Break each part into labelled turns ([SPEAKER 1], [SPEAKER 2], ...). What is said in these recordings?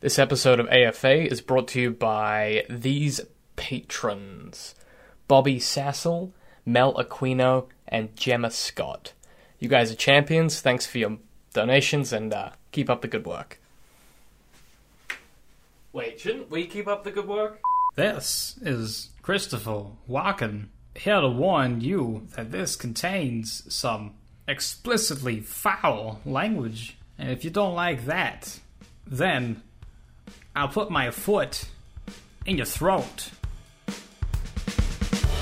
[SPEAKER 1] This episode of AFA is brought to you by these patrons Bobby Sassel, Mel Aquino, and Gemma Scott. You guys are champions. Thanks for your donations and uh, keep up the good work. Wait, shouldn't we keep up the good work?
[SPEAKER 2] This is Christopher Walken here to warn you that this contains some explicitly foul language. And if you don't like that, then I'll put my foot in your throat.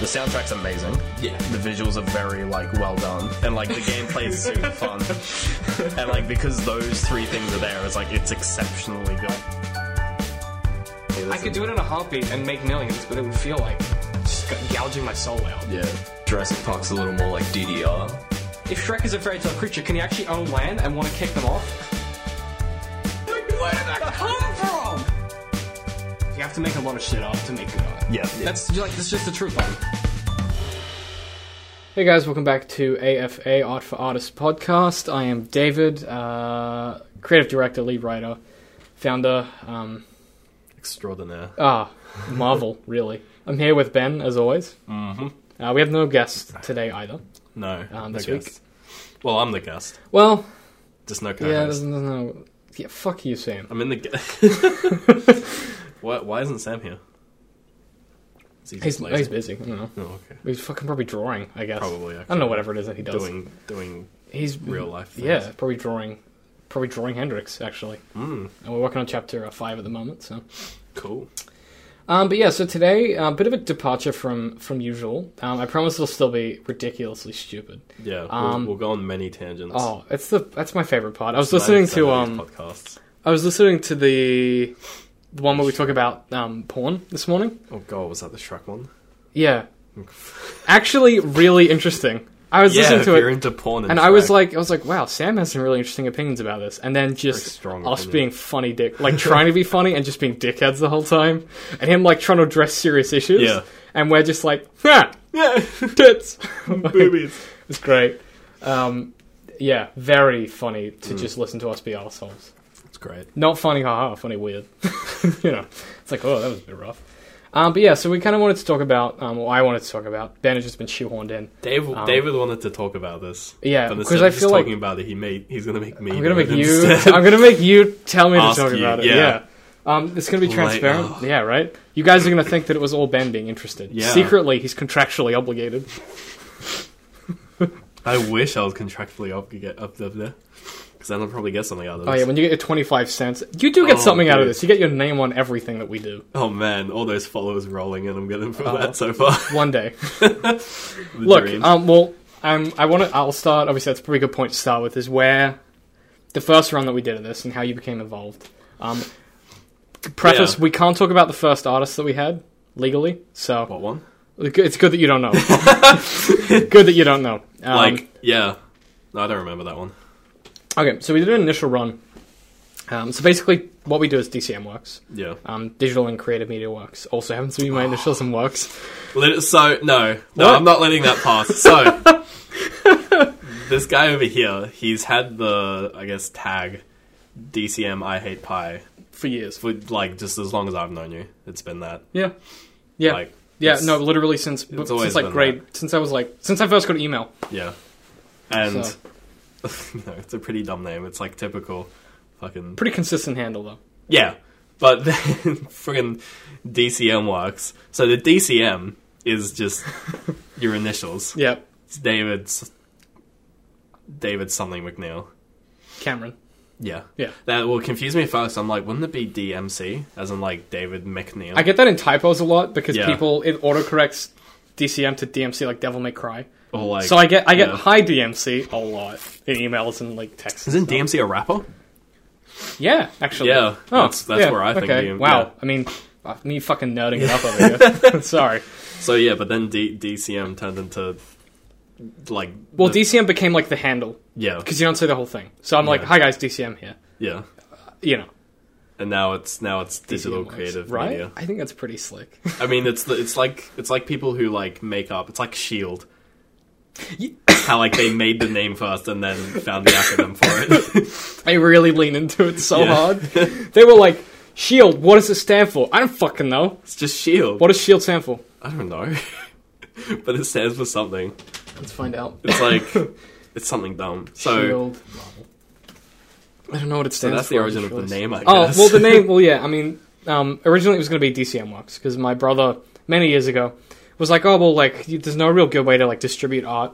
[SPEAKER 3] The soundtrack's amazing. Yeah. The visuals are very like well done, and like the gameplay is super fun. and like because those three things are there, it's like it's exceptionally good.
[SPEAKER 4] I could do it in a heartbeat and make millions, but it would feel like just g- gouging my soul out.
[SPEAKER 5] Yeah, Jurassic Park's a little more like DDR.
[SPEAKER 4] If Shrek is a fairy tale creature, can he actually own land and want to kick them off? Where did that come from? You have to make a lot of shit up to make good art.
[SPEAKER 3] Yeah.
[SPEAKER 4] That's just like that's just the truth. Man.
[SPEAKER 1] Hey guys, welcome back to AFA Art for Artists podcast. I am David, uh, creative director, lead writer, founder. Um,
[SPEAKER 3] Extraordinaire.
[SPEAKER 1] Ah, Marvel, really. I'm here with Ben, as always. Mm-hmm. Uh, we have no guest today either.
[SPEAKER 3] No.
[SPEAKER 1] Um,
[SPEAKER 3] no
[SPEAKER 1] this week-
[SPEAKER 3] guest. Well, I'm the guest.
[SPEAKER 1] Well,
[SPEAKER 3] Just no
[SPEAKER 1] yeah, there's,
[SPEAKER 3] co-host.
[SPEAKER 1] there's no. Yeah, fuck you, Sam.
[SPEAKER 3] I'm in the. gu- why, why isn't Sam here? Is he
[SPEAKER 1] He's,
[SPEAKER 3] just lazy?
[SPEAKER 1] he's busy. I don't know.
[SPEAKER 3] Oh, okay.
[SPEAKER 1] He's fucking probably drawing, I guess.
[SPEAKER 3] Probably,
[SPEAKER 1] I don't know whatever it is that he does.
[SPEAKER 3] Doing doing
[SPEAKER 1] He's
[SPEAKER 3] real life. Things.
[SPEAKER 1] Yeah, probably drawing. Probably drawing Hendrix actually. Mm. And we're working on chapter uh, five at the moment. So,
[SPEAKER 3] Hmm, Cool.
[SPEAKER 1] um, but yeah, so today a bit of a departure from from usual. Um, I promise it'll still be ridiculously stupid.
[SPEAKER 3] Yeah.
[SPEAKER 1] Um,
[SPEAKER 3] we'll, we'll go on many tangents.
[SPEAKER 1] Oh, it's the that's my favorite part. I was
[SPEAKER 3] 90%
[SPEAKER 1] listening to
[SPEAKER 3] of
[SPEAKER 1] um.
[SPEAKER 3] these podcasts.
[SPEAKER 1] I was listening to the the one where we talk about um, porn this morning.
[SPEAKER 3] Oh god, was that the Shrek one?
[SPEAKER 1] Yeah, actually, really interesting. I was
[SPEAKER 3] yeah,
[SPEAKER 1] listening
[SPEAKER 3] if
[SPEAKER 1] to
[SPEAKER 3] you're
[SPEAKER 1] it,
[SPEAKER 3] into porn and,
[SPEAKER 1] and I was
[SPEAKER 3] Shrek.
[SPEAKER 1] like, I was like, wow, Sam has some really interesting opinions about this. And then just
[SPEAKER 3] Very strong
[SPEAKER 1] us
[SPEAKER 3] opinion.
[SPEAKER 1] being funny, dick, like trying to be funny and just being dickheads the whole time, and him like trying to address serious issues.
[SPEAKER 3] Yeah.
[SPEAKER 1] and we're just like, ha, tits,
[SPEAKER 3] boobies.
[SPEAKER 1] It's great. Um, yeah, very funny
[SPEAKER 3] Mm.
[SPEAKER 1] to just listen to us be assholes.
[SPEAKER 3] It's great.
[SPEAKER 1] not funny, haha, funny, weird. you know, it's like, oh, that was a bit rough. Um, but yeah, so we kind of wanted to talk about, um, well, I wanted to talk about. Ben has just been shoehorned in.
[SPEAKER 3] David, David wanted to talk about this.
[SPEAKER 1] Um, Yeah,
[SPEAKER 3] but
[SPEAKER 1] 'cause
[SPEAKER 3] instead
[SPEAKER 1] I
[SPEAKER 3] of just
[SPEAKER 1] feel like-
[SPEAKER 3] talking about it, he made he's gonna make me.
[SPEAKER 1] I'm gonna
[SPEAKER 3] do it
[SPEAKER 1] make you.
[SPEAKER 3] instead.
[SPEAKER 1] I'm gonna make you tell me to
[SPEAKER 3] Ask
[SPEAKER 1] talk
[SPEAKER 3] you,
[SPEAKER 1] about it.
[SPEAKER 3] yeah.
[SPEAKER 1] Yeah. Um, it's gonna be
[SPEAKER 3] Like,
[SPEAKER 1] transparent.
[SPEAKER 3] oh.
[SPEAKER 1] Yeah, right. You guys are gonna think that it was all Ben being interested.
[SPEAKER 3] Yeah.
[SPEAKER 1] Secretly, he's contractually obligated.
[SPEAKER 3] I wish I was contractually up to get up there because then I'll probably get something out of this.
[SPEAKER 1] Oh yeah, when you get your 25 cents, you do get
[SPEAKER 3] Oh,
[SPEAKER 1] something out of
[SPEAKER 3] dude.
[SPEAKER 1] this. You get your name on everything that we do.
[SPEAKER 3] Oh, man, all those followers rolling, and I'm getting from that so far.
[SPEAKER 1] One day.
[SPEAKER 3] The
[SPEAKER 1] Oh. Look,
[SPEAKER 3] dream.
[SPEAKER 1] um, well, um, I want to. I'll start. Obviously, that's a pretty good point to start with. Is where the first run that we did of this and how you became involved. Um, preface:
[SPEAKER 3] Yeah.
[SPEAKER 1] We can't talk about the first artist that we had legally, so
[SPEAKER 3] what one?
[SPEAKER 1] it's good that you don't know. good that you don't know. Um,
[SPEAKER 3] like, yeah, no, I don't remember that one.
[SPEAKER 1] okay, so we did an initial run. Um, so basically, what we do is DCM works.
[SPEAKER 3] Yeah,
[SPEAKER 1] Um, digital and creative media works also happens to be
[SPEAKER 3] Ah.
[SPEAKER 1] my initials and works.
[SPEAKER 3] Lit- so no, no,
[SPEAKER 1] What?
[SPEAKER 3] I'm not letting that pass. So this guy over here, he's had the I guess tag DCM I hate pie
[SPEAKER 1] For years.
[SPEAKER 3] for like just as long as I've known you. It's been that
[SPEAKER 1] Yeah. Yeah.
[SPEAKER 3] like
[SPEAKER 1] yeah,
[SPEAKER 3] it's-
[SPEAKER 1] no, literally since
[SPEAKER 3] always
[SPEAKER 1] since like
[SPEAKER 3] been
[SPEAKER 1] grade since I was like since I first got email.
[SPEAKER 3] Yeah. And
[SPEAKER 1] So.
[SPEAKER 3] you know, it's a pretty dumb name. It's like typical fucking
[SPEAKER 1] Pretty consistent handle though.
[SPEAKER 3] Yeah. But then friggin' DCM works. So the DCM is just your initials.
[SPEAKER 1] Yeah,
[SPEAKER 3] It's David's David something McNeil.
[SPEAKER 1] Cameron.
[SPEAKER 3] Yeah.
[SPEAKER 1] Yeah.
[SPEAKER 3] That will confuse me first. I'm like, wouldn't it be DMC? As in like David McNeil.
[SPEAKER 1] I get that in typos a lot because
[SPEAKER 3] Yeah.
[SPEAKER 1] people it autocorrects DCM to DMC like Devil May Cry.
[SPEAKER 3] or like
[SPEAKER 1] so I get I get
[SPEAKER 3] yeah.
[SPEAKER 1] hi DMC a lot in emails and like texts.
[SPEAKER 3] Isn't DMC a rapper?
[SPEAKER 1] Yeah, actually. Oh,
[SPEAKER 3] Yeah, that's- that's where I think
[SPEAKER 1] okay.
[SPEAKER 3] DM
[SPEAKER 1] wow.
[SPEAKER 3] yeah.
[SPEAKER 1] I mean, uh, me fucking nerding it up over here. Sorry.
[SPEAKER 3] So yeah, but then D- DCM turned into like
[SPEAKER 1] Well,
[SPEAKER 3] the-
[SPEAKER 1] DCM became like the handle
[SPEAKER 3] yeah
[SPEAKER 1] because you don't say the whole thing. So I'm like,
[SPEAKER 3] Yeah.
[SPEAKER 1] hi guys, DCM here.
[SPEAKER 3] yeah.
[SPEAKER 1] You know,
[SPEAKER 3] and now it's now it's digital
[SPEAKER 1] DCM works,
[SPEAKER 3] creative
[SPEAKER 1] right?
[SPEAKER 3] media.
[SPEAKER 1] I think that's pretty slick.
[SPEAKER 3] I mean, it's the, it's like it's like people who like make up. It's like Shield.
[SPEAKER 1] Ye-
[SPEAKER 3] E How like they made the name first and then found the acronym for it.
[SPEAKER 1] I really lean into it so
[SPEAKER 3] Yeah.
[SPEAKER 1] hard. They were like, Shield, what does it stand for? I don't fucking know.
[SPEAKER 3] It's just shield.
[SPEAKER 1] What does Shield stand for?
[SPEAKER 3] E I don't know. but it stands for something.
[SPEAKER 6] Let's find out.
[SPEAKER 3] It's like it's something dumb.
[SPEAKER 1] E
[SPEAKER 3] So
[SPEAKER 6] Shield.
[SPEAKER 1] I don't know what it
[SPEAKER 3] so
[SPEAKER 1] stands
[SPEAKER 3] that's
[SPEAKER 1] for.
[SPEAKER 3] the origin of the
[SPEAKER 6] Shield.
[SPEAKER 3] name, I
[SPEAKER 1] Oh
[SPEAKER 3] guess.
[SPEAKER 1] well, the name. Well, yeah. I mean, um, originally it was going to be DCM Works because my brother many years ago was like, "Oh well, like you- there's no real good way to like distribute art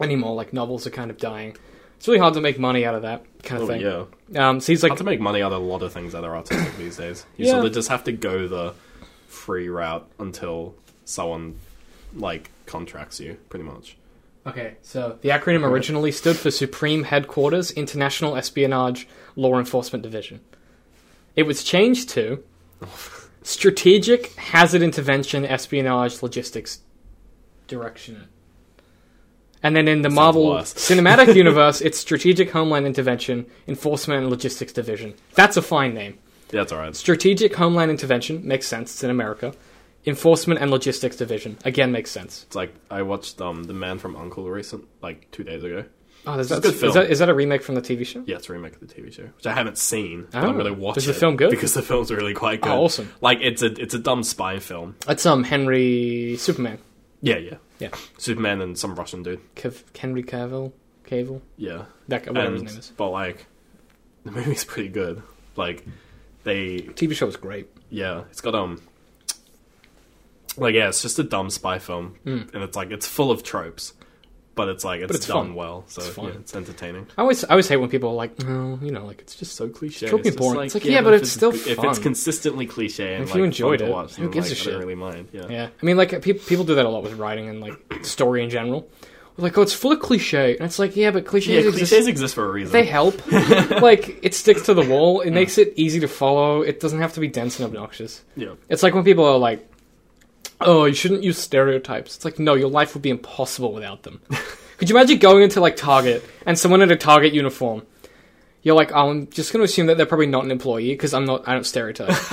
[SPEAKER 1] anymore. Like novels are kind of dying. It's really hard to make money out of that kind of
[SPEAKER 3] Oh,
[SPEAKER 1] thing."
[SPEAKER 3] yeah.
[SPEAKER 1] Um, so he's like,
[SPEAKER 3] Hard to make money out of a lot of things that are artistic these days. You
[SPEAKER 1] Yeah.
[SPEAKER 3] sort of just have to go the free route until someone like contracts you, pretty much.
[SPEAKER 6] Okay, so
[SPEAKER 1] The acronym originally stood for Supreme Headquarters International Espionage Law Enforcement Division. It was changed to Strategic Hazard Intervention Espionage Logistics Direction. And then in the Marvel
[SPEAKER 3] worse.
[SPEAKER 1] Cinematic Universe, it's Strategic Homeland Intervention Enforcement and Logistics Division. That's a fine name.
[SPEAKER 3] Yeah, that's alright.
[SPEAKER 1] Strategic Homeland Intervention makes sense. It's in America. Enforcement and Logistics Division again makes sense.
[SPEAKER 3] It's like I watched um The Man from Uncle recent like two days ago.
[SPEAKER 1] Oh, is
[SPEAKER 3] It's a
[SPEAKER 1] that,
[SPEAKER 3] good
[SPEAKER 1] is,
[SPEAKER 3] film.
[SPEAKER 1] that, is that a remake from the TV show?
[SPEAKER 3] Yeah, it's a remake of the TV show, which I haven't seen. But
[SPEAKER 1] Oh.
[SPEAKER 3] I'm gonna watch
[SPEAKER 1] Is the
[SPEAKER 3] it
[SPEAKER 1] film good?
[SPEAKER 3] because the film's really quite good.
[SPEAKER 1] Oh, awesome.
[SPEAKER 3] Like it's a it's a dumb spy film.
[SPEAKER 1] That's um Henry Superman.
[SPEAKER 3] Yeah, yeah,
[SPEAKER 1] Yeah.
[SPEAKER 3] Superman and some Russian dude.
[SPEAKER 1] Cav- Henry Cavill, Cavill,
[SPEAKER 3] Yeah,
[SPEAKER 1] that guy, whatever
[SPEAKER 3] and,
[SPEAKER 1] his name is.
[SPEAKER 3] but like the movie's pretty good. Like they
[SPEAKER 1] TV show was great.
[SPEAKER 3] yeah, it's got um like yeah, it's just a dumb spy film, and it's like it's full of tropes, but it's like it's,
[SPEAKER 1] Hmm. it's
[SPEAKER 3] done
[SPEAKER 1] fun.
[SPEAKER 3] well, so
[SPEAKER 1] It's fun.
[SPEAKER 3] yeah, it's entertaining.
[SPEAKER 1] I always, I always hate when people are like, no, you know, like it's just so.
[SPEAKER 3] So cliche.
[SPEAKER 1] Tropey
[SPEAKER 3] just
[SPEAKER 1] boring. It's like, yeah, but it's still
[SPEAKER 3] if it's
[SPEAKER 1] fun.
[SPEAKER 3] consistently cliche and
[SPEAKER 1] If
[SPEAKER 3] like,
[SPEAKER 1] you enjoyed
[SPEAKER 3] fun
[SPEAKER 1] it,
[SPEAKER 3] to watch,
[SPEAKER 1] who
[SPEAKER 3] then,
[SPEAKER 1] gives
[SPEAKER 3] like,
[SPEAKER 1] a
[SPEAKER 3] I
[SPEAKER 1] shit?
[SPEAKER 3] don't really mind. Yeah.
[SPEAKER 1] Yeah, I mean, like pe- people do that a lot with writing and like story in general. We're like, oh, it's full of cliche, and it's like, yeah, but
[SPEAKER 3] Yeah,
[SPEAKER 1] cliches
[SPEAKER 3] cliches
[SPEAKER 1] exist.
[SPEAKER 3] exist, for a reason.
[SPEAKER 1] They help. like it sticks to the wall. It makes it easy to follow. It doesn't have to be dense and obnoxious.
[SPEAKER 3] yeah.
[SPEAKER 1] It's like when people are like, "Oh, you shouldn't use stereotypes." It's like, no, your life would be impossible without them. Could you imagine going into like Target and someone in a Target uniform? You're like, oh, I'm just going to assume that they're probably not an employee because I'm not. I don't stereotype,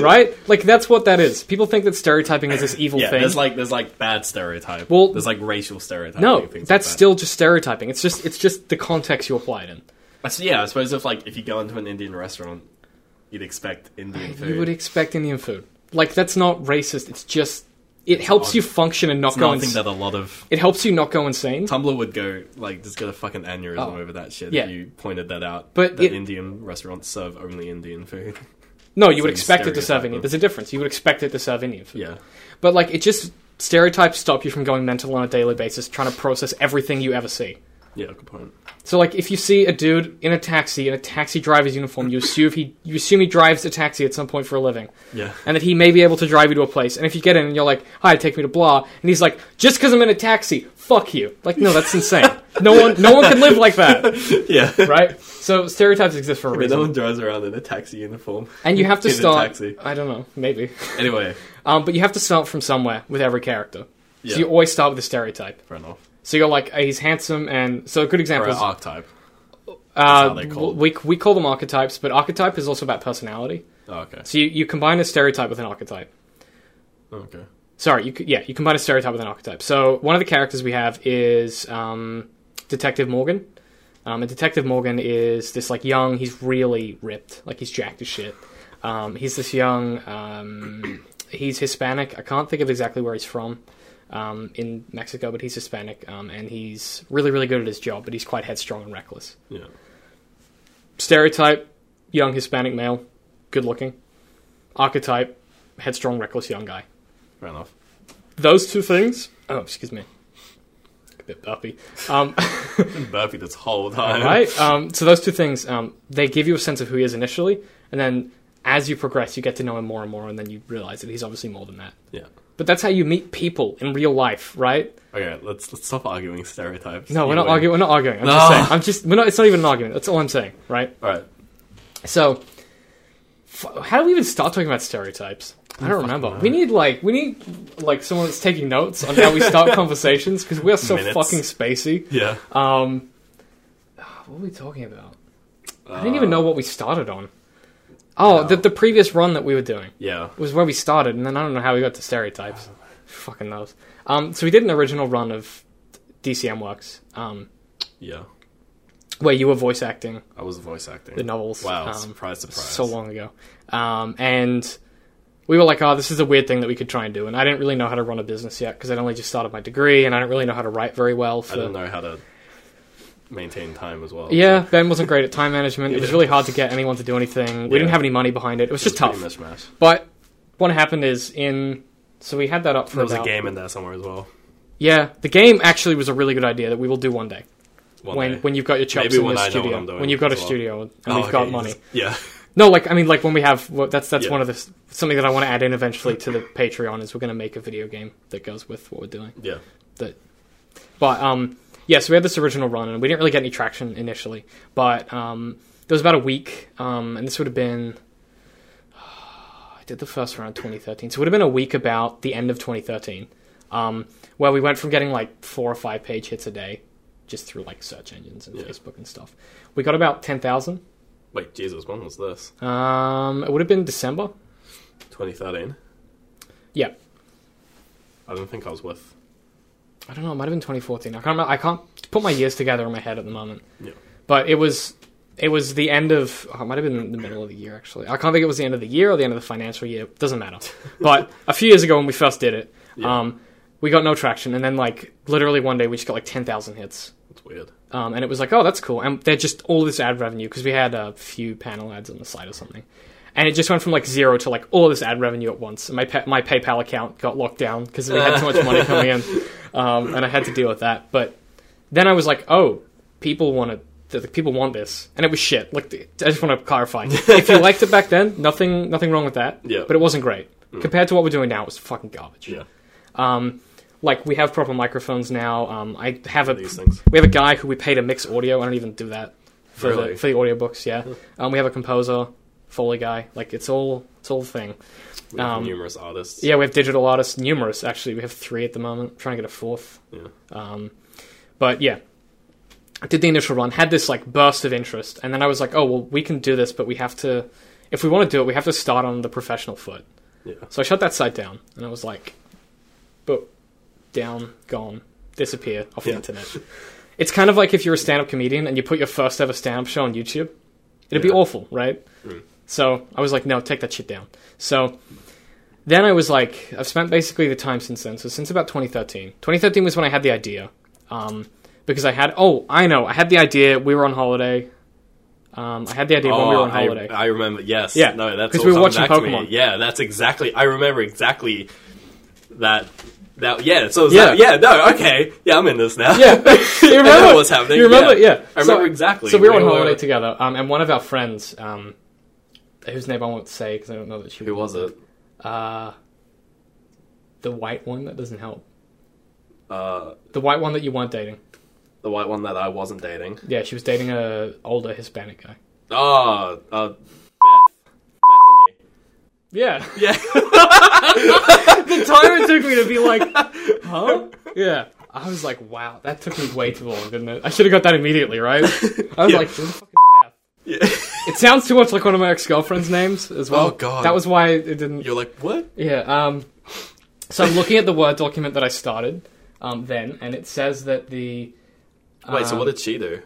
[SPEAKER 1] right? Like that's what that is. People think that stereotyping is this evil
[SPEAKER 3] Yeah,
[SPEAKER 1] thing.
[SPEAKER 3] there's like there's like bad stereotype.
[SPEAKER 1] Well-
[SPEAKER 3] there's like racial stereotype.
[SPEAKER 1] no, that's still just stereotyping. It's just it's just the context you apply it in.
[SPEAKER 3] yeah. I suppose if like if you go into an Indian restaurant, you'd expect Indian food.
[SPEAKER 1] You would expect Indian food. Like that's not racist. It's just it helps
[SPEAKER 3] not-
[SPEAKER 1] you function and not
[SPEAKER 3] it's
[SPEAKER 1] go.
[SPEAKER 3] nothing
[SPEAKER 1] Ins-
[SPEAKER 3] that a lot of
[SPEAKER 1] it helps you not go insane.
[SPEAKER 3] Tumblr would go like just get a fucking aneurysm
[SPEAKER 1] Oh.
[SPEAKER 3] over that shit.
[SPEAKER 1] Yeah.
[SPEAKER 3] if you pointed that out.
[SPEAKER 1] But
[SPEAKER 3] that
[SPEAKER 1] it-
[SPEAKER 3] Indian restaurants serve only Indian food.
[SPEAKER 1] No, you would
[SPEAKER 3] Same
[SPEAKER 1] expect it to serve
[SPEAKER 3] stereotype,
[SPEAKER 1] Indian.
[SPEAKER 3] huh?
[SPEAKER 1] There's a difference. You would expect it to serve Indian food.
[SPEAKER 3] yeah,
[SPEAKER 1] But like, it just stereotypes stop you from going mental on a daily basis, trying to process everything you ever see.
[SPEAKER 3] yeah. Good point.
[SPEAKER 1] So like, if you see a dude in a taxi in a taxi driver's uniform, you assume he you assume he drives a taxi at some point for a living,
[SPEAKER 3] Yeah,
[SPEAKER 1] and that he may be able to drive you to a place. And if you get in and you're like, "Hi, take me to blah," and he's like, "Just because I'm in a taxi, fuck you." Like, no, that's insane. no one no one can live like that,
[SPEAKER 3] yeah.
[SPEAKER 1] right? So stereotypes exist for a
[SPEAKER 3] I mean,
[SPEAKER 1] reason,
[SPEAKER 3] no one drives around in a taxi uniform.
[SPEAKER 1] and you have to
[SPEAKER 3] in a
[SPEAKER 1] start.
[SPEAKER 3] taxi.
[SPEAKER 1] I don't know, maybe.
[SPEAKER 3] Anyway,
[SPEAKER 1] Um, but you have to start from somewhere with every character.
[SPEAKER 3] yeah.
[SPEAKER 1] So you always start with a stereotype.
[SPEAKER 3] Fair enough.
[SPEAKER 1] So you're like, "Oh, he's handsome, and so a good
[SPEAKER 3] Or
[SPEAKER 1] example
[SPEAKER 3] an
[SPEAKER 1] is
[SPEAKER 3] archetype.
[SPEAKER 1] uh,
[SPEAKER 3] how they're called.
[SPEAKER 1] we we call them archetypes, but archetype is also about personality.
[SPEAKER 3] Oh, okay. Oh,
[SPEAKER 1] So you, you combine a stereotype with an archetype.
[SPEAKER 3] Okay.
[SPEAKER 1] Sorry, you c- yeah, you combine a stereotype with an archetype. So one of the characters we have is um, Detective Morgan. Um, and Detective Morgan is this like young. He's really ripped. Like he's jacked as shit. Um, he's this young. Um, he's Hispanic. I can't think of exactly where he's from um, in Mexico, but he's Hispanic, um, and he's really really good at his job. But he's quite headstrong and reckless.
[SPEAKER 3] Yeah.
[SPEAKER 1] Stereotype: young Hispanic male, good looking. Archetype: headstrong, reckless young guy
[SPEAKER 3] Fair enough.
[SPEAKER 1] those two things. Oh, excuse me. A bit burpy. Um,
[SPEAKER 3] Burpee this whole time.
[SPEAKER 1] right? Um, so those two things, um, they give you a sense of who he is initially, and then as you progress, you get to know him more and more, and then you realize that he's obviously more than that.
[SPEAKER 3] Yeah.
[SPEAKER 1] But that's how you meet people in real life, right?
[SPEAKER 3] Okay, let's let's stop arguing stereotypes.
[SPEAKER 1] No, we're
[SPEAKER 3] You
[SPEAKER 1] not
[SPEAKER 3] win.
[SPEAKER 1] arguing. We're not arguing. I'm
[SPEAKER 3] No.
[SPEAKER 1] just saying. I'm just. We're not. It's not even an argument. That's all I'm saying, right?
[SPEAKER 3] All right.
[SPEAKER 1] So, f- how do we even start talking about stereotypes? I don't remember. We need like we need like someone that's taking notes on how we start conversations because we are so
[SPEAKER 3] Minutes.
[SPEAKER 1] fucking spacey.
[SPEAKER 3] Yeah.
[SPEAKER 1] Um, what were we talking about? I didn't
[SPEAKER 3] Uh,
[SPEAKER 1] even know what we started on. Oh, the, the previous run that we were doing
[SPEAKER 3] yeah.
[SPEAKER 1] was where we started, and then I don't know how we got to stereotypes.
[SPEAKER 3] Uh.
[SPEAKER 1] Fucking knows. Um, so we did an original run of DCM Works, um,
[SPEAKER 3] Yeah.
[SPEAKER 1] where you were voice acting
[SPEAKER 3] I was voice acting.
[SPEAKER 1] the novels.
[SPEAKER 3] Wow,
[SPEAKER 1] um,
[SPEAKER 3] surprise, surprise.
[SPEAKER 1] So long ago. Um, and we were like, oh, this is a weird thing that we could try and do. And I didn't really know how to run a business yet because I'd only just started my degree and I didn't really know how to write very well. For...
[SPEAKER 3] I didn't know how to maintain time as well.
[SPEAKER 1] Yeah,
[SPEAKER 3] so
[SPEAKER 1] Ben wasn't great at time management. It was
[SPEAKER 3] Yeah.
[SPEAKER 1] really hard to get anyone to do anything. We
[SPEAKER 3] Yeah.
[SPEAKER 1] didn't have any money behind it. It was
[SPEAKER 3] it
[SPEAKER 1] just
[SPEAKER 3] was
[SPEAKER 1] tough.
[SPEAKER 3] pretty mishmash.
[SPEAKER 1] But what happened is in so we had that up for
[SPEAKER 3] There was a
[SPEAKER 1] about-
[SPEAKER 3] game in there somewhere as well.
[SPEAKER 1] Yeah, the game actually was a really good idea that we will do one day
[SPEAKER 3] One
[SPEAKER 1] when
[SPEAKER 3] day.
[SPEAKER 1] when you've got your chops
[SPEAKER 3] Maybe
[SPEAKER 1] in
[SPEAKER 3] when
[SPEAKER 1] the
[SPEAKER 3] I know what
[SPEAKER 1] studio
[SPEAKER 3] I'm doing
[SPEAKER 1] when you've got a
[SPEAKER 3] as well.
[SPEAKER 1] studio and
[SPEAKER 3] Oh,
[SPEAKER 1] we've
[SPEAKER 3] okay,
[SPEAKER 1] got
[SPEAKER 3] you
[SPEAKER 1] money.
[SPEAKER 3] just- Yeah.
[SPEAKER 1] No, like I mean, like when we have well, that's that's
[SPEAKER 3] Yeah.
[SPEAKER 1] one of the s- something that I want to add in eventually to the Patreon is we're going to make a video game that goes with what we're doing.
[SPEAKER 3] Yeah.
[SPEAKER 1] But um, yeah, so we had this original run, and we didn't really get any traction initially. But um, there was about a week, um, and this would have been I did the first round 2013, so it would have been a week about the end of 2013, um, where we went from getting like four or five page hits a day, just through like search engines and
[SPEAKER 3] Yeah.
[SPEAKER 1] Facebook and stuff. We got about ten thousand.
[SPEAKER 3] Wait, Jesus, when was this?
[SPEAKER 1] Um, it would have been December.
[SPEAKER 3] 2013.
[SPEAKER 1] Yeah,
[SPEAKER 3] I don't think I was with.
[SPEAKER 1] I don't know. It might have been 2014. I can't. Remember, I can't put my years together in my head at the moment.
[SPEAKER 3] Yeah.
[SPEAKER 1] But it was. It was the end of. Oh, it might have been the middle of the year actually. I can't think it was the end of the year or the end of the financial year. It doesn't matter. But a few years ago when we first did it,
[SPEAKER 3] Yeah.
[SPEAKER 1] um, we got no traction, and then like literally one day we just got like 10,000 hits.
[SPEAKER 3] It's weird.
[SPEAKER 1] Um, and it was like, oh, that's cool. And they're just all this ad revenue because we had a few panel ads on the side or something. And it just went from like zero to like all this ad revenue at once. And my pa- my PayPal account got locked down because we had so much money coming in, um, and I had to deal with that. But then I was like, oh, people want to, people want this, and it was shit. Like, I just want to clarify. if you liked it back then, nothing nothing wrong with that.
[SPEAKER 3] Yeah. Mm.
[SPEAKER 1] But it wasn't great compared to what we're doing now. It was fucking garbage.
[SPEAKER 3] Yeah.
[SPEAKER 1] Um, like we have proper microphones now. Um, I have a
[SPEAKER 3] These things.
[SPEAKER 1] we have a guy who we pay to mix audio. I don't even do that for
[SPEAKER 3] Really?
[SPEAKER 1] the for the audiobooks. Yeah, um, we have a composer, Foley guy. Like it's all it's all a thing.
[SPEAKER 3] We have
[SPEAKER 1] Um,
[SPEAKER 3] numerous artists.
[SPEAKER 1] Yeah, we have digital artists, numerous actually. We have three at the moment. trying to get a fourth.
[SPEAKER 3] Yeah.
[SPEAKER 1] Um, but yeah, I did the initial run, had this like burst of interest, and then I was like, oh well, we can do this, but we have to, if we want to do it, we have to start on the professional foot.
[SPEAKER 3] Yeah.
[SPEAKER 1] So I shut that site down, and I was like, but down, gone, disappear off the
[SPEAKER 3] Yeah.
[SPEAKER 1] internet. It's kind of like if you're a stand up comedian and you put your first ever stand up show on YouTube. It'd be
[SPEAKER 3] Yeah. Mm.
[SPEAKER 1] awful, right? So I was like, no, take that shit down. So then I was like, I've spent basically the time since then. So since about 2013. 2013 was when I had the idea. Um, because I had, oh, I know, I had the idea. We were on holiday. Um, I had the idea when we were on
[SPEAKER 3] Oh, I,
[SPEAKER 1] holiday.
[SPEAKER 3] I remember. Yes.
[SPEAKER 1] Yeah,
[SPEAKER 3] No, that's
[SPEAKER 1] 'cause
[SPEAKER 3] all
[SPEAKER 1] we were
[SPEAKER 3] coming
[SPEAKER 1] watching
[SPEAKER 3] back to
[SPEAKER 1] Pokemon.
[SPEAKER 3] me. Yeah, that's exactly. I remember exactly that. That yeah. So
[SPEAKER 1] Yeah.
[SPEAKER 3] yeah. yeah. No. Okay. Yeah, I'm in this now.
[SPEAKER 1] yeah, you remember
[SPEAKER 3] what was happening,
[SPEAKER 1] You remember?
[SPEAKER 3] yeah.
[SPEAKER 1] Yeah,
[SPEAKER 3] I remember exactly.
[SPEAKER 1] So we were on
[SPEAKER 3] We were-
[SPEAKER 1] holiday together, um, and one of our friends, um, whose name I won't say because I don't know that she
[SPEAKER 3] Who was it?
[SPEAKER 1] Uh, the white one that doesn't help.
[SPEAKER 3] Uh,
[SPEAKER 1] The white one that you weren't dating.
[SPEAKER 3] the white one that I wasn't dating.
[SPEAKER 1] Yeah, she was dating a older Hispanic guy.
[SPEAKER 3] Oh, uh,
[SPEAKER 1] Yeah,
[SPEAKER 3] Beth. Bethany. Yeah.
[SPEAKER 1] the time it took me to be like, huh? Yeah. I was like, wow, that took me way too long, didn't it? I should have got that immediately, right? I was
[SPEAKER 3] Yeah.
[SPEAKER 1] like, who the fuck is Beth?
[SPEAKER 3] yeah.
[SPEAKER 1] It sounds too much like one of my ex girlfriend's names as well.
[SPEAKER 3] Oh, God.
[SPEAKER 1] That was why it didn't.
[SPEAKER 3] You're like what?
[SPEAKER 1] Yeah. Um, so I'm looking at the Word document that I started um, then, and it says that the.
[SPEAKER 3] Wait. so
[SPEAKER 1] um,
[SPEAKER 3] what did she do?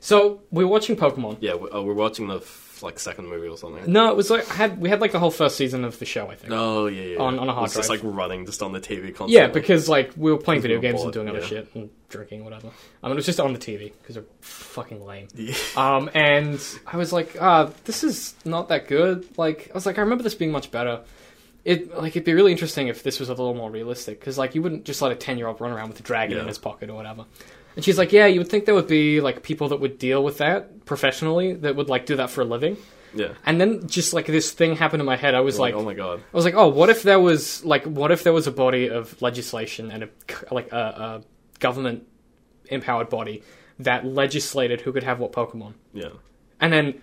[SPEAKER 1] So we were watching Pokemon.
[SPEAKER 3] Yeah. We, oh, we're watching the f- like second movie or something.
[SPEAKER 1] No, it was like I had we had like the whole first season of the show. I think.
[SPEAKER 3] Oh yeah. yeah.
[SPEAKER 1] On- on a hard
[SPEAKER 3] It's just
[SPEAKER 1] drive.
[SPEAKER 3] like running just on the TV constantly.
[SPEAKER 1] Yeah, because like we were playing video
[SPEAKER 3] were
[SPEAKER 1] games and
[SPEAKER 3] bored,
[SPEAKER 1] doing other
[SPEAKER 3] yeah.
[SPEAKER 1] shit and drinking whatever. I mean, it was just on the TV because they're fucking lame.
[SPEAKER 3] Yeah.
[SPEAKER 1] Um, and I was like, ah, this is not that good. Like, I was like, I remember this being much better. It like it'd be really interesting if this was a little more realistic because like you wouldn't just let a ten year old run around with a dragon in
[SPEAKER 3] Yeah.
[SPEAKER 1] his pocket or whatever. And she's like, yeah, you would think there would be like people that would deal with that professionally that would like do that for a living.
[SPEAKER 3] yeah.
[SPEAKER 1] And then just like this thing happened in my head. I was
[SPEAKER 3] Like,
[SPEAKER 1] like,
[SPEAKER 3] oh my god.
[SPEAKER 1] I was like, oh, what if there was like, what if there was a body of legislation and a like a, a government empowered body that legislated who could have what Pokemon,
[SPEAKER 3] Yeah.
[SPEAKER 1] and then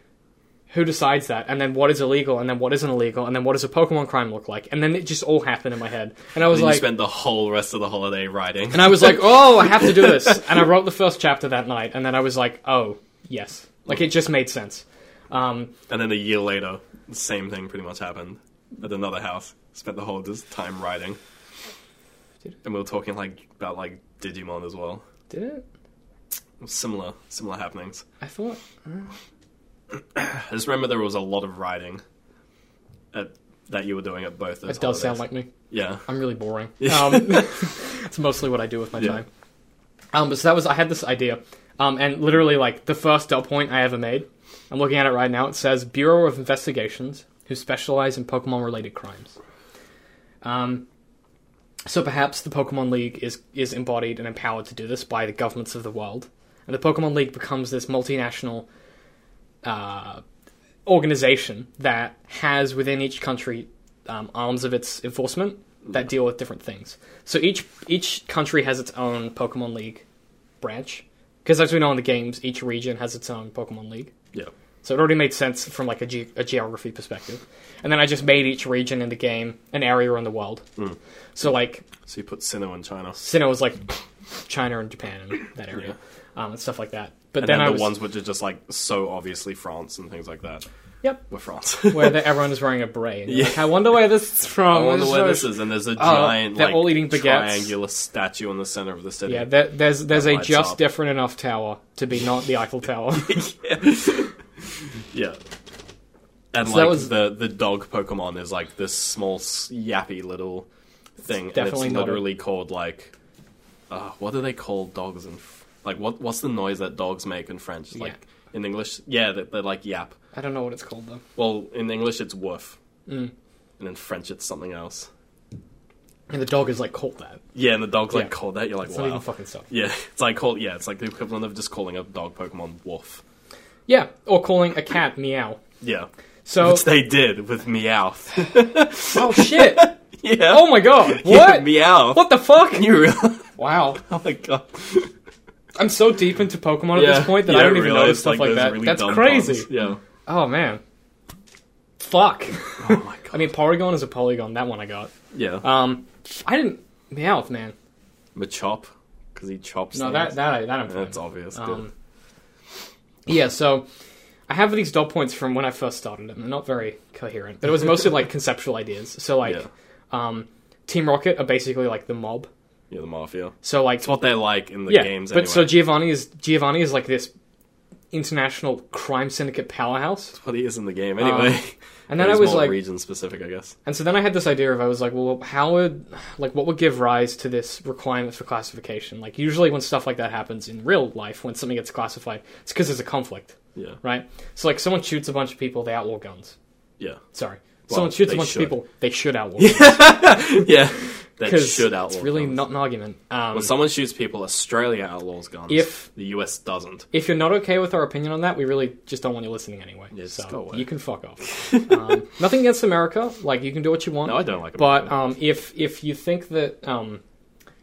[SPEAKER 1] who decides that, and then what is illegal, and then what isn't illegal, and then what does a Pokemon crime look like, and then it just all happened in my head, and I was
[SPEAKER 3] Then
[SPEAKER 1] like,
[SPEAKER 3] you spent the whole rest of the holiday writing.
[SPEAKER 1] and I was like, oh, I have to do this, and I wrote the first chapter that night, and then I was like, oh, yes, like it just made sense. Um,
[SPEAKER 3] And then a year later, the same thing pretty much happened at another house. Spent the whole just time writing. And we were talking like about like Digimon as well.
[SPEAKER 1] did it?
[SPEAKER 3] Similar, similar happenings.
[SPEAKER 1] I thought
[SPEAKER 3] I just remember there was a lot of writing at, that you were doing at both. Those
[SPEAKER 1] it does sound
[SPEAKER 3] holidays.
[SPEAKER 1] like me.
[SPEAKER 3] yeah.
[SPEAKER 1] I'm really boring. Um, it's mostly what I do with my
[SPEAKER 3] Yeah.
[SPEAKER 1] time. Um, but so that was I had this idea, um, and literally like the first dot point I ever made. I'm looking at it right now. It says Bureau of Investigations, who specialize in Pokemon related crimes. Um, so perhaps the Pokemon League is is embodied and empowered to do this by the governments of the world, and the Pokemon League becomes this multinational uh, organization that has within each country um, arms of its enforcement that deal with different things. So each each country has its own Pokemon League branch because, as we know in the games, each region has its own Pokemon League.
[SPEAKER 3] Yeah.
[SPEAKER 1] So it already made sense from like a, ge- a geography perspective. And then I just made each region in the game an area in the world.
[SPEAKER 3] Hmm.
[SPEAKER 1] So like
[SPEAKER 3] So you put Sinnoh in China.
[SPEAKER 1] Sinnoh was like China and Japan and that area um, and stuff like that. But
[SPEAKER 3] And
[SPEAKER 1] then,
[SPEAKER 3] then,
[SPEAKER 1] I
[SPEAKER 3] the
[SPEAKER 1] was,
[SPEAKER 3] ones which are just like so obviously France and things like that
[SPEAKER 1] yep
[SPEAKER 3] were France.
[SPEAKER 1] where the, everyone is wearing a beret. And you're
[SPEAKER 3] Yeah.
[SPEAKER 1] like, I wonder where this is from.
[SPEAKER 3] I wonder
[SPEAKER 1] This
[SPEAKER 3] where
[SPEAKER 1] is-
[SPEAKER 3] this is, and there's a giant
[SPEAKER 1] Oh, they're
[SPEAKER 3] like
[SPEAKER 1] all eating baguettes.
[SPEAKER 3] triangular statue in the center of the city.
[SPEAKER 1] Yeah, there, there's there's
[SPEAKER 3] That
[SPEAKER 1] a
[SPEAKER 3] lights
[SPEAKER 1] just
[SPEAKER 3] up.
[SPEAKER 1] different enough tower to be not the Eiffel Tower.
[SPEAKER 3] Yeah. And
[SPEAKER 1] So that
[SPEAKER 3] like
[SPEAKER 1] was-
[SPEAKER 3] the the dog Pokemon is like this small s- yappy little thing, and it's
[SPEAKER 1] definitely not a-
[SPEAKER 3] literally called like, uh, what do they call dogs in f- like what what's the noise that dogs make in French? Like in English, yeah, they, they like yap.
[SPEAKER 1] I don't know what it's called though.
[SPEAKER 3] Well, in English it's woof,
[SPEAKER 1] Mm.
[SPEAKER 3] and in French it's something else.
[SPEAKER 1] And the dog is like called that.
[SPEAKER 3] Yeah, and the dog's like
[SPEAKER 1] Yeah.
[SPEAKER 3] called that. You're like,
[SPEAKER 1] It's
[SPEAKER 3] wow.
[SPEAKER 1] not even fucking stuff.
[SPEAKER 3] yeah, it's like called yeah, it's like the equivalent of just calling a dog Pokemon woof.
[SPEAKER 1] Yeah, or calling a cat meow.
[SPEAKER 3] Yeah,
[SPEAKER 1] So
[SPEAKER 3] which they did with Meowth.
[SPEAKER 1] oh shit!
[SPEAKER 3] yeah.
[SPEAKER 1] Oh my god!
[SPEAKER 3] Yeah,
[SPEAKER 1] What?
[SPEAKER 3] Meowth.
[SPEAKER 1] What the fuck?
[SPEAKER 3] You realize?
[SPEAKER 1] Wow,
[SPEAKER 3] Oh my god.
[SPEAKER 1] I'm so deep into Pokemon at
[SPEAKER 3] Yeah.
[SPEAKER 1] this point that
[SPEAKER 3] You
[SPEAKER 1] I don't
[SPEAKER 3] don't
[SPEAKER 1] even
[SPEAKER 3] realize,
[SPEAKER 1] know stuff like,
[SPEAKER 3] those
[SPEAKER 1] that.
[SPEAKER 3] really
[SPEAKER 1] That's
[SPEAKER 3] dumb
[SPEAKER 1] crazy.
[SPEAKER 3] puns. Yeah.
[SPEAKER 1] Oh man, fuck.
[SPEAKER 3] Oh my god.
[SPEAKER 1] I mean, Porygon is a polygon. That one I got.
[SPEAKER 3] yeah.
[SPEAKER 1] Um, I didn't meowth, man.
[SPEAKER 3] Machop, because he chops.
[SPEAKER 1] No, that
[SPEAKER 3] things.
[SPEAKER 1] that that I'm fine.
[SPEAKER 3] That's obvious.
[SPEAKER 1] Um, yeah, so I have these dot points from when I first started them. They're not very coherent, but it was mostly like conceptual ideas. So like,
[SPEAKER 3] Yeah.
[SPEAKER 1] um, Team Rocket are basically like the mob.
[SPEAKER 3] yeah, the mafia.
[SPEAKER 1] So like,
[SPEAKER 3] It's what they like in the
[SPEAKER 1] yeah,
[SPEAKER 3] games.
[SPEAKER 1] but
[SPEAKER 3] Anyway.
[SPEAKER 1] so Giovanni is Giovanni is like this international crime syndicate powerhouse.
[SPEAKER 3] what he is in the game anyway.
[SPEAKER 1] Uh, And then
[SPEAKER 3] But
[SPEAKER 1] I
[SPEAKER 3] he's
[SPEAKER 1] was
[SPEAKER 3] more
[SPEAKER 1] like,
[SPEAKER 3] region specific, I guess.
[SPEAKER 1] and so then I had this idea of I was like, well, how would like what would give rise to this requirement for classification? Like usually when stuff like that happens in real life, when something gets classified, it's because there's a conflict.
[SPEAKER 3] Yeah.
[SPEAKER 1] right? So like someone shoots a bunch of people, they outlaw guns.
[SPEAKER 3] Yeah.
[SPEAKER 1] Sorry.
[SPEAKER 3] Well,
[SPEAKER 1] someone shoots a
[SPEAKER 3] they
[SPEAKER 1] bunch
[SPEAKER 3] should.
[SPEAKER 1] of people, they should outlaw guns.
[SPEAKER 3] yeah. That
[SPEAKER 1] 'Cause
[SPEAKER 3] should outlaw.
[SPEAKER 1] It's really
[SPEAKER 3] guns.
[SPEAKER 1] not an argument. Um,
[SPEAKER 3] When someone shoots people, Australia outlaws guns.
[SPEAKER 1] If-
[SPEAKER 3] the US doesn't.
[SPEAKER 1] if you're not okay with our opinion on that, we really just don't want you listening anyway.
[SPEAKER 3] Yeah, just
[SPEAKER 1] so
[SPEAKER 3] go away.
[SPEAKER 1] you can fuck off. um, nothing against America. Like you can do what you want.
[SPEAKER 3] No, I don't like
[SPEAKER 1] But
[SPEAKER 3] America.
[SPEAKER 1] um, if if you think that um,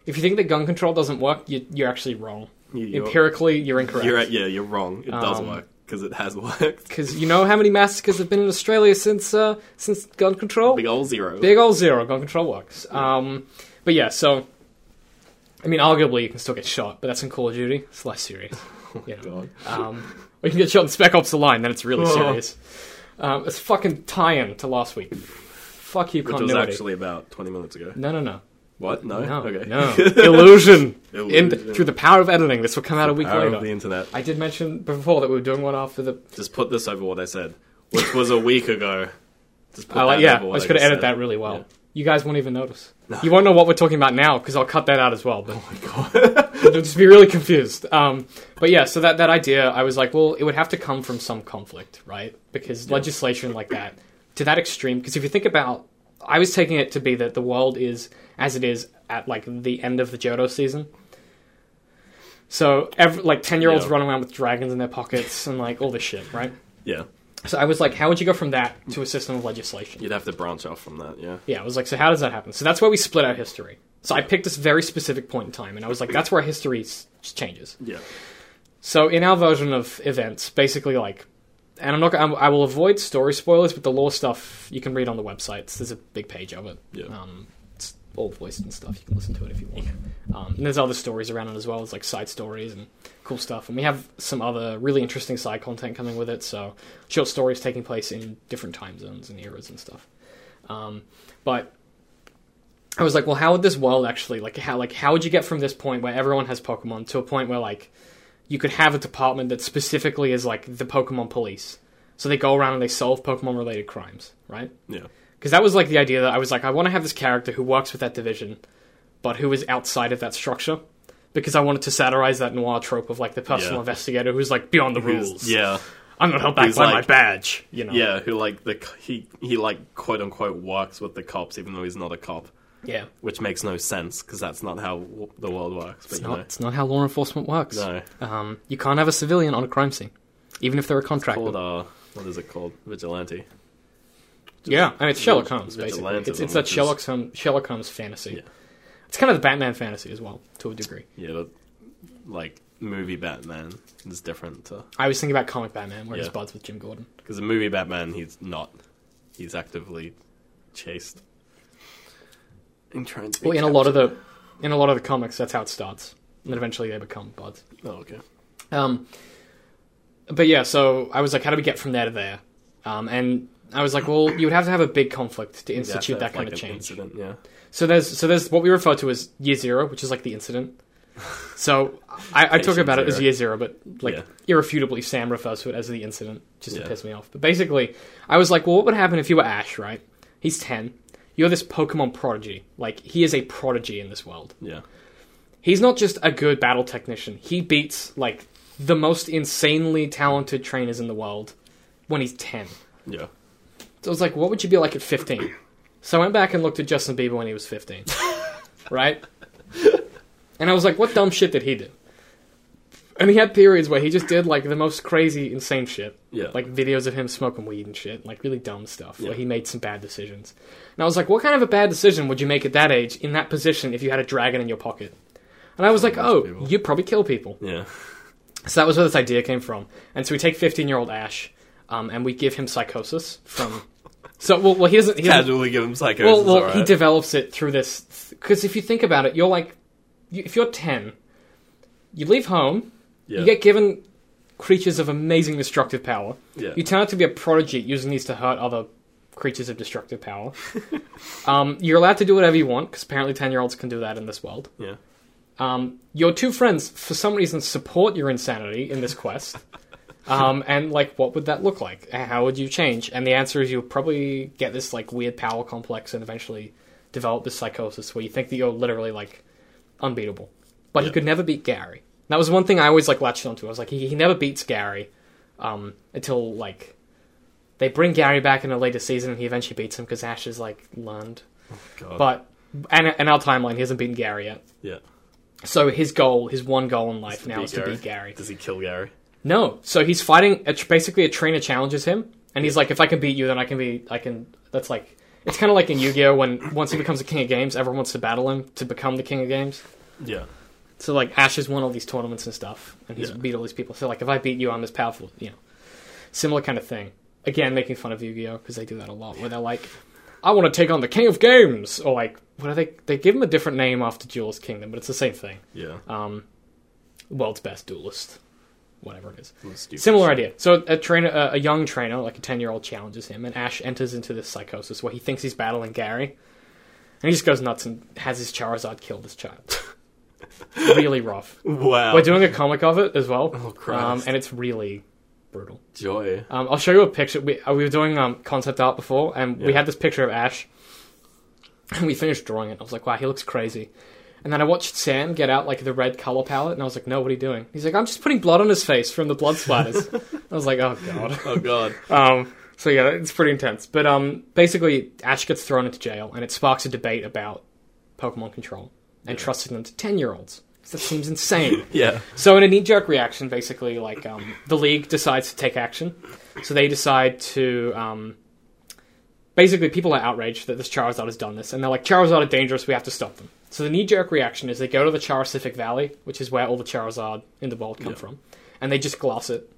[SPEAKER 1] if you think that gun control doesn't work, you, you're actually wrong.
[SPEAKER 3] You- you're-
[SPEAKER 1] Empirically, you're incorrect.
[SPEAKER 3] You're right, yeah, you're wrong. It does
[SPEAKER 1] Um,
[SPEAKER 3] work because it has worked.
[SPEAKER 1] Because you know how many massacres have been in Australia since uh, since gun control?
[SPEAKER 3] Big old zero.
[SPEAKER 1] Big old zero gun control works. Um, but yeah, so I mean, arguably you can still get shot, but that's in Call of Duty. It's less serious.
[SPEAKER 3] Oh,
[SPEAKER 1] You know.
[SPEAKER 3] God.
[SPEAKER 1] Um, or you can get shot in Spec Ops: The Line. Then it's really
[SPEAKER 3] Oh.
[SPEAKER 1] serious. Um, it's fucking tie-in to last week. Fuck you,
[SPEAKER 3] Which was
[SPEAKER 1] continuity.
[SPEAKER 3] actually about 20 minutes ago.
[SPEAKER 1] No, no, no,
[SPEAKER 3] What? No?
[SPEAKER 1] no,
[SPEAKER 3] okay.
[SPEAKER 1] no. Illusion. In,
[SPEAKER 3] Illusion.
[SPEAKER 1] through the power of editing, this will come out a week
[SPEAKER 3] Power
[SPEAKER 1] later.
[SPEAKER 3] of the internet.
[SPEAKER 1] I did mention before that we were doing one after the.
[SPEAKER 3] Just put this over what I said, which was a week ago. Just put
[SPEAKER 1] I like,
[SPEAKER 3] that
[SPEAKER 1] Oh, yeah, I
[SPEAKER 3] over what
[SPEAKER 1] was going to edit
[SPEAKER 3] said.
[SPEAKER 1] that really well.
[SPEAKER 3] Yeah.
[SPEAKER 1] You guys won't even notice. You won't know what we're talking about now because I'll cut that out as well.
[SPEAKER 3] Oh
[SPEAKER 1] But They'll just be really confused. Um, but yeah, so that, that idea, I was like, well, it would have to come from some conflict, right? Because legislation like that, to that extreme, because if you think about, I was taking it to be that the world is as it is at like the end of the Johto season. So, ev like 10 year olds
[SPEAKER 3] Yeah.
[SPEAKER 1] running around with dragons in their pockets and like all this shit, right?
[SPEAKER 3] Yeah,
[SPEAKER 1] So, I was like, how would you go from that to a system of legislation?
[SPEAKER 3] you'd have to branch off from that. Yeah,
[SPEAKER 1] Yeah, I was like, so how does that happen? So that's where we split out history. So I picked this very specific point in time, and I was like, that's where history s- changes.
[SPEAKER 3] yeah,
[SPEAKER 1] So in our version of events, basically like, and I'm not, gonna- I'm, I will avoid story spoilers, but the lore stuff you can read on the websites. There's a big page of it.
[SPEAKER 3] Yeah.
[SPEAKER 1] Um, it's all voiced and stuff. You can listen to it if you want. Um, and there's other stories around it as well. It's like side stories and cool stuff. And we have some other really interesting side content coming with it. So short stories taking place in different time zones and eras and stuff. Um, but I was like, well, how would this world actually like how like how would you get from this point where everyone has Pokemon to a point where like you could have a department that specifically is like the Pokemon police. So they go around and they solve Pokemon related crimes, right?
[SPEAKER 7] Yeah.
[SPEAKER 1] Because that was like the idea that I was like, I want to have this character who works with that division, but who is outside of that structure. Because I wanted to satirize that noir trope of like the personal
[SPEAKER 7] Yeah.
[SPEAKER 1] investigator who's like beyond the
[SPEAKER 7] Who's-
[SPEAKER 1] rules.
[SPEAKER 7] Yeah.
[SPEAKER 1] I'm not held back
[SPEAKER 7] Who's
[SPEAKER 1] by
[SPEAKER 7] like-
[SPEAKER 1] my badge. You know.
[SPEAKER 7] Yeah, who like the c- he he like quote unquote works with the cops even though he's not a cop,
[SPEAKER 1] Yeah.
[SPEAKER 7] which makes no sense because that's not how w- the world works. But
[SPEAKER 1] It's
[SPEAKER 7] you
[SPEAKER 1] not,
[SPEAKER 7] know,
[SPEAKER 1] it's not how law enforcement works.
[SPEAKER 7] No.
[SPEAKER 1] Um, you can't have a civilian on a crime scene, even if they're a
[SPEAKER 7] called
[SPEAKER 1] contractor.
[SPEAKER 7] uh, what is it called? Vigilante.
[SPEAKER 1] Yeah, and it's Sherlock
[SPEAKER 7] Vigil-
[SPEAKER 1] Holmes, basically.
[SPEAKER 7] vigilantism,
[SPEAKER 1] It's, it's that
[SPEAKER 7] which is-
[SPEAKER 1] Sherlock Holmes, Sherlock Holmes fantasy.
[SPEAKER 7] Yeah.
[SPEAKER 1] It's kind of the Batman fantasy as well, to a degree.
[SPEAKER 7] Yeah, but like movie Batman is different to
[SPEAKER 1] I was thinking about comic Batman, where he's
[SPEAKER 7] Yeah.
[SPEAKER 1] buds with Jim Gordon.
[SPEAKER 7] because the movie Batman he's not. He's actively chased. And trying to be
[SPEAKER 1] Well, in a lot of the in a lot of the comics, that's how it starts, and then eventually they become buds.
[SPEAKER 7] captured. Oh, okay.
[SPEAKER 1] Um, but yeah, so I was like, how do we get from there to there? Um, and I was like, well, you would have to have a big conflict to
[SPEAKER 7] Yeah,
[SPEAKER 1] institute
[SPEAKER 7] so
[SPEAKER 1] that kind
[SPEAKER 7] like
[SPEAKER 1] of
[SPEAKER 7] an
[SPEAKER 1] change.
[SPEAKER 7] Incident, yeah.
[SPEAKER 1] So there's so there's what we refer to as year zero, which is like the incident. So I, I talk
[SPEAKER 7] Patient
[SPEAKER 1] about it as
[SPEAKER 7] zero.
[SPEAKER 1] year zero, but like
[SPEAKER 7] Yeah.
[SPEAKER 1] irrefutably, Sam refers to it as the incident, just
[SPEAKER 7] Yeah.
[SPEAKER 1] to piss me off. But basically, I was like, well, what would happen if you were Ash, right? He's ten. You're this Pokemon prodigy. Like he is a prodigy in this world.
[SPEAKER 7] Yeah.
[SPEAKER 1] He's not just a good battle technician. He beats like the most insanely talented trainers in the world when he's ten.
[SPEAKER 7] Yeah.
[SPEAKER 1] So I was like, what would you be like at 15? So I went back and looked at Justin Bieber when he was 15. right? And I was like, what dumb shit did he do? And he had periods where he just did like the most crazy, insane shit.
[SPEAKER 7] Yeah.
[SPEAKER 1] Like videos of him smoking weed and shit, like really dumb stuff,
[SPEAKER 7] Yeah.
[SPEAKER 1] where he made some bad decisions. And I was like, what kind of a bad decision would you make at that age in that position if you had a dragon in your pocket? And I was like, oh,
[SPEAKER 7] people.
[SPEAKER 1] you'd probably kill people.
[SPEAKER 7] Yeah.
[SPEAKER 1] So that was where this idea came from. And so we take 15 year old Ash um, and we give him psychosis from. So, well, well he doesn't. He doesn't
[SPEAKER 7] Casually give him psychosis.
[SPEAKER 1] well, well he
[SPEAKER 7] alright.
[SPEAKER 1] develops it through this. Because if you think about it, you're like. You, if you're 10, you leave home,
[SPEAKER 7] Yeah.
[SPEAKER 1] you get given creatures of amazing destructive power.
[SPEAKER 7] Yeah.
[SPEAKER 1] You turn out to be a prodigy at using these to hurt other creatures of destructive power. um, you're allowed to do whatever you want, because apparently 10 year olds can do that in this world.
[SPEAKER 7] yeah.
[SPEAKER 1] Um, your two friends, for some reason, support your insanity in this quest. Um, and like, what would that look like? How would you change? And the answer is you'll probably get this like weird power complex and eventually develop this psychosis where you think that you're literally like unbeatable. But he
[SPEAKER 7] Yeah.
[SPEAKER 1] could never beat Gary. That was one thing I always like latched onto. I was like, he, he never beats Gary um, until like they bring Gary back in a later season and he eventually beats him because Ash is like learned.
[SPEAKER 7] God.
[SPEAKER 1] But and in our timeline, he hasn't beaten Gary yet.
[SPEAKER 7] yeah.
[SPEAKER 1] So his goal, his one goal in life now
[SPEAKER 7] Beat
[SPEAKER 1] is to beat Gary.
[SPEAKER 7] Does he kill Gary?
[SPEAKER 1] No, so he's fighting. A tr- basically, a trainer challenges him, and he's like, "If I can beat you, then I can be. I can." That's like it's kind of like in Yu-Gi-Oh when once he becomes the king of games, everyone wants to battle him to become the king of games.
[SPEAKER 7] Yeah.
[SPEAKER 1] So like Ash has won all these tournaments and stuff, and he's
[SPEAKER 7] Yeah.
[SPEAKER 1] beat all these people. So like, if I beat you, I'm as powerful. You know, similar kind of thing. Again, making fun of Yu-Gi-Oh because they do that a lot, where they're like, "I want to take on the king of games," or like, what are they? They give him a different name after Duelist Kingdom, but it's the same thing
[SPEAKER 7] Yeah.
[SPEAKER 1] um, world's best duelist, whatever it is.
[SPEAKER 7] That's stupid.
[SPEAKER 1] Similar idea. So a trainer, a, a young trainer, like a ten-year-old, challenges him, and Ash enters into this psychosis where he thinks he's battling Gary, and he just goes nuts and has his Charizard kill this child. really rough.
[SPEAKER 7] Wow.
[SPEAKER 1] We're doing a comic of it as well,
[SPEAKER 7] Oh, Christ.
[SPEAKER 1] Um, and it's really brutal.
[SPEAKER 7] Joy.
[SPEAKER 1] Um, I'll show you a picture. We, uh, we were doing um, concept art before, and
[SPEAKER 7] Yeah.
[SPEAKER 1] we had this picture of Ash, and we finished drawing it. I was like, wow, he looks crazy. And then I watched Sam get out like the red color palette, and I was like, no, what are you doing? He's like, I'm just putting blood on his face from the blood splatters. I was like, oh god.
[SPEAKER 7] Oh God.
[SPEAKER 1] Um, so yeah, it's pretty intense. But um, basically, Ash gets thrown into jail, and it sparks a debate about Pokemon control and trusting them to ten year olds. That seems insane.
[SPEAKER 7] Yeah.
[SPEAKER 1] So in a knee-jerk reaction, basically, like um, the league decides to take action. So they decide to um, basically people are outraged that this Charizard has done this, and they're like, Charizard are dangerous. We have to stop them. So the knee-jerk reaction is they go to the Characific Valley, which is where all the Charizard in the world come from, and they just glass it.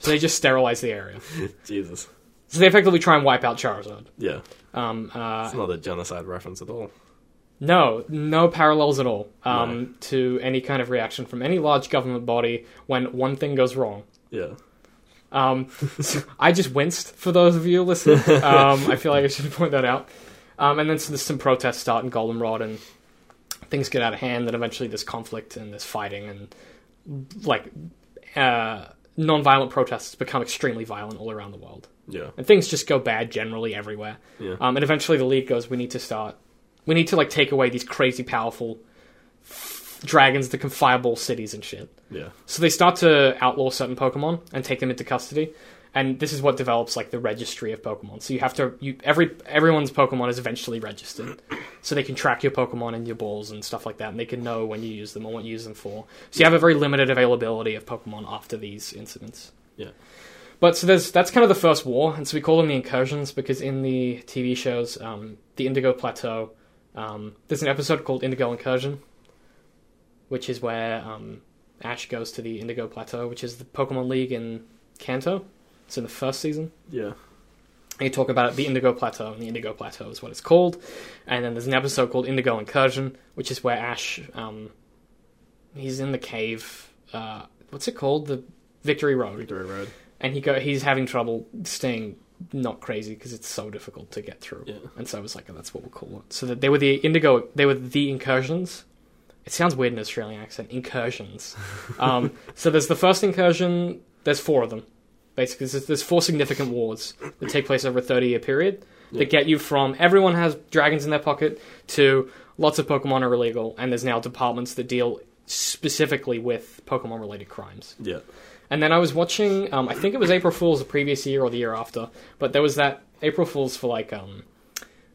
[SPEAKER 1] So they just sterilize the area.
[SPEAKER 7] Jesus.
[SPEAKER 1] So they effectively try and wipe out Charizard.
[SPEAKER 7] Yeah.
[SPEAKER 1] Um, uh,
[SPEAKER 7] It's not a genocide reference at all.
[SPEAKER 1] No, no parallels at all um, to any kind of reaction from any large government body when one thing goes wrong.
[SPEAKER 7] Yeah.
[SPEAKER 1] Um, so I just winced for those of you listening. Um, I feel like I should point that out. Um, and then so there's some protests start in Goldenrod, and things get out of hand. Then eventually there's conflict and there's fighting, and like uh, nonviolent protests become extremely violent all around the world,
[SPEAKER 7] Yeah.
[SPEAKER 1] and things just go bad generally everywhere.
[SPEAKER 7] Yeah.
[SPEAKER 1] Um, and eventually, the league goes, "We need to start. We need to like take away these crazy powerful f- dragons that can fireball cities and shit."
[SPEAKER 7] Yeah.
[SPEAKER 1] So they start to outlaw certain Pokemon and take them into custody, and this is what develops like the registry of Pokemon. So you have to you every everyone's Pokemon is eventually registered, so they can track your Pokemon and your balls and stuff like that, and they can know when you use them and what you use them for. So you have a very limited availability of Pokemon after these incidents.
[SPEAKER 7] Yeah.
[SPEAKER 1] But so there's that's kind of the first war, and so we call them the incursions because in the TV shows, um, the Indigo Plateau, um, there's an episode called Indigo Incursion, which is where um, Ash goes to the Indigo Plateau, which is the Pokemon League in Kanto. It's in the first season.
[SPEAKER 7] Yeah.
[SPEAKER 1] And you talk about the Indigo Plateau, and the Indigo Plateau is what it's called. And then there's an episode called Indigo Incursion, which is where Ash, um, he's in the cave. Uh, what's it called? The Victory Road
[SPEAKER 7] Victory Road.
[SPEAKER 1] and he go he's having trouble staying not crazy because it's so difficult to get through.
[SPEAKER 7] Yeah.
[SPEAKER 1] And so I was like, oh, that's what we'll call it. So that they were the indigo, they were the incursions. It sounds weird in an Australian accent, incursions. um, so there's the first incursion. There's four of them, basically. There's, there's four significant wars that take place over a 30 year period that get you from everyone has dragons in their pocket to lots of Pokemon are illegal, and there's now departments that deal specifically with Pokemon related crimes.
[SPEAKER 7] Yeah.
[SPEAKER 1] And then I was watching, um, I think it was April Fool's the previous year or the year after, but there was that April Fool's for like um,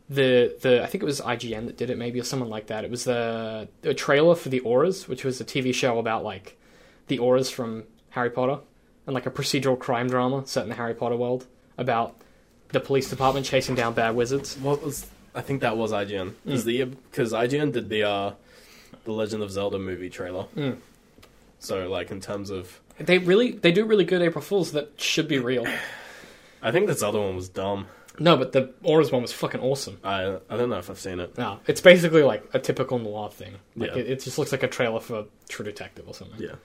[SPEAKER 1] the the I think it was IGN that did it maybe or someone like that. It was the a trailer for the Auras, which was a TV show about like the Auras from Harry Potter and like a procedural crime drama set in the Harry Potter world about the police department chasing down bad wizards.
[SPEAKER 7] What was? I think that was IGN.
[SPEAKER 1] Mm.
[SPEAKER 7] Is the because IGN did the uh, the Legend of Zelda movie trailer.
[SPEAKER 1] Mm.
[SPEAKER 7] So like in terms of,
[SPEAKER 1] They really they do really good April Fools that should be real.
[SPEAKER 7] I think this other one was dumb.
[SPEAKER 1] No, but the Auras one was fucking awesome.
[SPEAKER 7] I I don't know if I've seen it.
[SPEAKER 1] No, it's basically like a typical noir thing. Like
[SPEAKER 7] Yeah.
[SPEAKER 1] it, it just looks like a trailer for True Detective or something.
[SPEAKER 7] Yeah,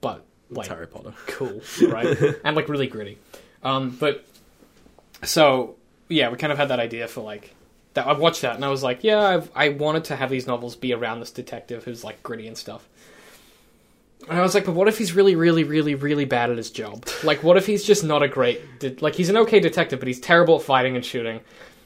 [SPEAKER 1] But
[SPEAKER 7] it's
[SPEAKER 1] like
[SPEAKER 7] Harry Potter.
[SPEAKER 1] cool, right? and like really gritty. Um, but so yeah, we kind of had that idea for like that. I watched that and I was like, yeah, I've, I wanted to have these novels be around this detective who's like gritty and stuff. And I was like, but what if he's really, really, really, really bad at his job? Like, what if he's just not a great, de- like he's an okay detective, but he's terrible at fighting and shooting.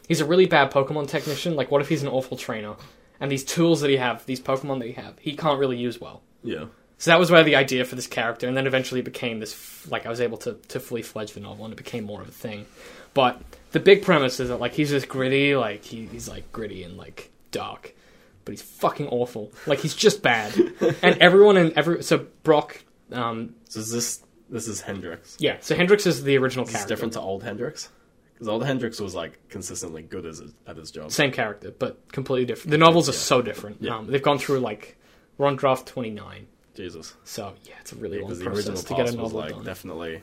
[SPEAKER 1] He's a really bad Pokemon technician. Like, what if he's an awful trainer? And these tools that he have, these Pokemon that he have, he can't really use well.
[SPEAKER 7] Yeah,
[SPEAKER 1] So that was where the idea for this character, and then eventually it became this. f- Like I was able to to fully fledge the novel, and it became more of a thing. But the big premise is that like he's this gritty, like he, he's like gritty and like dark, but he's fucking awful. Like he's just bad, and everyone in every so Brock. Um,
[SPEAKER 7] so is this this is Hendrix.
[SPEAKER 1] yeah, so Hendrix is the original
[SPEAKER 7] This is
[SPEAKER 1] character,
[SPEAKER 7] different to old Hendrix because old Hendrix was like consistently good as at his job.
[SPEAKER 1] same character, but completely different. The novels are
[SPEAKER 7] Yeah.
[SPEAKER 1] so different.
[SPEAKER 7] Yeah.
[SPEAKER 1] Um, they've gone through like we're on draft twenty nine,
[SPEAKER 7] Jesus,
[SPEAKER 1] so yeah, it's a really long
[SPEAKER 7] because the original
[SPEAKER 1] process to get a
[SPEAKER 7] past was
[SPEAKER 1] novel
[SPEAKER 7] like
[SPEAKER 1] done.
[SPEAKER 7] definitely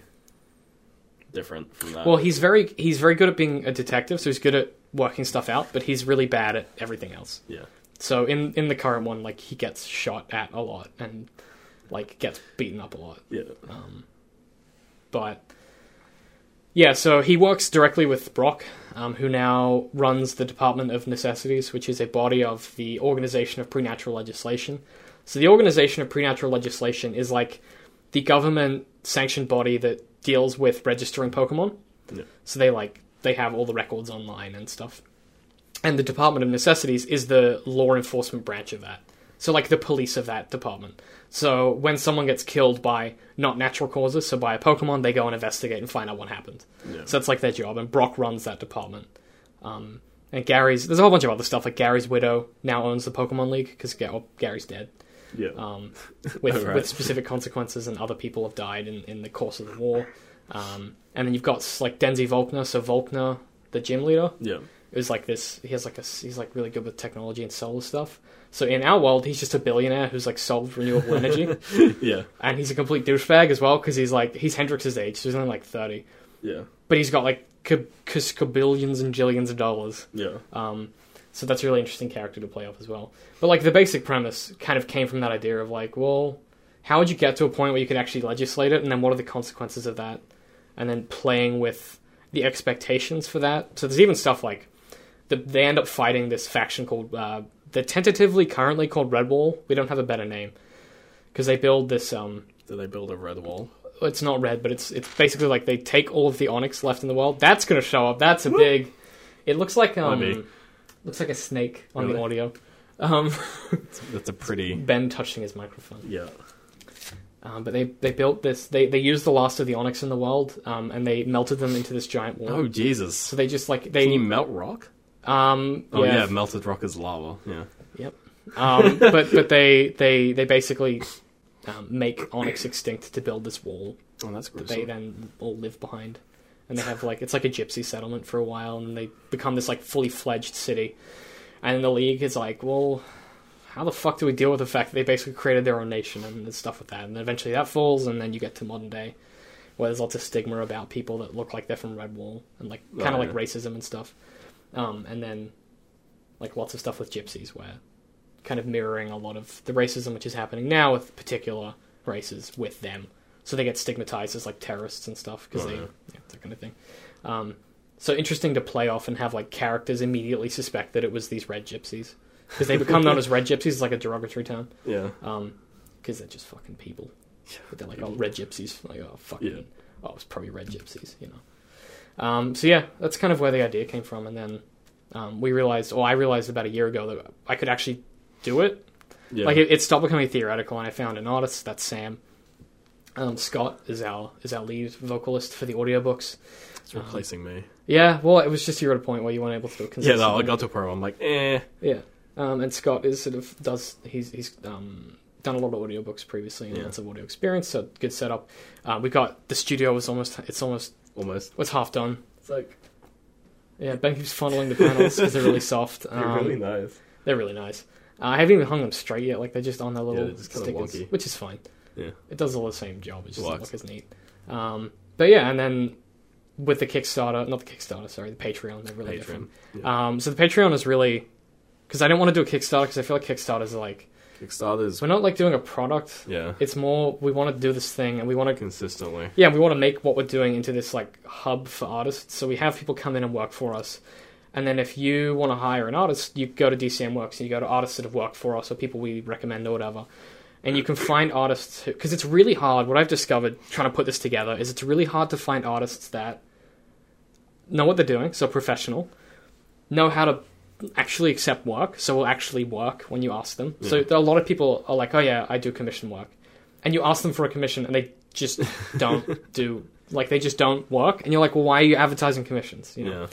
[SPEAKER 7] different from that.
[SPEAKER 1] Well, he's very he's very good at being a detective, so he's good at working stuff out, but he's really bad at everything else.
[SPEAKER 7] yeah,
[SPEAKER 1] So in in the current one, like he gets shot at a lot and like gets beaten up a lot.
[SPEAKER 7] yeah,
[SPEAKER 1] But yeah, so he works directly with Brock, um, who now runs the Department of Necessities, which is a body of the Organization of Prenatural Legislation. So the Organization of Prenatural Legislation is like the government sanctioned body that deals with registering Pokemon.
[SPEAKER 7] Yeah.
[SPEAKER 1] So they like they have all the records online and stuff. And the Department of Necessities is the law enforcement branch of that. So like the police of that department. So when someone gets killed by not natural causes, so by a Pokemon, they go and investigate and find out what happened.
[SPEAKER 7] Yeah.
[SPEAKER 1] So that's like their job, and Brock runs that department. Um, and Gary's there's a whole bunch of other stuff like Gary's widow now owns the Pokemon League because Gary's dead
[SPEAKER 7] yeah.
[SPEAKER 1] um, with
[SPEAKER 7] Right.
[SPEAKER 1] with specific consequences, and other people have died in, in the course of the war. Um, and then you've got like Denzi Volkner. So Volkner, the gym leader,
[SPEAKER 7] yeah,
[SPEAKER 1] is like this. He has like a s- he's like really good with technology and solar stuff. So in our world, he's just a billionaire who's like solved renewable energy,
[SPEAKER 7] yeah,
[SPEAKER 1] and he's a complete douchebag as well because he's like he's Hendrix's age, so he's only like thirty,
[SPEAKER 7] yeah,
[SPEAKER 1] but he's got like ca- ca- cabillions and jillions of dollars.
[SPEAKER 7] yeah.
[SPEAKER 1] Um, so that's a really interesting character to play off as well. But like the basic premise kind of came from that idea of like, well, how would you get to a point where you could actually legislate it, and then what are the consequences of that, and then playing with the expectations for that. So there's even stuff like the, they end up fighting this faction called uh, they're tentatively currently called Redwall. We don't have a better name because they build this um,
[SPEAKER 7] Did they build a red wall?
[SPEAKER 1] it's not red, but it's it's basically like they take all of the onyx left in the world. That's gonna show up. That's a big. It looks like
[SPEAKER 7] Maybe.
[SPEAKER 1] um, looks like a snake on the
[SPEAKER 7] Really?
[SPEAKER 1] audio. Um,
[SPEAKER 7] That's a pretty.
[SPEAKER 1] ben touching his microphone.
[SPEAKER 7] Yeah.
[SPEAKER 1] Um, but they they built this. They they used the last of the onyx in the world, um, and they melted them into this giant wall.
[SPEAKER 7] Oh Jesus!
[SPEAKER 1] So they just like
[SPEAKER 7] Can you
[SPEAKER 1] they
[SPEAKER 7] melt rock?
[SPEAKER 1] um
[SPEAKER 7] Oh yeah,
[SPEAKER 1] yeah,
[SPEAKER 7] melted rock is lava. Yeah.
[SPEAKER 1] um but but they they they basically um, make onyx extinct to build this wall
[SPEAKER 7] Oh, that's
[SPEAKER 1] that they
[SPEAKER 7] gruesome.
[SPEAKER 1] then all live behind. And they have like it's like a gypsy settlement for a while, and they become this like fully fledged city. And the league is like, well, how the fuck do we deal with the fact that they basically created their own nation and there's stuff with that? And eventually that falls, and then you get to modern day, where there's lots of stigma about people that look like they're from Redwall and like kind of
[SPEAKER 7] Oh,
[SPEAKER 1] like
[SPEAKER 7] yeah.
[SPEAKER 1] racism and stuff. Um, and then like lots of stuff with gypsies, where kind of mirroring a lot of the racism which is happening now with particular races with them. So they get stigmatized as like terrorists and stuff because
[SPEAKER 7] Oh,
[SPEAKER 1] they
[SPEAKER 7] yeah.
[SPEAKER 1] yeah, that kind of thing. Um, so interesting to play off and have like characters immediately suspect that it was these red gypsies because they become known as red gypsies it's like a derogatory term
[SPEAKER 7] Yeah.
[SPEAKER 1] because Um, they're just fucking people. But they're like, oh, red gypsies. Like, oh, fucking,
[SPEAKER 7] Yeah.
[SPEAKER 1] oh, it's probably red gypsies, you know. Um, so yeah, that's kind of where the idea came from, and then um, we realized, or I realized about a year ago that I could actually do it.
[SPEAKER 7] Yeah.
[SPEAKER 1] Like, it, it stopped becoming theoretical, and I found an artist. That's Sam. Um, Scott is our is our lead vocalist for the audiobooks.
[SPEAKER 7] it's replacing me.
[SPEAKER 1] Yeah, well, it was just you were at a point where you weren't able to do it.
[SPEAKER 7] Yeah, no, I
[SPEAKER 1] consistently.
[SPEAKER 7] got to a point where I'm like, eh.
[SPEAKER 1] Yeah, um, and Scott is sort of does he's he's um, done a lot of audiobooks previously and
[SPEAKER 7] Yeah.
[SPEAKER 1] lots of audio experience, so good setup. Uh, we got the studio was almost it's almost
[SPEAKER 7] Almost.
[SPEAKER 1] it's half done.
[SPEAKER 7] It's like
[SPEAKER 1] Yeah, Ben keeps funneling the panels because they're really soft. Um,
[SPEAKER 7] nice.
[SPEAKER 1] They're really nice. Uh, I haven't even hung them straight yet. Like they're just on their little
[SPEAKER 7] they're just kinda
[SPEAKER 1] stickers,
[SPEAKER 7] wonky.
[SPEAKER 1] which is fine.
[SPEAKER 7] Yeah.
[SPEAKER 1] it does all the same job. It just doesn't
[SPEAKER 7] Works.
[SPEAKER 1] look as neat. Um, but yeah, and then with the Kickstarter, not the Kickstarter, sorry, the Patreon, they're really different.
[SPEAKER 7] Patreon. Yeah.
[SPEAKER 1] Um, so the Patreon is really because I don't want to do a Kickstarter because I feel like Kickstarters are like
[SPEAKER 7] Kickstarter's
[SPEAKER 1] we're not like doing a product.
[SPEAKER 7] yeah,
[SPEAKER 1] It's more we want to do this thing and we want to
[SPEAKER 7] consistently.
[SPEAKER 1] yeah we want to make what we're doing into this like hub for artists. So we have people come in and work for us, and then if you want to hire an artist, you go to DCM Works and you go to artists that have worked for us or people we recommend or whatever. And you can find artists because it's really hard. What I've discovered trying to put this together is it's really hard to find artists that know what they're doing, so professional, know how to actually accept work, so will actually work when you ask them. So there are a lot of people are like, oh yeah, I do commission work, and you ask them for a commission and they just don't do like they just don't work, and you're like, well, why are you advertising commissions? You know?
[SPEAKER 7] Yeah,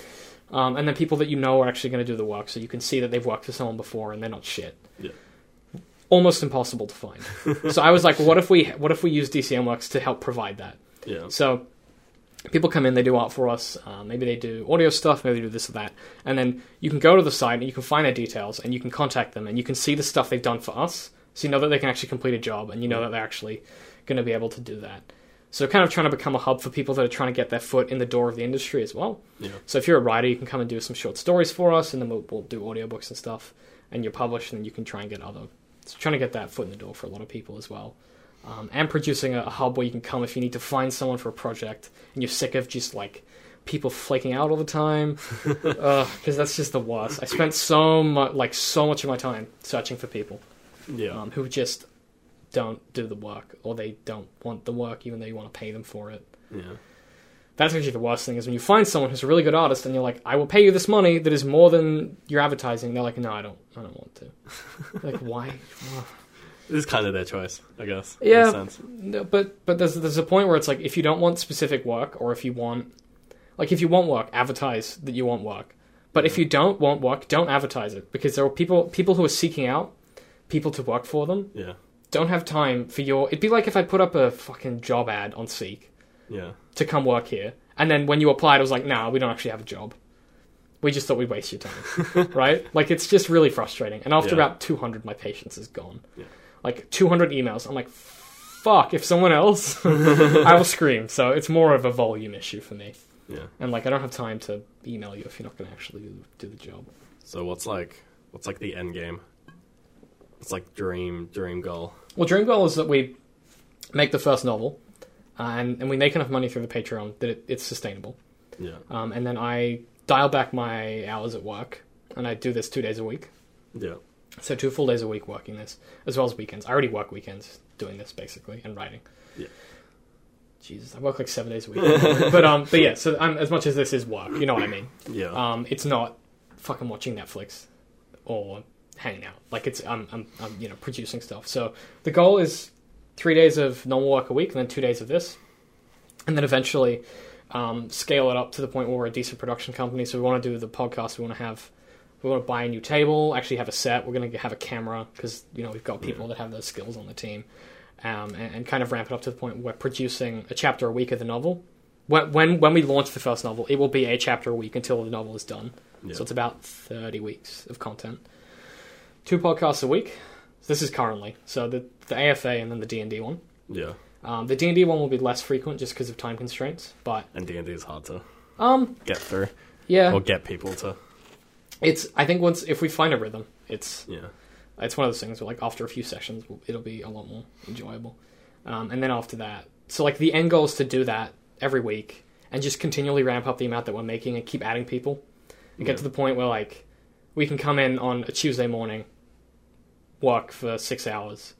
[SPEAKER 1] um, and then people that you know are actually going to do the work, so you can see that they've worked for someone before and they're not shit.
[SPEAKER 7] Yeah.
[SPEAKER 1] Almost impossible to find. so I was like, what if we what if we use DCM Works to help provide that?
[SPEAKER 7] yeah,
[SPEAKER 1] So people come in, they do art for us. Uh, maybe they do audio stuff, maybe they do this or that, and then you can go to the site and you can find their details and you can contact them and you can see the stuff they've done for us. So you know that they can actually complete a job and you know that they're actually going to be able to do that. So kind of trying to become a hub for people that are trying to get their foot in the door of the industry as well.
[SPEAKER 7] yeah.
[SPEAKER 1] So if you're a writer, you can come and do some short stories for us, and then we'll, we'll do audiobooks and stuff, and you're published, and then you can try and get other. So trying to get that foot in the door for a lot of people as well. Um, and producing a, a hub where you can come if you need to find someone for a project, and you're sick of just like people flaking out all the time, because that's just the worst. I spent so much, like so much of my time searching for people
[SPEAKER 7] yeah.
[SPEAKER 1] um, who just don't do the work, or they don't want the work, even though you want to pay them for it
[SPEAKER 7] yeah.
[SPEAKER 1] that's actually the worst thing is when you find someone who's a really good artist and you're like, I will pay you this money that is more than your advertising. They're like, no, I don't, I don't want to. like, why?
[SPEAKER 7] This is kind of their choice, I guess. in a
[SPEAKER 1] Yeah.
[SPEAKER 7] sense.
[SPEAKER 1] No, but but there's there's a point where it's like if you don't want specific work or if you want, like if you want work, advertise that you want work. But if you don't want work, don't advertise it because there are people people who are seeking out people to work for them
[SPEAKER 7] Yeah,
[SPEAKER 1] don't have time for your. It'd be like if I put up a fucking job ad on Seek
[SPEAKER 7] yeah,
[SPEAKER 1] to come work here. And then when you applied, I was like, nah, we don't actually have a job. We just thought we'd waste your time. right? Like, it's just really frustrating. And after
[SPEAKER 7] Yeah.
[SPEAKER 1] about 200, my patience is gone.
[SPEAKER 7] Yeah.
[SPEAKER 1] Like, 200 emails. I'm like, fuck, if someone else, I will scream. So it's more of a volume issue for me.
[SPEAKER 7] yeah.
[SPEAKER 1] And, like, I don't have time to email you if you're not going to actually do- do the job.
[SPEAKER 7] So what's like, what's like the end game? It's like dream, dream goal.
[SPEAKER 1] Well, dream goal is that we make the first novel uh, and, and we make enough money through the Patreon that it, it's sustainable.
[SPEAKER 7] Yeah,
[SPEAKER 1] Um, and then I dial back my hours at work, and I do this two days a week.
[SPEAKER 7] yeah,
[SPEAKER 1] So two full days a week working this, as well as weekends. I already work weekends doing this basically and writing.
[SPEAKER 7] Yeah.
[SPEAKER 1] Jesus, I work like seven days a week. but um, but yeah. So I'm, as much as this is work, you know what I mean.
[SPEAKER 7] Yeah.
[SPEAKER 3] Oh.
[SPEAKER 1] Um, it's not fucking watching Netflix or hanging out. Like it's I'm I'm, I'm you know producing stuff. So the goal is three days of normal work a week, and then two days of this, and then eventually um, scale it up to the point where we're a decent production company. So we want to do the podcast. We want to have we want to buy a new table. Actually, have a set. We're going to have a camera because you know we've got people that have those skills on the team, um, and, and kind of ramp it up to the point where we're producing a chapter a week of the novel. When when, when we launch the first novel, it will be a chapter a week until the novel is done. So it's about thirty weeks of content, two podcasts a week. This is currently so the the AFA and then the D and D one.
[SPEAKER 7] Yeah.
[SPEAKER 1] Um, the D and D one will be less frequent just because of time constraints, but
[SPEAKER 7] And D and D is hard to
[SPEAKER 1] um, uh,
[SPEAKER 7] get through
[SPEAKER 1] yeah,
[SPEAKER 7] or get people to.
[SPEAKER 1] it's. I think once if we find a rhythm, it's
[SPEAKER 7] Yeah.
[SPEAKER 1] it's one of those things where like after a few sessions, it'll be a lot more enjoyable. Um, and then after that, so like the end goal is to do that every week and just continually ramp up the amount that we're making and keep adding people and get to the point where like we can come in on a Tuesday morning, work for six hours,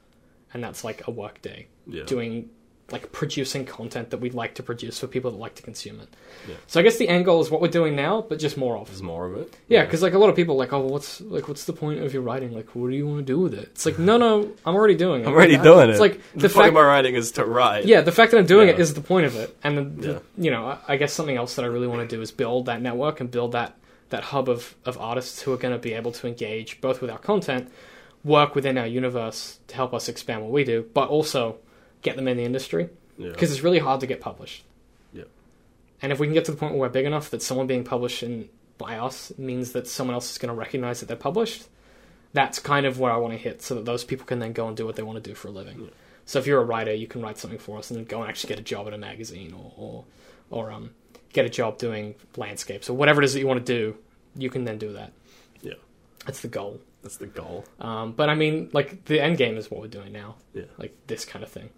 [SPEAKER 1] and that's like a work day.
[SPEAKER 7] Yeah.
[SPEAKER 1] doing like producing content that we'd like to produce for people that like to consume it.
[SPEAKER 7] Yeah.
[SPEAKER 1] So I guess the end goal is what we're doing now, but just more of.
[SPEAKER 7] There's more of it.
[SPEAKER 1] Yeah, because like a lot of people are like, oh, well, what's like, what's the point of your writing? Like, what do you want to do with it? It's like, no, no, I'm already doing it.
[SPEAKER 7] I'm already
[SPEAKER 1] Like, I-
[SPEAKER 7] doing it.
[SPEAKER 1] It's like the,
[SPEAKER 7] the, point
[SPEAKER 1] fact,
[SPEAKER 7] of my writing is to write.
[SPEAKER 1] yeah, the fact that I'm doing it
[SPEAKER 7] Yeah.
[SPEAKER 1] is the point of it. And the, the-
[SPEAKER 7] Yeah.
[SPEAKER 1] you know, I, I guess something else that I really want to do is build that network and build that that hub of of artists who are going to be able to engage both with our content, work within our universe to help us expand what we do, but also get them in the industry
[SPEAKER 7] Yeah.
[SPEAKER 1] because it's really hard to get published.
[SPEAKER 7] Yeah.
[SPEAKER 1] And if we can get to the point where we're big enough that someone being published in, by us means that someone else is going to recognize that they're published, that's kind of where I want to hit, so that those people can then go and do what they want to do for a living. So if you're a writer, you can write something for us and then go and actually get a job at a magazine or or, or um, get a job doing landscapes or whatever it is that you want to do. You can then do that.
[SPEAKER 7] Yeah.
[SPEAKER 1] That's the goal.
[SPEAKER 7] That's the goal.
[SPEAKER 1] Um, but I mean, like the end game is what we're doing now.
[SPEAKER 7] Yeah.
[SPEAKER 1] Like this kind of thing.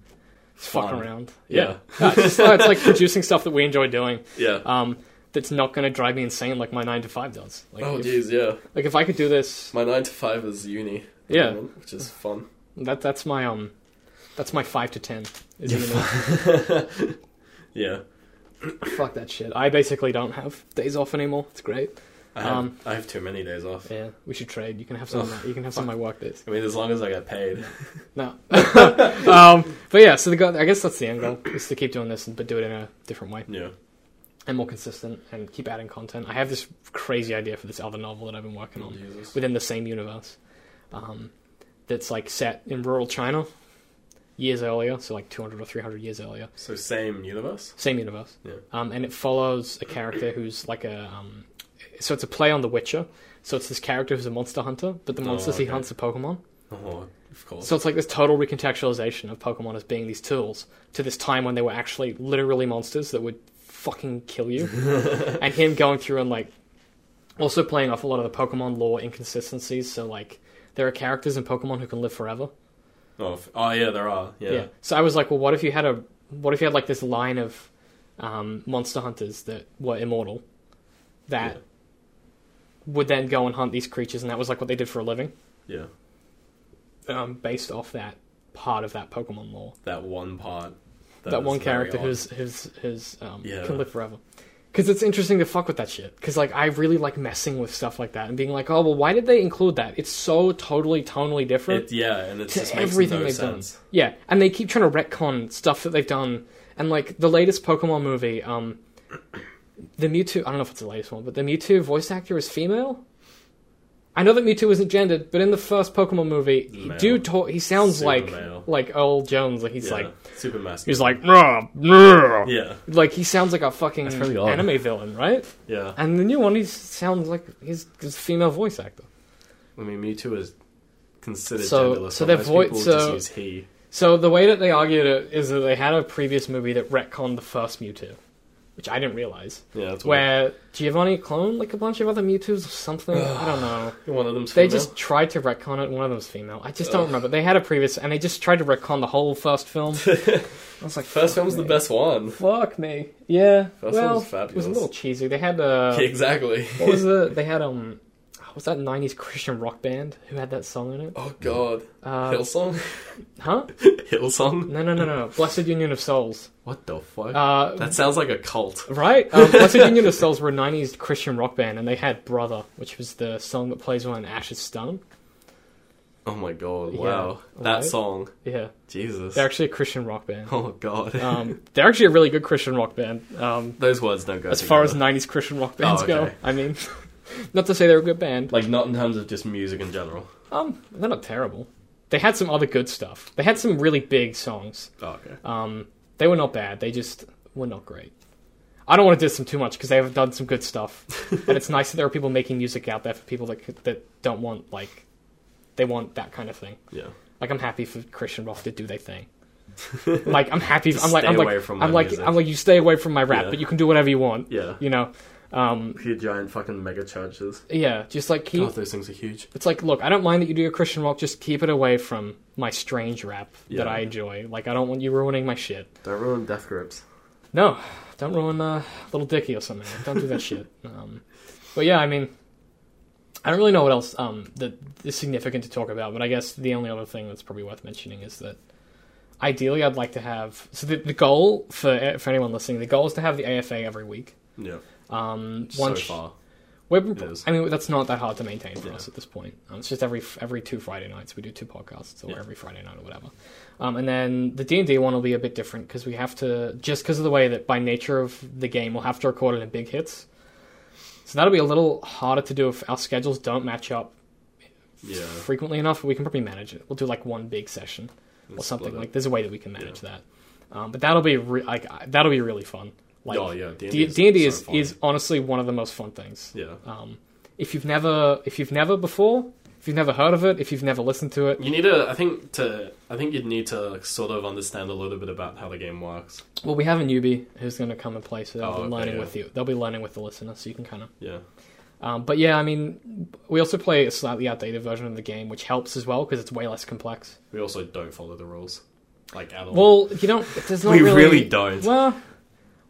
[SPEAKER 1] It's
[SPEAKER 7] Fun.
[SPEAKER 1] fucking around.
[SPEAKER 7] Yeah.
[SPEAKER 1] No, it's, just, it's like producing stuff that we enjoy doing.
[SPEAKER 7] Yeah.
[SPEAKER 1] Um, that's not going to drive me insane like my nine to five does. Like,
[SPEAKER 7] oh
[SPEAKER 1] if,
[SPEAKER 7] jeez, yeah.
[SPEAKER 1] like if I could do this,
[SPEAKER 7] My nine to five is uni. at the
[SPEAKER 1] Yeah.
[SPEAKER 7] moment, Which is fun.
[SPEAKER 1] that that's my um, that's my five to ten. Is in the middle.
[SPEAKER 7] Yeah.
[SPEAKER 1] Fuck that shit. I basically don't have days off anymore. It's great.
[SPEAKER 7] I have,
[SPEAKER 1] Um,
[SPEAKER 7] I have too many days off.
[SPEAKER 1] Yeah, we should trade. You can have some.
[SPEAKER 7] Oh,
[SPEAKER 1] of my, you can have some of my work days.
[SPEAKER 7] I mean, as long as I get paid.
[SPEAKER 1] No. um, but yeah, so the go- I guess that's the end goal is to keep doing this, but do it in a different way.
[SPEAKER 7] Yeah.
[SPEAKER 1] and more consistent and keep adding content. I have this crazy idea for this other novel that I've been working on within the same universe um, that's like set in rural China years earlier, so like 200 or 300 years earlier.
[SPEAKER 7] So same universe.
[SPEAKER 1] Same universe.
[SPEAKER 7] Yeah.
[SPEAKER 1] Um, and it follows a character who's like a. Um, so it's a play on The Witcher. So it's this character who's a monster hunter, but the monsters he
[SPEAKER 7] okay.
[SPEAKER 1] hunts are Pokemon.
[SPEAKER 7] Oh, of course.
[SPEAKER 1] So it's like this total recontextualization of Pokemon as being these tools to this time when they were actually literally monsters that would fucking kill you. and him going through and like also playing off a lot of the Pokemon lore inconsistencies. So like there are characters in Pokemon who can live forever.
[SPEAKER 7] oh, f- oh, yeah, there are. Yeah.
[SPEAKER 1] So I was like, well, what if you had a what if you had like this line of um, monster hunters that were immortal that
[SPEAKER 7] Yeah.
[SPEAKER 1] would then go and hunt these creatures, and that was like what they did for a living,
[SPEAKER 7] Yeah.
[SPEAKER 1] um, based off that part of that Pokemon lore.
[SPEAKER 7] That one part.
[SPEAKER 1] that
[SPEAKER 7] is
[SPEAKER 1] one
[SPEAKER 7] very
[SPEAKER 1] character
[SPEAKER 7] odd.
[SPEAKER 1] who's who's who's um,
[SPEAKER 7] Yeah.
[SPEAKER 1] can live forever. Because it's interesting to fuck with that shit. Because like I really like messing with stuff like that and being like, oh well, why did they include that? It's so totally tonally different
[SPEAKER 7] It, yeah, and it just
[SPEAKER 1] to
[SPEAKER 7] makes
[SPEAKER 1] everything
[SPEAKER 7] no
[SPEAKER 1] they've
[SPEAKER 7] sense.
[SPEAKER 1] done. Yeah, and they keep trying to retcon stuff that they've done. And like the latest Pokemon movie, um, the Mewtwo. I don't know if it's the latest one, but the Mewtwo voice actor is female. I know that Mewtwo isn't gendered, but in the first Pokemon movie, he,
[SPEAKER 7] Male.
[SPEAKER 1] dude, ta- he sounds
[SPEAKER 7] Super
[SPEAKER 1] like
[SPEAKER 7] male.
[SPEAKER 1] like Earl Jones. Like he's
[SPEAKER 7] yeah.
[SPEAKER 1] like
[SPEAKER 7] super masculine.
[SPEAKER 1] he's like. "Rah, rah."
[SPEAKER 7] yeah,
[SPEAKER 1] Like he sounds like a fucking
[SPEAKER 7] pretty odd.
[SPEAKER 1] anime villain, right?
[SPEAKER 7] yeah.
[SPEAKER 1] And the new one, he sounds like he's, he's a female voice actor.
[SPEAKER 7] I mean, Mewtwo is considered
[SPEAKER 1] So-
[SPEAKER 7] genderless.
[SPEAKER 1] so
[SPEAKER 7] but
[SPEAKER 1] their uh,
[SPEAKER 7] most
[SPEAKER 1] voi-
[SPEAKER 7] people just
[SPEAKER 1] so-
[SPEAKER 7] use he.
[SPEAKER 1] So the way that they argued it is that they had a previous movie that retconned the first Mewtwo, which I didn't realize.
[SPEAKER 7] Yeah, that's weird.
[SPEAKER 1] Where Giovanni cloned like a bunch of other Mewtwo's or something. I don't know.
[SPEAKER 7] one of them's
[SPEAKER 1] They
[SPEAKER 7] female.
[SPEAKER 1] just tried to retcon it. One of them's female. I just don't remember. They had a previous, and they just tried to retcon the whole first film. I was
[SPEAKER 7] first
[SPEAKER 1] like, fuck
[SPEAKER 7] film's the
[SPEAKER 1] me.
[SPEAKER 7] best one.
[SPEAKER 1] Fuck me. Yeah.
[SPEAKER 7] First
[SPEAKER 1] well,
[SPEAKER 7] one was
[SPEAKER 1] it was
[SPEAKER 7] fabulous.
[SPEAKER 1] a little cheesy. They had uh,
[SPEAKER 7] exactly.
[SPEAKER 1] what was the they had um oh was that '90s Christian rock band who had that song in it?
[SPEAKER 3] Oh god.
[SPEAKER 1] Uh,
[SPEAKER 3] Hillsong?
[SPEAKER 1] huh?
[SPEAKER 3] Hillsong?
[SPEAKER 1] No, no, no, no. Blessed Union of Souls.
[SPEAKER 3] What the fuck?
[SPEAKER 1] Uh,
[SPEAKER 3] that sounds like a cult.
[SPEAKER 1] Right? Um, Blessed Union of Souls were a 90s Christian rock band, and they had Brother, which was the song that plays when Ash is stung.
[SPEAKER 3] Oh my god,
[SPEAKER 1] Yeah,
[SPEAKER 3] wow. That
[SPEAKER 1] right?
[SPEAKER 3] song.
[SPEAKER 1] Yeah.
[SPEAKER 3] Jesus.
[SPEAKER 1] They're actually a Christian rock band.
[SPEAKER 3] Oh god.
[SPEAKER 1] Um, they're actually a really good Christian rock band, um,
[SPEAKER 3] Those words don't go
[SPEAKER 1] as far as
[SPEAKER 3] together.
[SPEAKER 1] 90s Christian rock bands
[SPEAKER 3] Oh,
[SPEAKER 1] go.
[SPEAKER 3] okay.
[SPEAKER 1] I mean, not to say they're a good band.
[SPEAKER 3] like not in terms of just music in general.
[SPEAKER 1] Um, they're not terrible. They had some other good stuff. They had some really big songs.
[SPEAKER 3] Oh, okay.
[SPEAKER 1] Um, they were not bad. They just were not great. I don't want to diss them too much because they have done some good stuff, and it's nice that there are people making music out there for people that could- that don't want like they want that kind of thing.
[SPEAKER 3] yeah.
[SPEAKER 1] Like I'm happy for Christian Rock to do their thing. like I'm happy. I'm like
[SPEAKER 3] stay
[SPEAKER 1] I'm
[SPEAKER 3] away
[SPEAKER 1] like
[SPEAKER 3] from
[SPEAKER 1] I'm
[SPEAKER 3] my
[SPEAKER 1] like
[SPEAKER 3] music.
[SPEAKER 1] I'm like you stay away from my rap,
[SPEAKER 3] Yeah.
[SPEAKER 1] but you can do whatever you want.
[SPEAKER 3] Yeah.
[SPEAKER 1] You know. Um,
[SPEAKER 3] Your giant fucking mega churches.
[SPEAKER 1] yeah, just like keep.
[SPEAKER 3] God, those things are huge.
[SPEAKER 1] It's like, look, I don't mind that you do your Christian rock, just keep it away from my strange rap that
[SPEAKER 3] Yeah.
[SPEAKER 1] I enjoy. Like, I don't want you ruining my shit.
[SPEAKER 3] Don't ruin death grips.
[SPEAKER 1] No, don't ruin uh, Little Dicky or something. Like, Don't do that shit. Um, but yeah, I mean, I don't really know what else um, that is significant to talk about. But I guess the only other thing that's probably worth mentioning is that ideally, I'd like to have. So the, the goal for for anyone listening, the goal is to have the AFA every week.
[SPEAKER 3] Yeah.
[SPEAKER 1] Um, once
[SPEAKER 3] so far.
[SPEAKER 1] we're,
[SPEAKER 3] is.
[SPEAKER 1] I mean, that's not that hard to maintain for
[SPEAKER 3] Yeah.
[SPEAKER 1] us at this point. Um, it's just every every two Friday nights we do two podcasts, or every Friday night or whatever. Um, and then the D and D one will be a bit different because we have to just because of the way that by nature of the game we'll have to record it in big hits. So that'll be a little harder to do if our schedules don't match up
[SPEAKER 3] Yeah.
[SPEAKER 1] frequently enough. We can probably manage it. We'll do like one big session or
[SPEAKER 3] Let's
[SPEAKER 1] something
[SPEAKER 3] split it.
[SPEAKER 1] like. There's a way that we can manage that. Um, but that'll be re- like I- that'll be really fun. Like
[SPEAKER 3] oh yeah.
[SPEAKER 1] D and D is is honestly one of the most fun things
[SPEAKER 3] Yeah.
[SPEAKER 1] um, if you've never if you've never before if you've never heard of it if you've never listened to it
[SPEAKER 3] You need to. I think to. I think you'd need to sort of understand a little bit about how the game works.
[SPEAKER 1] well we have a newbie who's going to come and play so they'll
[SPEAKER 3] Oh,
[SPEAKER 1] be
[SPEAKER 3] okay,
[SPEAKER 1] learning
[SPEAKER 3] yeah.
[SPEAKER 1] with you they'll be learning with the listener so you can kind of
[SPEAKER 3] Yeah.
[SPEAKER 1] um, but yeah i mean we also play a slightly outdated version of the game which helps as well because it's way less complex
[SPEAKER 3] We also don't follow the rules, like at all.
[SPEAKER 1] well you don't there's not
[SPEAKER 3] Oh. we
[SPEAKER 1] really,
[SPEAKER 3] really, don't.
[SPEAKER 1] well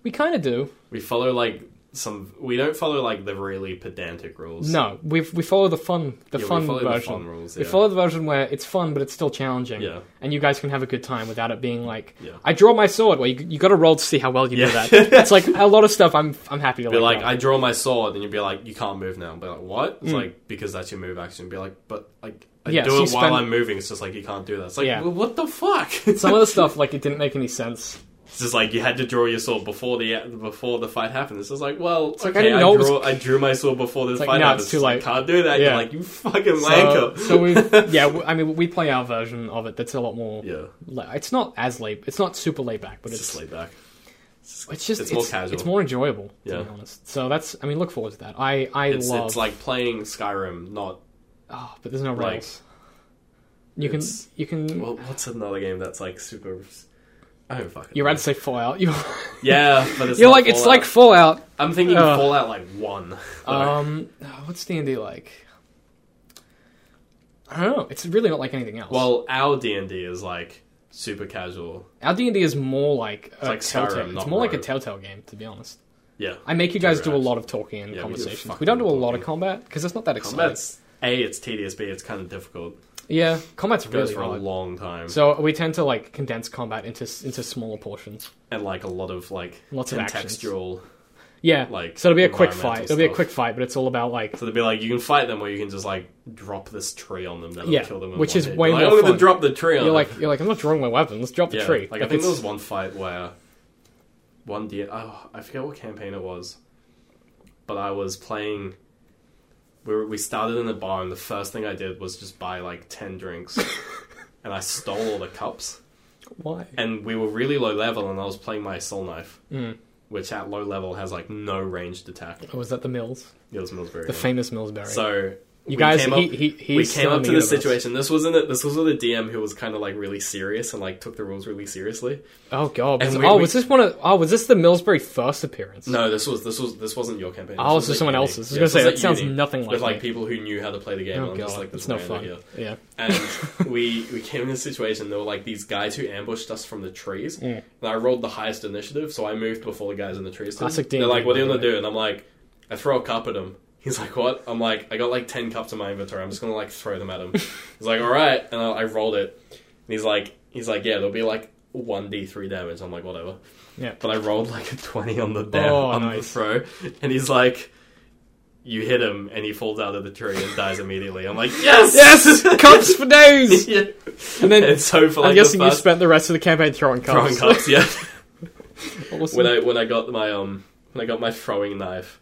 [SPEAKER 1] we kind of do
[SPEAKER 3] we follow like some. We don't follow like the really pedantic rules.
[SPEAKER 1] no we we follow the fun the
[SPEAKER 3] Yeah, we
[SPEAKER 1] fun
[SPEAKER 3] follow the
[SPEAKER 1] version
[SPEAKER 3] fun rules,
[SPEAKER 1] we
[SPEAKER 3] yeah.
[SPEAKER 1] follow the version where it's fun but it's still challenging
[SPEAKER 3] Yeah.
[SPEAKER 1] and you guys can have a good time without it being like
[SPEAKER 3] Yeah.
[SPEAKER 1] I draw my sword. Well, you, you got to roll to see how well you do
[SPEAKER 3] Yeah.
[SPEAKER 1] that. It's like a lot of stuff. I'm I'm happy to
[SPEAKER 3] Be like,
[SPEAKER 1] that.
[SPEAKER 3] I draw my sword, and you'd be like, you can't move now. And be like, what? It's like because that's your move action. Be like, but like I
[SPEAKER 1] Hmm. Yeah,
[SPEAKER 3] do
[SPEAKER 1] so you
[SPEAKER 3] it while
[SPEAKER 1] spend-
[SPEAKER 3] I'm moving. It's just like you can't do that. It's like,
[SPEAKER 1] Yeah.
[SPEAKER 3] well, what the fuck?
[SPEAKER 1] some of the stuff like it didn't make any sense.
[SPEAKER 3] It's just like you had to draw your sword before the before the fight happened. It's just like, well,
[SPEAKER 1] like, I
[SPEAKER 3] okay,
[SPEAKER 1] didn't
[SPEAKER 3] I,
[SPEAKER 1] know it was-
[SPEAKER 3] draw, I drew my sword before this
[SPEAKER 1] It's like,
[SPEAKER 3] fight
[SPEAKER 1] nah,
[SPEAKER 3] happened.
[SPEAKER 1] it's
[SPEAKER 3] It's
[SPEAKER 1] too
[SPEAKER 3] just
[SPEAKER 1] late.
[SPEAKER 3] can't do that.
[SPEAKER 1] Yeah.
[SPEAKER 3] You're like, you fucking
[SPEAKER 1] So,
[SPEAKER 3] wanker.
[SPEAKER 1] so we yeah, we- I mean we play our version of it. That's a lot more.
[SPEAKER 3] yeah,
[SPEAKER 1] la- It's not as laid. It's not super laid back, but
[SPEAKER 3] it's
[SPEAKER 1] it's
[SPEAKER 3] just laid back.
[SPEAKER 1] it's just
[SPEAKER 3] it's more casual.
[SPEAKER 1] It's more enjoyable to
[SPEAKER 3] Yeah.
[SPEAKER 1] be honest. So that's I mean look forward to that. I I
[SPEAKER 3] It's
[SPEAKER 1] love
[SPEAKER 3] it's like playing Skyrim. Not
[SPEAKER 1] oh, but there's no
[SPEAKER 3] like,
[SPEAKER 1] rails. you can
[SPEAKER 3] it's-
[SPEAKER 1] you can.
[SPEAKER 3] well, what's another game that's like super? I don't fucking.
[SPEAKER 1] you're
[SPEAKER 3] know.
[SPEAKER 1] about to say Fallout. You
[SPEAKER 3] yeah, but it's
[SPEAKER 1] you're
[SPEAKER 3] not
[SPEAKER 1] like it's
[SPEAKER 3] Fallout.
[SPEAKER 1] like Fallout.
[SPEAKER 3] I'm thinking
[SPEAKER 1] Ugh.
[SPEAKER 3] Fallout like one.
[SPEAKER 1] Um, what's D and D like? I don't know. It's really not like anything else.
[SPEAKER 3] well, our D and D is like super casual.
[SPEAKER 1] our D and D is more like a
[SPEAKER 3] like Skyrim,
[SPEAKER 1] telltale. it's
[SPEAKER 3] not
[SPEAKER 1] more like a
[SPEAKER 3] Rogue.
[SPEAKER 1] telltale game, to be honest.
[SPEAKER 3] Yeah,
[SPEAKER 1] I make you guys do a
[SPEAKER 3] Interact.
[SPEAKER 1] lot of talking and
[SPEAKER 3] Yeah, we do
[SPEAKER 1] conversations. We,
[SPEAKER 3] fucking
[SPEAKER 1] don't do a
[SPEAKER 3] lot of
[SPEAKER 1] lot of
[SPEAKER 3] talking.
[SPEAKER 1] combat because it's not that exciting.
[SPEAKER 3] combat's a. It's tedious. B. It's kind of difficult.
[SPEAKER 1] yeah, combat's
[SPEAKER 3] Goes
[SPEAKER 1] really
[SPEAKER 3] for a
[SPEAKER 1] hard.
[SPEAKER 3] long time.
[SPEAKER 1] So we tend to like condense combat into s- into smaller portions.
[SPEAKER 3] and like a lot of like
[SPEAKER 1] Lots of actions.
[SPEAKER 3] contextual.
[SPEAKER 1] Yeah,
[SPEAKER 3] Like,
[SPEAKER 1] so it'll be a quick
[SPEAKER 3] environmental
[SPEAKER 1] fight. It'll be a
[SPEAKER 3] stuff.
[SPEAKER 1] quick fight, but it's all about like
[SPEAKER 3] so they'd be like, you can fight them, or you can just like drop this tree on them, that'll
[SPEAKER 1] Yeah,
[SPEAKER 3] kill them. in
[SPEAKER 1] which
[SPEAKER 3] one
[SPEAKER 1] is
[SPEAKER 3] hit.
[SPEAKER 1] way
[SPEAKER 3] You're like,
[SPEAKER 1] more
[SPEAKER 3] I'm
[SPEAKER 1] fun.
[SPEAKER 3] gonna drop the tree on
[SPEAKER 1] you're
[SPEAKER 3] them.
[SPEAKER 1] like you're like I'm not drawing my weapon. Let's drop the
[SPEAKER 3] yeah,
[SPEAKER 1] tree.
[SPEAKER 3] Like I think
[SPEAKER 1] it's-
[SPEAKER 3] there was one fight where one D. Oh, I forget what campaign it was, but I was playing. We were, we started in a bar, and the first thing I did was just buy like ten drinks, and I stole all the cups.
[SPEAKER 1] why?
[SPEAKER 3] and we were really low level, and I was playing my soul knife,
[SPEAKER 1] Mm.
[SPEAKER 3] which at low level has like no ranged attack.
[SPEAKER 1] Or was that the Mills?
[SPEAKER 3] It was Millsbury.
[SPEAKER 1] Oh. The famous Millsbury.
[SPEAKER 3] so
[SPEAKER 1] You
[SPEAKER 3] we
[SPEAKER 1] guys,
[SPEAKER 3] came
[SPEAKER 1] he,
[SPEAKER 3] up-
[SPEAKER 1] he, he's
[SPEAKER 3] we
[SPEAKER 1] still
[SPEAKER 3] came
[SPEAKER 1] in
[SPEAKER 3] up to
[SPEAKER 1] the
[SPEAKER 3] this
[SPEAKER 1] universe.
[SPEAKER 3] situation. This wasn't it. This was with a DM who was kind of like really serious and like took the rules really seriously.
[SPEAKER 1] Oh god!
[SPEAKER 3] And
[SPEAKER 1] was-
[SPEAKER 3] we-
[SPEAKER 1] oh,
[SPEAKER 3] we-
[SPEAKER 1] was this one of? Oh, was this the Millsbury first appearance?
[SPEAKER 3] No, this was this was this wasn't your campaign.
[SPEAKER 1] Oh,
[SPEAKER 3] was
[SPEAKER 1] this was
[SPEAKER 3] at
[SPEAKER 1] someone
[SPEAKER 3] uni.
[SPEAKER 1] else's. I was
[SPEAKER 3] Yeah,
[SPEAKER 1] gonna
[SPEAKER 3] this
[SPEAKER 1] say,
[SPEAKER 3] at
[SPEAKER 1] that sounds
[SPEAKER 3] uni
[SPEAKER 1] nothing like
[SPEAKER 3] with like
[SPEAKER 1] me.
[SPEAKER 3] people who knew how to play the game.
[SPEAKER 1] Oh
[SPEAKER 3] and I'm
[SPEAKER 1] god,
[SPEAKER 3] just like
[SPEAKER 1] it's
[SPEAKER 3] this
[SPEAKER 1] no
[SPEAKER 3] random
[SPEAKER 1] fun. Yeah.
[SPEAKER 3] Here. and we we came in this situation. There were like these guys who ambushed us from the trees,
[SPEAKER 1] Mm.
[SPEAKER 3] and I rolled the highest initiative, so I moved before the guys in the trees. did.
[SPEAKER 1] Classic
[SPEAKER 3] They're
[SPEAKER 1] D&D,
[SPEAKER 3] like, "What are you
[SPEAKER 1] by the
[SPEAKER 3] gonna do?" And I'm like, "I throw a cup at him." He's like, what? I'm like, I got like 10 cups in my inventory. I'm just going to like throw them at him. he's like, all right. And I, I rolled it. And he's like, he's like, yeah, there'll be like 1d3 damage. I'm like, whatever.
[SPEAKER 1] Yeah.
[SPEAKER 3] But I rolled like a 20 on the damn,
[SPEAKER 1] Oh,
[SPEAKER 3] on
[SPEAKER 1] nice.
[SPEAKER 3] the throw. And he's like, you hit him and he falls out of the tree and dies immediately. I'm like, yes!
[SPEAKER 1] Yes, cups for days.
[SPEAKER 3] Yeah.
[SPEAKER 1] And then
[SPEAKER 3] And so for like
[SPEAKER 1] I'm guessing
[SPEAKER 3] the
[SPEAKER 1] you
[SPEAKER 3] first
[SPEAKER 1] spent the rest of the campaign throwing cups.
[SPEAKER 3] throwing cups, yeah.
[SPEAKER 1] Awesome.
[SPEAKER 3] when I when I got my um when I got my throwing knife,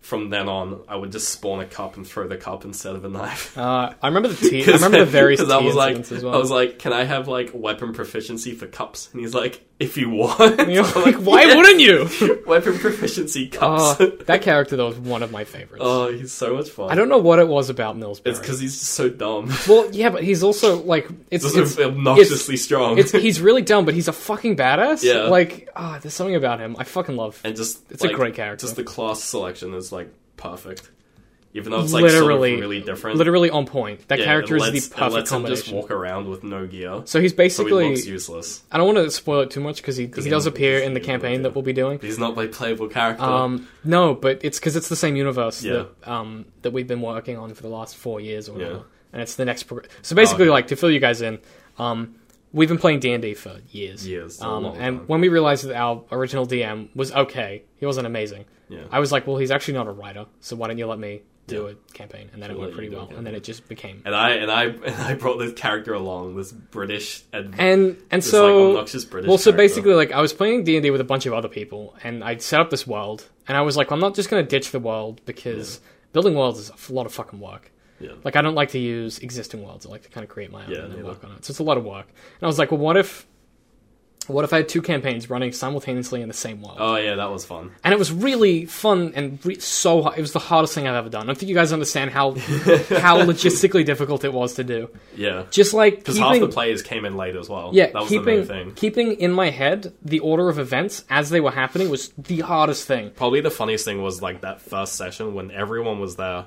[SPEAKER 3] from then on I would just spawn a cup and throw the cup instead of a knife.
[SPEAKER 1] Uh, I remember the tea. I remember the various tea
[SPEAKER 3] I was like,
[SPEAKER 1] incidents as well.
[SPEAKER 3] I was like, can I have like weapon proficiency for cups? And he's like, if you want.
[SPEAKER 1] And you're
[SPEAKER 3] I'm
[SPEAKER 1] like, why
[SPEAKER 3] "Yeah,
[SPEAKER 1] wouldn't you?
[SPEAKER 3] weapon proficiency cups?
[SPEAKER 1] Uh, that character though was one of my favorites.
[SPEAKER 3] oh, he's so much fun.
[SPEAKER 1] I don't know what it was about Millsbury.
[SPEAKER 3] It's because he's just so dumb.
[SPEAKER 1] well, yeah, but he's also like it's
[SPEAKER 3] He's
[SPEAKER 1] it's,
[SPEAKER 3] also obnoxiously strong.
[SPEAKER 1] it's he's really dumb, but he's a fucking badass.
[SPEAKER 3] Yeah.
[SPEAKER 1] Like ah, there's something about him I fucking love.
[SPEAKER 3] and just
[SPEAKER 1] it's a
[SPEAKER 3] like,
[SPEAKER 1] great character.
[SPEAKER 3] Just the class selection is like perfect. Even though it's like sort
[SPEAKER 1] Literally-
[SPEAKER 3] of really different.
[SPEAKER 1] Literally on point. That
[SPEAKER 3] Yeah,
[SPEAKER 1] character
[SPEAKER 3] it
[SPEAKER 1] is
[SPEAKER 3] lets-
[SPEAKER 1] the
[SPEAKER 3] it
[SPEAKER 1] perfect
[SPEAKER 3] lets him just
[SPEAKER 1] combination.
[SPEAKER 3] walk around with no gear.
[SPEAKER 1] So he's
[SPEAKER 3] So he
[SPEAKER 1] basically.
[SPEAKER 3] looks useless.
[SPEAKER 1] I don't want to spoil it too much because he, he
[SPEAKER 3] he
[SPEAKER 1] does
[SPEAKER 3] looks
[SPEAKER 1] appear in the
[SPEAKER 3] useless,
[SPEAKER 1] campaign
[SPEAKER 3] yeah.
[SPEAKER 1] that we'll be doing.
[SPEAKER 3] But he's not like playable character.
[SPEAKER 1] Um, no, but it's because it's the same universe
[SPEAKER 3] Yeah.
[SPEAKER 1] that um, that we've been working on for the last four years or whatever,
[SPEAKER 3] Yeah. Oh,
[SPEAKER 1] and it's the next. Prog- so basically,
[SPEAKER 3] okay.
[SPEAKER 1] like to fill you guys in, um, we've been playing D and D for years.
[SPEAKER 3] Years, a
[SPEAKER 1] um,
[SPEAKER 3] long
[SPEAKER 1] and
[SPEAKER 3] time.
[SPEAKER 1] when we realized that our original DM was okay, he wasn't amazing.
[SPEAKER 3] yeah.
[SPEAKER 1] I was like, well, he's actually not a writer, so why don't you let me do
[SPEAKER 3] Yeah.
[SPEAKER 1] a campaign? And then it
[SPEAKER 3] We'll
[SPEAKER 1] went
[SPEAKER 3] let
[SPEAKER 1] pretty
[SPEAKER 3] you do a
[SPEAKER 1] well, and then it just became.
[SPEAKER 3] and I and I and I brought this character along, this British and,
[SPEAKER 1] And and
[SPEAKER 3] this,
[SPEAKER 1] so
[SPEAKER 3] like, obnoxious British.
[SPEAKER 1] well so
[SPEAKER 3] character.
[SPEAKER 1] basically like i was playing d&d with a bunch of other people and i set up this world and i was like i'm not just going to ditch the world because building worlds is a f- lot of fucking work
[SPEAKER 3] Yeah.
[SPEAKER 1] like i don't like to use existing worlds i like to kind of create my own
[SPEAKER 3] Yeah,
[SPEAKER 1] and then
[SPEAKER 3] neither.
[SPEAKER 1] work on it so it's a lot of work and i was like well what if what if i had two campaigns running simultaneously in the same world
[SPEAKER 3] oh yeah, that was fun.
[SPEAKER 1] and it was really fun and re- so hard. it was the hardest thing i've ever done i don't think you guys understand how how logistically difficult it was to do
[SPEAKER 3] Yeah,
[SPEAKER 1] just like
[SPEAKER 3] because half the
[SPEAKER 1] keeping-
[SPEAKER 3] players came in late as well.
[SPEAKER 1] yeah,
[SPEAKER 3] that was
[SPEAKER 1] keeping
[SPEAKER 3] the main thing.
[SPEAKER 1] keeping in my head the order of events as they were happening was the hardest thing.
[SPEAKER 3] Probably the funniest thing was like that first session when everyone was there.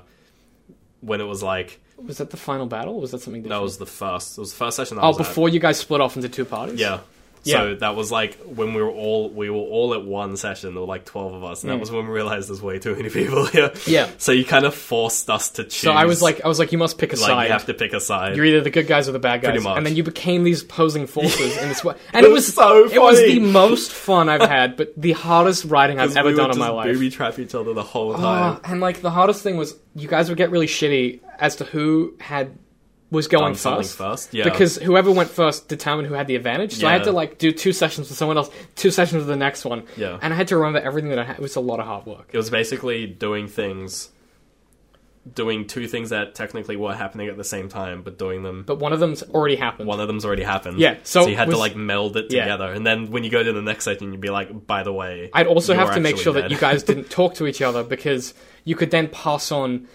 [SPEAKER 3] When it was like
[SPEAKER 1] Was that the final battle? Or was that something
[SPEAKER 3] that
[SPEAKER 1] different?
[SPEAKER 3] was the first. It was the first session. I
[SPEAKER 1] oh,
[SPEAKER 3] was at.
[SPEAKER 1] before you guys split off into two parties.
[SPEAKER 3] Yeah.
[SPEAKER 1] Yeah.
[SPEAKER 3] So that was like when we were all we were all at one session. There were like twelve of us, and that was when we realized there's way too many people here.
[SPEAKER 1] Mm. Yeah.
[SPEAKER 3] So you kind of forced us to choose.
[SPEAKER 1] So I was like, I was like, you must pick a
[SPEAKER 3] like
[SPEAKER 1] side.
[SPEAKER 3] you have to pick a side.
[SPEAKER 1] You're either the good guys or the bad guys,
[SPEAKER 3] Pretty much.
[SPEAKER 1] and then you became these opposing forces in this way. And it
[SPEAKER 3] was
[SPEAKER 1] was
[SPEAKER 3] so
[SPEAKER 1] It was
[SPEAKER 3] funny.
[SPEAKER 1] the most fun I've had, but the hardest writing I've
[SPEAKER 3] 'Cause
[SPEAKER 1] ever
[SPEAKER 3] we
[SPEAKER 1] done
[SPEAKER 3] would
[SPEAKER 1] in my
[SPEAKER 3] just
[SPEAKER 1] life.
[SPEAKER 3] Booby trap each other the whole
[SPEAKER 1] Ah,
[SPEAKER 3] time.
[SPEAKER 1] and like the hardest thing was you guys would get really shitty as to who had was going
[SPEAKER 3] Done something
[SPEAKER 1] first.
[SPEAKER 3] first, yeah.
[SPEAKER 1] Because whoever went first determined who had the advantage. So I had
[SPEAKER 3] Yeah.
[SPEAKER 1] to like do two sessions with someone else, two sessions with the next one.
[SPEAKER 3] Yeah.
[SPEAKER 1] And I had to remember everything that I had. It was a lot of hard work.
[SPEAKER 3] it was basically doing things, doing two things that technically were happening at the same time, but doing them.
[SPEAKER 1] But one of them's already happened.
[SPEAKER 3] one of them's already happened.
[SPEAKER 1] Yeah, so
[SPEAKER 3] you had
[SPEAKER 1] was-
[SPEAKER 3] to like meld it
[SPEAKER 1] Yeah.
[SPEAKER 3] together, and then when you go to the next session, you'd be like, "By the way,
[SPEAKER 1] I'd also
[SPEAKER 3] you're
[SPEAKER 1] have to make
[SPEAKER 3] actually
[SPEAKER 1] sure that
[SPEAKER 3] dead.
[SPEAKER 1] you guys didn't talk to each other because you could then pass on.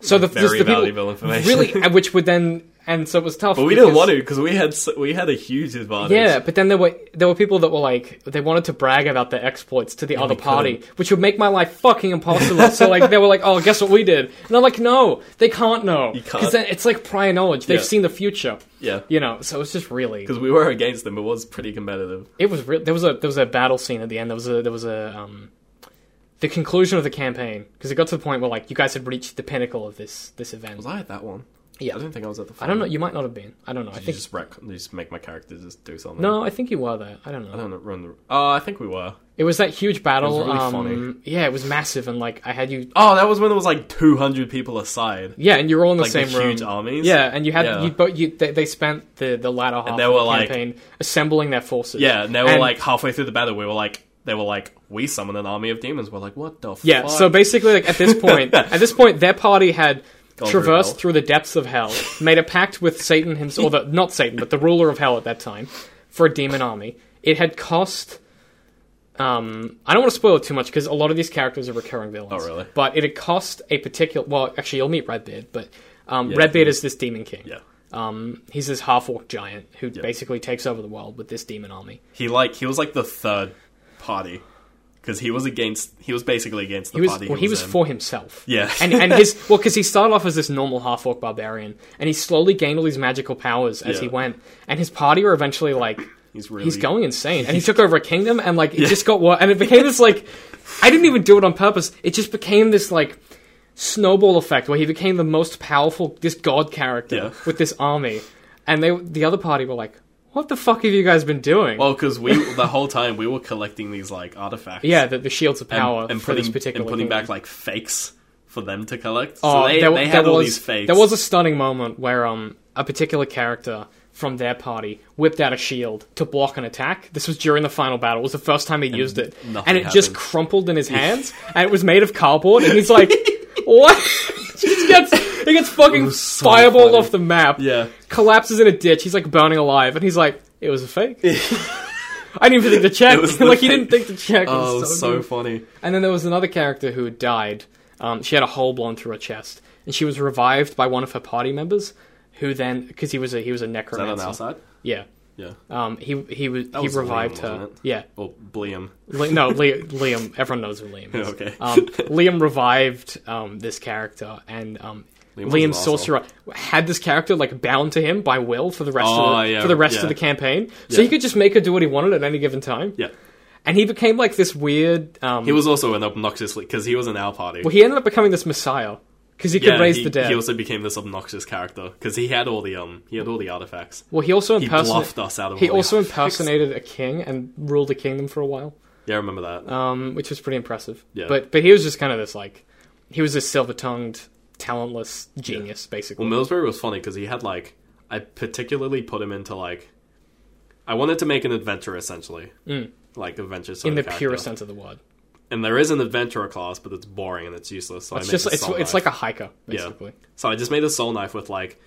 [SPEAKER 1] So the,
[SPEAKER 3] Very
[SPEAKER 1] the people-
[SPEAKER 3] valuable information.
[SPEAKER 1] Really, uh, which would then. And so it was tough.
[SPEAKER 3] But we didn't want to because we had s- we had a huge advantage.
[SPEAKER 1] Yeah, but then there were there were people that were like they wanted to brag about their exploits to the other
[SPEAKER 3] we
[SPEAKER 1] party, which would make my life fucking impossible. so like they were like, "Oh, guess what we did?" And I'm like, "No, they can't know
[SPEAKER 3] can't.
[SPEAKER 1] because it's like prior knowledge. They've
[SPEAKER 3] Yeah.
[SPEAKER 1] seen the future,
[SPEAKER 3] yeah,
[SPEAKER 1] you know." So it's just really
[SPEAKER 3] because we were against them. It was pretty competitive.
[SPEAKER 1] it was real. There was a there was a battle scene at the end. There was a there was a um the conclusion of the campaign because it got to the point where like you guys had reached the pinnacle of this this event.
[SPEAKER 3] Was I at that one?
[SPEAKER 1] Yeah.
[SPEAKER 3] I don't think I was at the.
[SPEAKER 1] I
[SPEAKER 3] Final.
[SPEAKER 1] don't know. You might not have been. I don't know. I
[SPEAKER 3] Did you
[SPEAKER 1] think
[SPEAKER 3] just wreck, you just make my character just do something.
[SPEAKER 1] no. I think you were there. I don't know.
[SPEAKER 3] I don't know. Run the. Oh, I think we were.
[SPEAKER 1] It was that huge battle.
[SPEAKER 3] It was really
[SPEAKER 1] um,
[SPEAKER 3] funny.
[SPEAKER 1] Yeah, it was massive, and like I had you.
[SPEAKER 3] Oh, that was when there was like two hundred people aside.
[SPEAKER 1] Yeah, and you were all in the
[SPEAKER 3] Like the
[SPEAKER 1] same room.
[SPEAKER 3] huge armies?
[SPEAKER 1] Yeah, and you had
[SPEAKER 3] Yeah.
[SPEAKER 1] you both. You they, they spent the the latter half
[SPEAKER 3] they
[SPEAKER 1] of
[SPEAKER 3] were,
[SPEAKER 1] the
[SPEAKER 3] like-
[SPEAKER 1] campaign assembling their forces.
[SPEAKER 3] Yeah, and they were
[SPEAKER 1] And-
[SPEAKER 3] like halfway through the battle. We were like, they were like, we summoned an army of demons. We're like, what the?
[SPEAKER 1] Yeah,
[SPEAKER 3] Fuck?
[SPEAKER 1] so basically, like at this point, at this point, their party had
[SPEAKER 3] Gone through
[SPEAKER 1] traversed
[SPEAKER 3] hell.
[SPEAKER 1] through, the depths of hell, made a pact with Satan himself, or the, not Satan, but the ruler of hell at that time, for a demon army. It had cost. Um, I don't want to spoil it too much because a lot of these characters are recurring villains.
[SPEAKER 3] Oh, really?
[SPEAKER 1] But it had cost a particular. Well, actually, you'll meet Redbeard, but um,
[SPEAKER 3] Yeah.
[SPEAKER 1] Redbeard is this demon king.
[SPEAKER 3] yeah.
[SPEAKER 1] Um, he's this half orc giant who basically takes over the world with this demon army.
[SPEAKER 3] He like he was like the third party because he was against. He was basically against the
[SPEAKER 1] he was
[SPEAKER 3] party.
[SPEAKER 1] well, he was
[SPEAKER 3] in.
[SPEAKER 1] for himself.
[SPEAKER 3] Yeah.
[SPEAKER 1] and and his well, because he started off as this normal half orc barbarian, and he slowly gained all these magical powers as
[SPEAKER 3] Yeah.
[SPEAKER 1] he went, and his party were eventually like.
[SPEAKER 3] He's really
[SPEAKER 1] He's going insane, and he took over a kingdom, and like it just got worse, and it became this like, I didn't even do it on purpose. It just became this like snowball effect where he became the most powerful this god character
[SPEAKER 3] Yeah.
[SPEAKER 1] with this army, and they the other party were like, "What the fuck have you guys been doing?"
[SPEAKER 3] Well, because Oh, we the whole time we were collecting these like artifacts.
[SPEAKER 1] yeah, the, the shields of
[SPEAKER 3] and,
[SPEAKER 1] power
[SPEAKER 3] and
[SPEAKER 1] for
[SPEAKER 3] putting
[SPEAKER 1] this particular
[SPEAKER 3] and putting
[SPEAKER 1] kingdom.
[SPEAKER 3] back like fakes for them to collect. So
[SPEAKER 1] Oh,
[SPEAKER 3] they,
[SPEAKER 1] there,
[SPEAKER 3] they
[SPEAKER 1] there
[SPEAKER 3] had all
[SPEAKER 1] was,
[SPEAKER 3] these fakes.
[SPEAKER 1] There was a stunning moment where um a particular character from their party whipped out a shield to block an attack. This was during the final battle. It was the first time he used it, and it
[SPEAKER 3] nothing
[SPEAKER 1] just
[SPEAKER 3] happened.
[SPEAKER 1] crumpled in his hands, and it was made of cardboard. And he's like, "What?" he just gets he gets fucking
[SPEAKER 3] was so
[SPEAKER 1] fireballed
[SPEAKER 3] funny.
[SPEAKER 1] off the map.
[SPEAKER 3] Yeah.
[SPEAKER 1] collapses in a ditch. He's like burning alive, and he's like, "It was a fake." I didn't even think to check.
[SPEAKER 3] It was the
[SPEAKER 1] like he didn't
[SPEAKER 3] fake.
[SPEAKER 1] think to check. It was
[SPEAKER 3] Oh, it was so
[SPEAKER 1] good.
[SPEAKER 3] funny.
[SPEAKER 1] And then there was another character who had died. Um, she had a hole blown through her chest, and she was revived by one of her party members, who then because he was a he was a
[SPEAKER 3] Is that
[SPEAKER 1] necromancer.
[SPEAKER 3] on our side?
[SPEAKER 1] Yeah.
[SPEAKER 3] Yeah.
[SPEAKER 1] Um, he he was he
[SPEAKER 3] was
[SPEAKER 1] revived
[SPEAKER 3] Liam,
[SPEAKER 1] her.
[SPEAKER 3] wasn't it?
[SPEAKER 1] Yeah.
[SPEAKER 3] Or Bliam.
[SPEAKER 1] Li- no, Li- Liam. Everyone knows who Liam is.
[SPEAKER 3] Okay.
[SPEAKER 1] Um, Liam revived um, this character, and um, Liam
[SPEAKER 3] Liam was an
[SPEAKER 1] Liam's sorcerer had this character like bound to him by will for the rest
[SPEAKER 3] Oh,
[SPEAKER 1] of the,
[SPEAKER 3] yeah,
[SPEAKER 1] for the rest
[SPEAKER 3] yeah.
[SPEAKER 1] of the campaign. So he
[SPEAKER 3] Yeah.
[SPEAKER 1] could just make her do what he wanted at any given time.
[SPEAKER 3] Yeah.
[SPEAKER 1] And he became like this weird. Um,
[SPEAKER 3] He was also an obnoxious because he was in our party.
[SPEAKER 1] Well, he ended up becoming this messiah because he could raise
[SPEAKER 3] he,
[SPEAKER 1] the dead.
[SPEAKER 3] He also became this obnoxious character because he had all the um he had all the artifacts.
[SPEAKER 1] well, he also
[SPEAKER 3] He
[SPEAKER 1] impersonated.
[SPEAKER 3] bluffed us out of.
[SPEAKER 1] He
[SPEAKER 3] all the
[SPEAKER 1] also
[SPEAKER 3] artifacts.
[SPEAKER 1] impersonated a king and ruled a kingdom for a while,
[SPEAKER 3] Yeah, I remember that.
[SPEAKER 1] um, which was pretty impressive.
[SPEAKER 3] Yeah.
[SPEAKER 1] But but he was just kind of this like, he was this silver tongued, talentless genius, basically.
[SPEAKER 3] Well, Millsbury was funny because he had like I particularly put him into like I wanted to make an adventure essentially, mm. like adventure sort
[SPEAKER 1] in the
[SPEAKER 3] of character.
[SPEAKER 1] purest sense of the word,
[SPEAKER 3] And there is an adventurer class, but it's boring and it's useless. So
[SPEAKER 1] it's
[SPEAKER 3] I made
[SPEAKER 1] just
[SPEAKER 3] the
[SPEAKER 1] it's
[SPEAKER 3] soul
[SPEAKER 1] it's like
[SPEAKER 3] knife.
[SPEAKER 1] a hiker basically.
[SPEAKER 3] So I just made a soul knife with like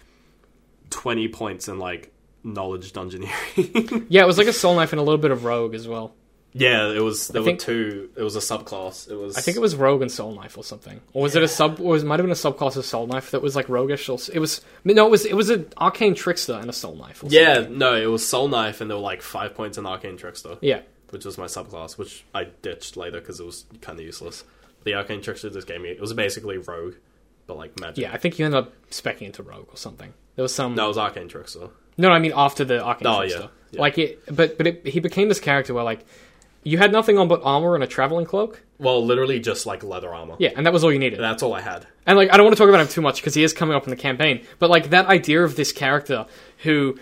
[SPEAKER 3] twenty points in like knowledge dungeoneering.
[SPEAKER 1] Yeah. it was like a soul knife and a little bit of rogue as well.
[SPEAKER 3] yeah, it was there
[SPEAKER 1] think-
[SPEAKER 3] were two. It was a subclass. It was
[SPEAKER 1] I think it was rogue and soul knife or something, or was it a sub? Or was, it might have been a subclass of soul knife that was like roguish. Or s- it was no, it was it was an arcane trickster and a soul knife. Or something.
[SPEAKER 3] Yeah, no, it was Soul Knife, and there were like five points in Arcane Trickster,
[SPEAKER 1] yeah.
[SPEAKER 3] which was my subclass, which I ditched later because it was kind of useless. The Arcane Trickster just gave me it was basically Rogue, but like magic.
[SPEAKER 1] Yeah, I think you ended up specking into Rogue or something. There was some
[SPEAKER 3] no, it
[SPEAKER 1] no,
[SPEAKER 3] was Arcane Trickster.
[SPEAKER 1] no I mean after the Arcane
[SPEAKER 3] Oh,
[SPEAKER 1] Trickster.
[SPEAKER 3] yeah, yeah.
[SPEAKER 1] Like it, but but it, he became this character where like you had nothing on but armor and a traveling cloak.
[SPEAKER 3] Well, literally just like leather armor.
[SPEAKER 1] Yeah, and that was all you needed.
[SPEAKER 3] that's all I had.
[SPEAKER 1] And like I don't want to talk about him too much because he is coming up in the campaign. But like that idea of this character who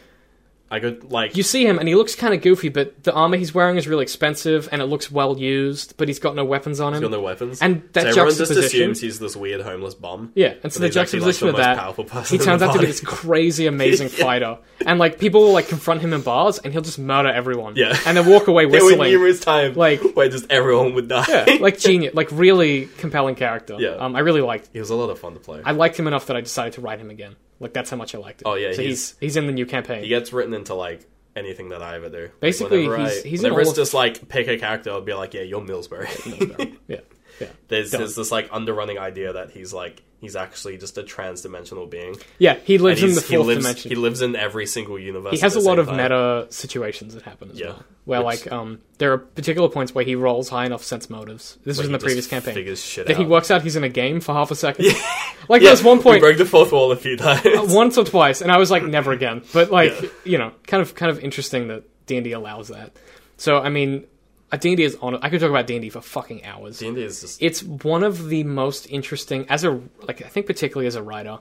[SPEAKER 3] I could like
[SPEAKER 1] you see him and he looks kind of goofy, but the armor he's wearing is really expensive and it looks well used, but he's got no weapons on him.
[SPEAKER 3] got no weapons,
[SPEAKER 1] And that
[SPEAKER 3] so everyone just
[SPEAKER 1] juxtaposition-
[SPEAKER 3] assumes he's this weird homeless bum.
[SPEAKER 1] Yeah, and so
[SPEAKER 3] But
[SPEAKER 1] the
[SPEAKER 3] he's actually, like,
[SPEAKER 1] juxtaposition
[SPEAKER 3] the most
[SPEAKER 1] of
[SPEAKER 3] powerful
[SPEAKER 1] that,
[SPEAKER 3] person
[SPEAKER 1] he
[SPEAKER 3] in
[SPEAKER 1] turns
[SPEAKER 3] the
[SPEAKER 1] out to be
[SPEAKER 3] party.
[SPEAKER 1] this crazy, amazing fighter, and like people will like confront him in bars, and he'll just murder everyone.
[SPEAKER 3] Yeah.
[SPEAKER 1] and then walk away
[SPEAKER 3] There were
[SPEAKER 1] whistling.
[SPEAKER 3] numerous times
[SPEAKER 1] Like-
[SPEAKER 3] where just everyone would die.
[SPEAKER 1] Yeah, like genius, like really compelling character.
[SPEAKER 3] Yeah.
[SPEAKER 1] um, I really liked.
[SPEAKER 3] It was a lot of fun to play.
[SPEAKER 1] I liked him enough that I decided to write him again. Like that's how much I liked it.
[SPEAKER 3] Oh, yeah,
[SPEAKER 1] so he's
[SPEAKER 3] he's-
[SPEAKER 1] he's in the new campaign.
[SPEAKER 3] He gets written into like anything that I ever do. Like,
[SPEAKER 1] Basically,
[SPEAKER 3] whenever
[SPEAKER 1] he's-
[SPEAKER 3] I,
[SPEAKER 1] he's in
[SPEAKER 3] whenever
[SPEAKER 1] all
[SPEAKER 3] it's
[SPEAKER 1] of-
[SPEAKER 3] just like pick a character, I'll be like, yeah, you're Millsbury.
[SPEAKER 1] yeah, yeah,
[SPEAKER 3] there's
[SPEAKER 1] Done.
[SPEAKER 3] there's this like underrunning idea that he's like he's actually just a trans-dimensional being.
[SPEAKER 1] yeah. He
[SPEAKER 3] And
[SPEAKER 1] lives in the
[SPEAKER 3] he's,
[SPEAKER 1] fourth
[SPEAKER 3] he lives
[SPEAKER 1] dimension.
[SPEAKER 3] he lives in every single universe.
[SPEAKER 1] he has a
[SPEAKER 3] at the
[SPEAKER 1] lot
[SPEAKER 3] same
[SPEAKER 1] of
[SPEAKER 3] time.
[SPEAKER 1] meta situations that happen as
[SPEAKER 3] Yeah.
[SPEAKER 1] well, where
[SPEAKER 3] Which-
[SPEAKER 1] like um, there are particular points where he rolls high enough sense motives. This was
[SPEAKER 3] Where
[SPEAKER 1] in
[SPEAKER 3] he
[SPEAKER 1] the
[SPEAKER 3] just
[SPEAKER 1] previous campaign.
[SPEAKER 3] Figures shit
[SPEAKER 1] that
[SPEAKER 3] out.
[SPEAKER 1] he works out he's in a game for half a second. like there's one
[SPEAKER 3] We
[SPEAKER 1] point, Uh,
[SPEAKER 3] broke the fourth wall a few times.
[SPEAKER 1] once or twice, and I was like, never again. But like,
[SPEAKER 3] Yeah.
[SPEAKER 1] you know, kind of kind of interesting that D and D allows that. So I mean, uh, D and D is on. I could talk about D and D for fucking hours.
[SPEAKER 3] D&D is just
[SPEAKER 1] It's one of the most interesting as a like I think particularly as a writer,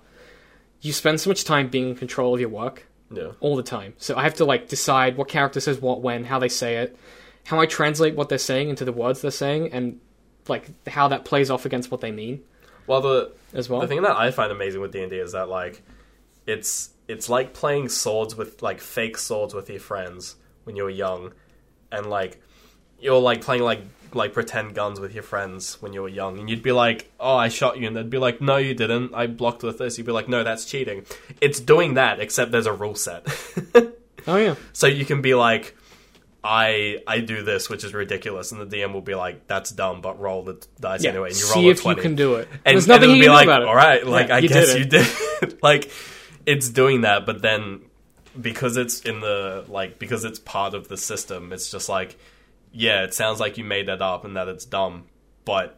[SPEAKER 1] you spend so much time being in control of your work
[SPEAKER 3] yeah.
[SPEAKER 1] all the time. So I have to like decide what character says what when, how they say it, how I translate what they're saying into the words they're saying, and like how that plays off against what they mean
[SPEAKER 3] Well, the
[SPEAKER 1] as well.
[SPEAKER 3] the thing that I find amazing with D and D is that like it's it's like playing swords with like fake swords with your friends when you're young, and like you're like playing like like pretend guns with your friends when you were young, and you'd be like, "Oh, I shot you," and they'd be like, "No, you didn't. I blocked with this." You'd be like, "No, that's cheating." It's doing that, except there's a rule set.
[SPEAKER 1] oh yeah.
[SPEAKER 3] So you can be like, I I do this, which is ridiculous, and the DM will be like, "That's dumb," but roll the dice
[SPEAKER 1] Yeah,
[SPEAKER 3] anyway, and you
[SPEAKER 1] see
[SPEAKER 3] roll a
[SPEAKER 1] if you
[SPEAKER 3] 20.
[SPEAKER 1] can do it.
[SPEAKER 3] And
[SPEAKER 1] There's nothing
[SPEAKER 3] and
[SPEAKER 1] you
[SPEAKER 3] it'll be
[SPEAKER 1] can do about
[SPEAKER 3] like,
[SPEAKER 1] it.
[SPEAKER 3] all right, like
[SPEAKER 1] Yeah,
[SPEAKER 3] I
[SPEAKER 1] you
[SPEAKER 3] guess
[SPEAKER 1] did
[SPEAKER 3] you did. like it's doing that, but then because it's in the like because it's part of the system, it's just like, yeah, it sounds like you made that up and that it's dumb, but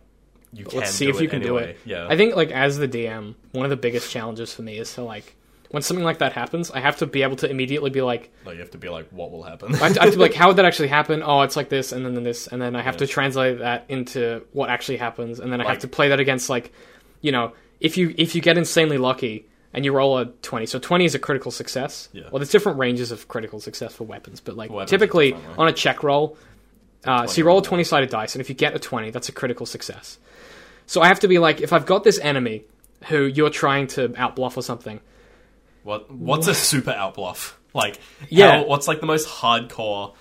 [SPEAKER 3] you can
[SPEAKER 1] let's see
[SPEAKER 3] do
[SPEAKER 1] if
[SPEAKER 3] it
[SPEAKER 1] you can do
[SPEAKER 3] anyway.
[SPEAKER 1] it.
[SPEAKER 3] Yeah,
[SPEAKER 1] I think like as the DM, one of the biggest challenges for me is to like when something like that happens, I have to be able to immediately be like,
[SPEAKER 3] like, you have to be like, what will happen?
[SPEAKER 1] I have to, I have to be like, how would that actually happen? Oh, it's like this, and then this, and then I have to translate that into what actually happens, and then I have
[SPEAKER 3] Like-
[SPEAKER 1] to play that against like you know, if you if you get insanely lucky and you roll a twenty, so twenty is a critical success.
[SPEAKER 3] Yeah.
[SPEAKER 1] Well, there's different ranges of critical success for weapons, but like
[SPEAKER 3] Weapons are
[SPEAKER 1] typically
[SPEAKER 3] different, right?
[SPEAKER 1] on a check roll, uh, so you roll a
[SPEAKER 3] 20.
[SPEAKER 1] twenty sided dice, and if you get a twenty, that's a critical success. So I have to be like, if I've got this enemy who you're trying to outbluff or something,
[SPEAKER 3] What what's a super outbluff? Like
[SPEAKER 1] Yeah.
[SPEAKER 3] how- what's like the most hardcore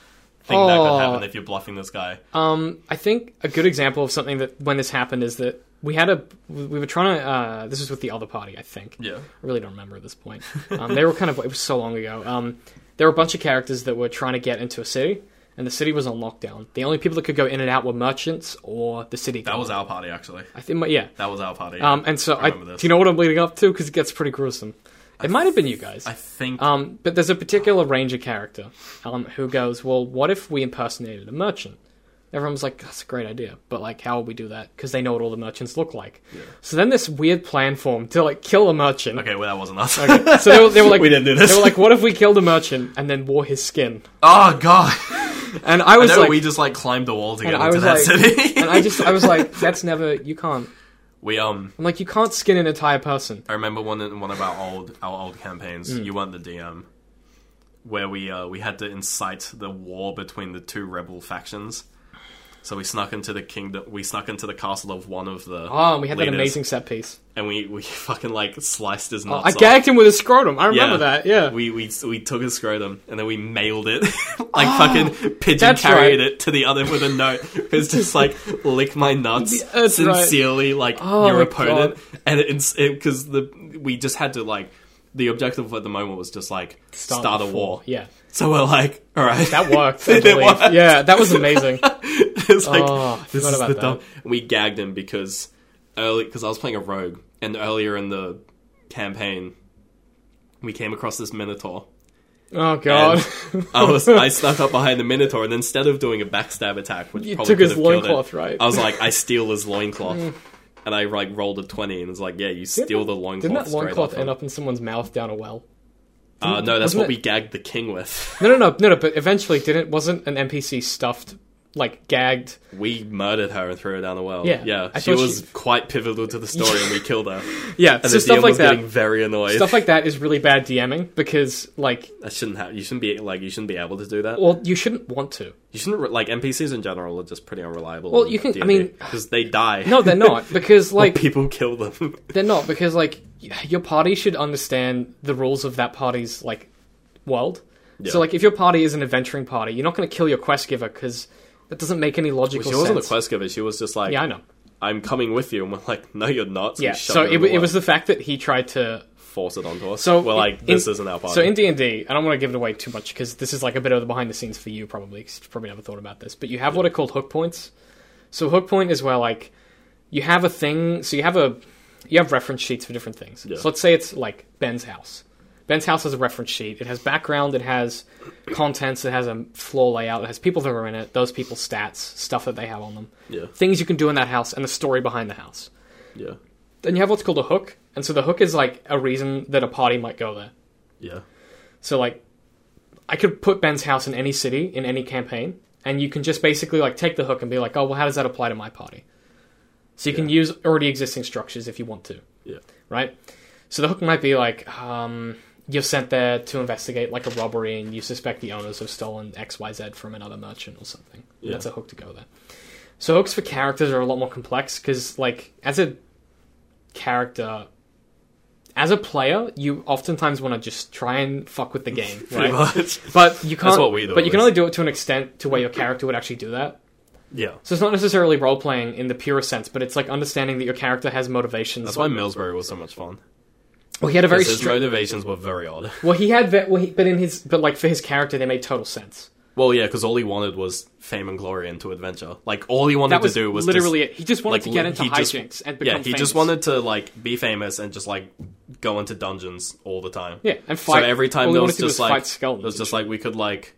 [SPEAKER 3] thing that
[SPEAKER 1] Oh.
[SPEAKER 3] could happen if you're bluffing this guy?
[SPEAKER 1] Um, I think a good example of something that when this happened is that we had a we were trying to uh, this was with the other party I think
[SPEAKER 3] Yeah.
[SPEAKER 1] I really don't remember at this point um, they were kind of it was so long ago um, there were a bunch of characters that were trying to get into a city and the city was on lockdown the only people that could go in and out were merchants or the city
[SPEAKER 3] That
[SPEAKER 1] guard.
[SPEAKER 3] was our party actually.
[SPEAKER 1] I think yeah
[SPEAKER 3] That was our party.
[SPEAKER 1] um, and so
[SPEAKER 3] I
[SPEAKER 1] I,
[SPEAKER 3] remember
[SPEAKER 1] do
[SPEAKER 3] this.
[SPEAKER 1] you know what I'm leading up to because it gets pretty gruesome it might have been you guys
[SPEAKER 3] I think
[SPEAKER 1] um, but there's a particular ranger character um, who goes, "Well, what if we impersonated a merchant?" Everyone's like, "That's a great idea," but like, how would we do that? Because they know what all the merchants look like. So then this weird plan formed to like kill a merchant.
[SPEAKER 3] Okay, well that wasn't us.
[SPEAKER 1] So they were, they were like,
[SPEAKER 3] We didn't do this.
[SPEAKER 1] They were like, "What if we killed a merchant and then wore his skin?"
[SPEAKER 3] oh god.
[SPEAKER 1] And I
[SPEAKER 3] I
[SPEAKER 1] was
[SPEAKER 3] know
[SPEAKER 1] like,
[SPEAKER 3] we just like climbed a wall
[SPEAKER 1] and
[SPEAKER 3] together
[SPEAKER 1] I
[SPEAKER 3] to
[SPEAKER 1] was
[SPEAKER 3] that
[SPEAKER 1] like,
[SPEAKER 3] city.
[SPEAKER 1] and I just, I was like, "That's never. You can't."
[SPEAKER 3] we um
[SPEAKER 1] I'm like, "You can't skin an entire person."
[SPEAKER 3] I remember one in one of our old our old campaigns,
[SPEAKER 1] Mm.
[SPEAKER 3] you weren't the DM, where we uh, we had to incite the war between the two rebel factions. So we snuck into the kingdom. We snuck into the castle of one of the.
[SPEAKER 1] Oh, and we had that
[SPEAKER 3] leaders,
[SPEAKER 1] amazing set piece.
[SPEAKER 3] And we, we fucking like sliced his nuts.
[SPEAKER 1] I
[SPEAKER 3] off.
[SPEAKER 1] gagged him with a scrotum. I remember that. Yeah.
[SPEAKER 3] We we we took his scrotum and then we mailed it, like fucking pigeon
[SPEAKER 1] Ah, that's
[SPEAKER 3] carried
[SPEAKER 1] right.
[SPEAKER 3] it to the other with a note. It's just like lick my nuts
[SPEAKER 1] That's right.
[SPEAKER 3] sincerely, like
[SPEAKER 1] Oh
[SPEAKER 3] your
[SPEAKER 1] my
[SPEAKER 3] opponent. And it's because the we just had to like the objective at the moment was just like start, a
[SPEAKER 1] the
[SPEAKER 3] war.
[SPEAKER 1] Yeah.
[SPEAKER 3] So we're like, all right,
[SPEAKER 1] That worked. I
[SPEAKER 3] It
[SPEAKER 1] believe.
[SPEAKER 3] worked.
[SPEAKER 1] Yeah, that was amazing.
[SPEAKER 3] it's like
[SPEAKER 1] Oh, I
[SPEAKER 3] this
[SPEAKER 1] forgot
[SPEAKER 3] is
[SPEAKER 1] about
[SPEAKER 3] the
[SPEAKER 1] that.
[SPEAKER 3] dumb. We gagged him because early because I was playing a rogue, and earlier in the campaign, we came across this minotaur.
[SPEAKER 1] Oh god,
[SPEAKER 3] And I was I snuck up behind the Minotaur, and instead of doing a backstab attack, which
[SPEAKER 1] You
[SPEAKER 3] probably
[SPEAKER 1] took
[SPEAKER 3] could
[SPEAKER 1] his
[SPEAKER 3] have killed
[SPEAKER 1] loincloth,
[SPEAKER 3] it,
[SPEAKER 1] right?
[SPEAKER 3] I was like, I steal his loincloth, and I like rolled a twenty, and it's like, yeah, you steal the loincloth.
[SPEAKER 1] didn't that
[SPEAKER 3] straight
[SPEAKER 1] loincloth
[SPEAKER 3] off
[SPEAKER 1] end
[SPEAKER 3] him.
[SPEAKER 1] up in someone's mouth down a well?
[SPEAKER 3] Uh, no, that's
[SPEAKER 1] wasn't
[SPEAKER 3] what
[SPEAKER 1] it-
[SPEAKER 3] we gagged the king with.
[SPEAKER 1] No, no, no, no, no. But eventually, didn't wasn't an NPC stuffed like gagged?
[SPEAKER 3] We murdered her and threw her down the well.
[SPEAKER 1] Yeah,
[SPEAKER 3] yeah,
[SPEAKER 1] I
[SPEAKER 3] she
[SPEAKER 1] thought
[SPEAKER 3] was
[SPEAKER 1] she-
[SPEAKER 3] quite pivotal to the story, and we killed her.
[SPEAKER 1] Yeah,
[SPEAKER 3] And
[SPEAKER 1] so
[SPEAKER 3] the DM
[SPEAKER 1] stuff like
[SPEAKER 3] was
[SPEAKER 1] that.
[SPEAKER 3] getting very annoyed.
[SPEAKER 1] Stuff like that is really bad DMing because like,
[SPEAKER 3] that shouldn't happen. You shouldn't be like you shouldn't be able to do that.
[SPEAKER 1] well, you shouldn't want to.
[SPEAKER 3] you shouldn't re- like NPCs in general are just pretty unreliable.
[SPEAKER 1] Well, you can- I mean-
[SPEAKER 3] because they die.
[SPEAKER 1] No, they're not because
[SPEAKER 3] Or
[SPEAKER 1] like
[SPEAKER 3] people kill them.
[SPEAKER 1] they're not because like y- your party should understand the rules of that party's like world.
[SPEAKER 3] Yeah.
[SPEAKER 1] So like, if your party is an adventuring party, you're not going to kill your quest giver because that doesn't make any logical
[SPEAKER 3] She
[SPEAKER 1] sense.
[SPEAKER 3] wasn't the quest giver. She was just like,
[SPEAKER 1] Yeah, I know.
[SPEAKER 3] I'm coming with you, and we're like, no, you're not. So
[SPEAKER 1] Yeah.
[SPEAKER 3] we shut
[SPEAKER 1] So it,
[SPEAKER 3] her in the
[SPEAKER 1] w- it
[SPEAKER 3] wall,
[SPEAKER 1] was the fact that he tried to
[SPEAKER 3] force it onto us.
[SPEAKER 1] So
[SPEAKER 3] we're
[SPEAKER 1] in-
[SPEAKER 3] like, this
[SPEAKER 1] in-
[SPEAKER 3] isn't our party.
[SPEAKER 1] So in D and D, I don't want to give it away too much because this is like a bit of the behind the scenes for you probably. 'cause you probably never thought about this, but you have what are called hook points. So hook point is where like you have a thing. So you have a you have reference sheets for different things.
[SPEAKER 3] Yeah.
[SPEAKER 1] So let's say it's like Ben's house. Ben's house has a reference sheet. It has background. It has contents. It has a floor layout. It has people that are in it. Those people's stats, stuff that they have on them,
[SPEAKER 3] yeah,
[SPEAKER 1] things you can do in that house, and the story behind the house
[SPEAKER 3] yeah,
[SPEAKER 1] then you have what's called a hook, and so the hook is like a reason that a party might go there.
[SPEAKER 3] yeah,
[SPEAKER 1] So like, I could put Ben's house in any city in any campaign, and you can just basically like take the hook and be like, oh well, how does that apply to my party? So you can use already existing structures if you want to,
[SPEAKER 3] yeah,
[SPEAKER 1] right? So the hook might be like, um, you're sent there to investigate like a robbery, and you suspect the owners have stolen X Y Z from another merchant or something.
[SPEAKER 3] Yeah.
[SPEAKER 1] That's a hook to go there. So hooks for characters are a lot more complex because, like, as a character, as a player, you oftentimes want to just try and fuck with the game,
[SPEAKER 3] pretty
[SPEAKER 1] right?
[SPEAKER 3] much.
[SPEAKER 1] But you can't.
[SPEAKER 3] what we do,
[SPEAKER 1] but
[SPEAKER 3] at
[SPEAKER 1] you can
[SPEAKER 3] least.
[SPEAKER 1] only do it to an extent to where your character would actually do that.
[SPEAKER 3] yeah,
[SPEAKER 1] So it's not necessarily role playing in the purest sense, but it's like understanding that your character has motivations.
[SPEAKER 3] that's why Millsbury was so much fun.
[SPEAKER 1] well, he had a very
[SPEAKER 3] Because his
[SPEAKER 1] strict.
[SPEAKER 3] motivations were very odd.
[SPEAKER 1] Well, he had, ve- well, he, but in his, but like for his character, they made total sense.
[SPEAKER 3] Well, yeah, because all he wanted was fame and glory and to adventure. Like all he wanted
[SPEAKER 1] That was,
[SPEAKER 3] to do was
[SPEAKER 1] literally
[SPEAKER 3] just,
[SPEAKER 1] it. He just wanted
[SPEAKER 3] like,
[SPEAKER 1] to get
[SPEAKER 3] li-
[SPEAKER 1] into
[SPEAKER 3] he just-
[SPEAKER 1] hijinks and become
[SPEAKER 3] yeah, he
[SPEAKER 1] famous.
[SPEAKER 3] just wanted to like be famous and just like go into dungeons all the time.
[SPEAKER 1] yeah, and fight.
[SPEAKER 3] so every time
[SPEAKER 1] all
[SPEAKER 3] there
[SPEAKER 1] he
[SPEAKER 3] was
[SPEAKER 1] wanted to do
[SPEAKER 3] just like
[SPEAKER 1] fight
[SPEAKER 3] there
[SPEAKER 1] skeletons.
[SPEAKER 3] was just like we could like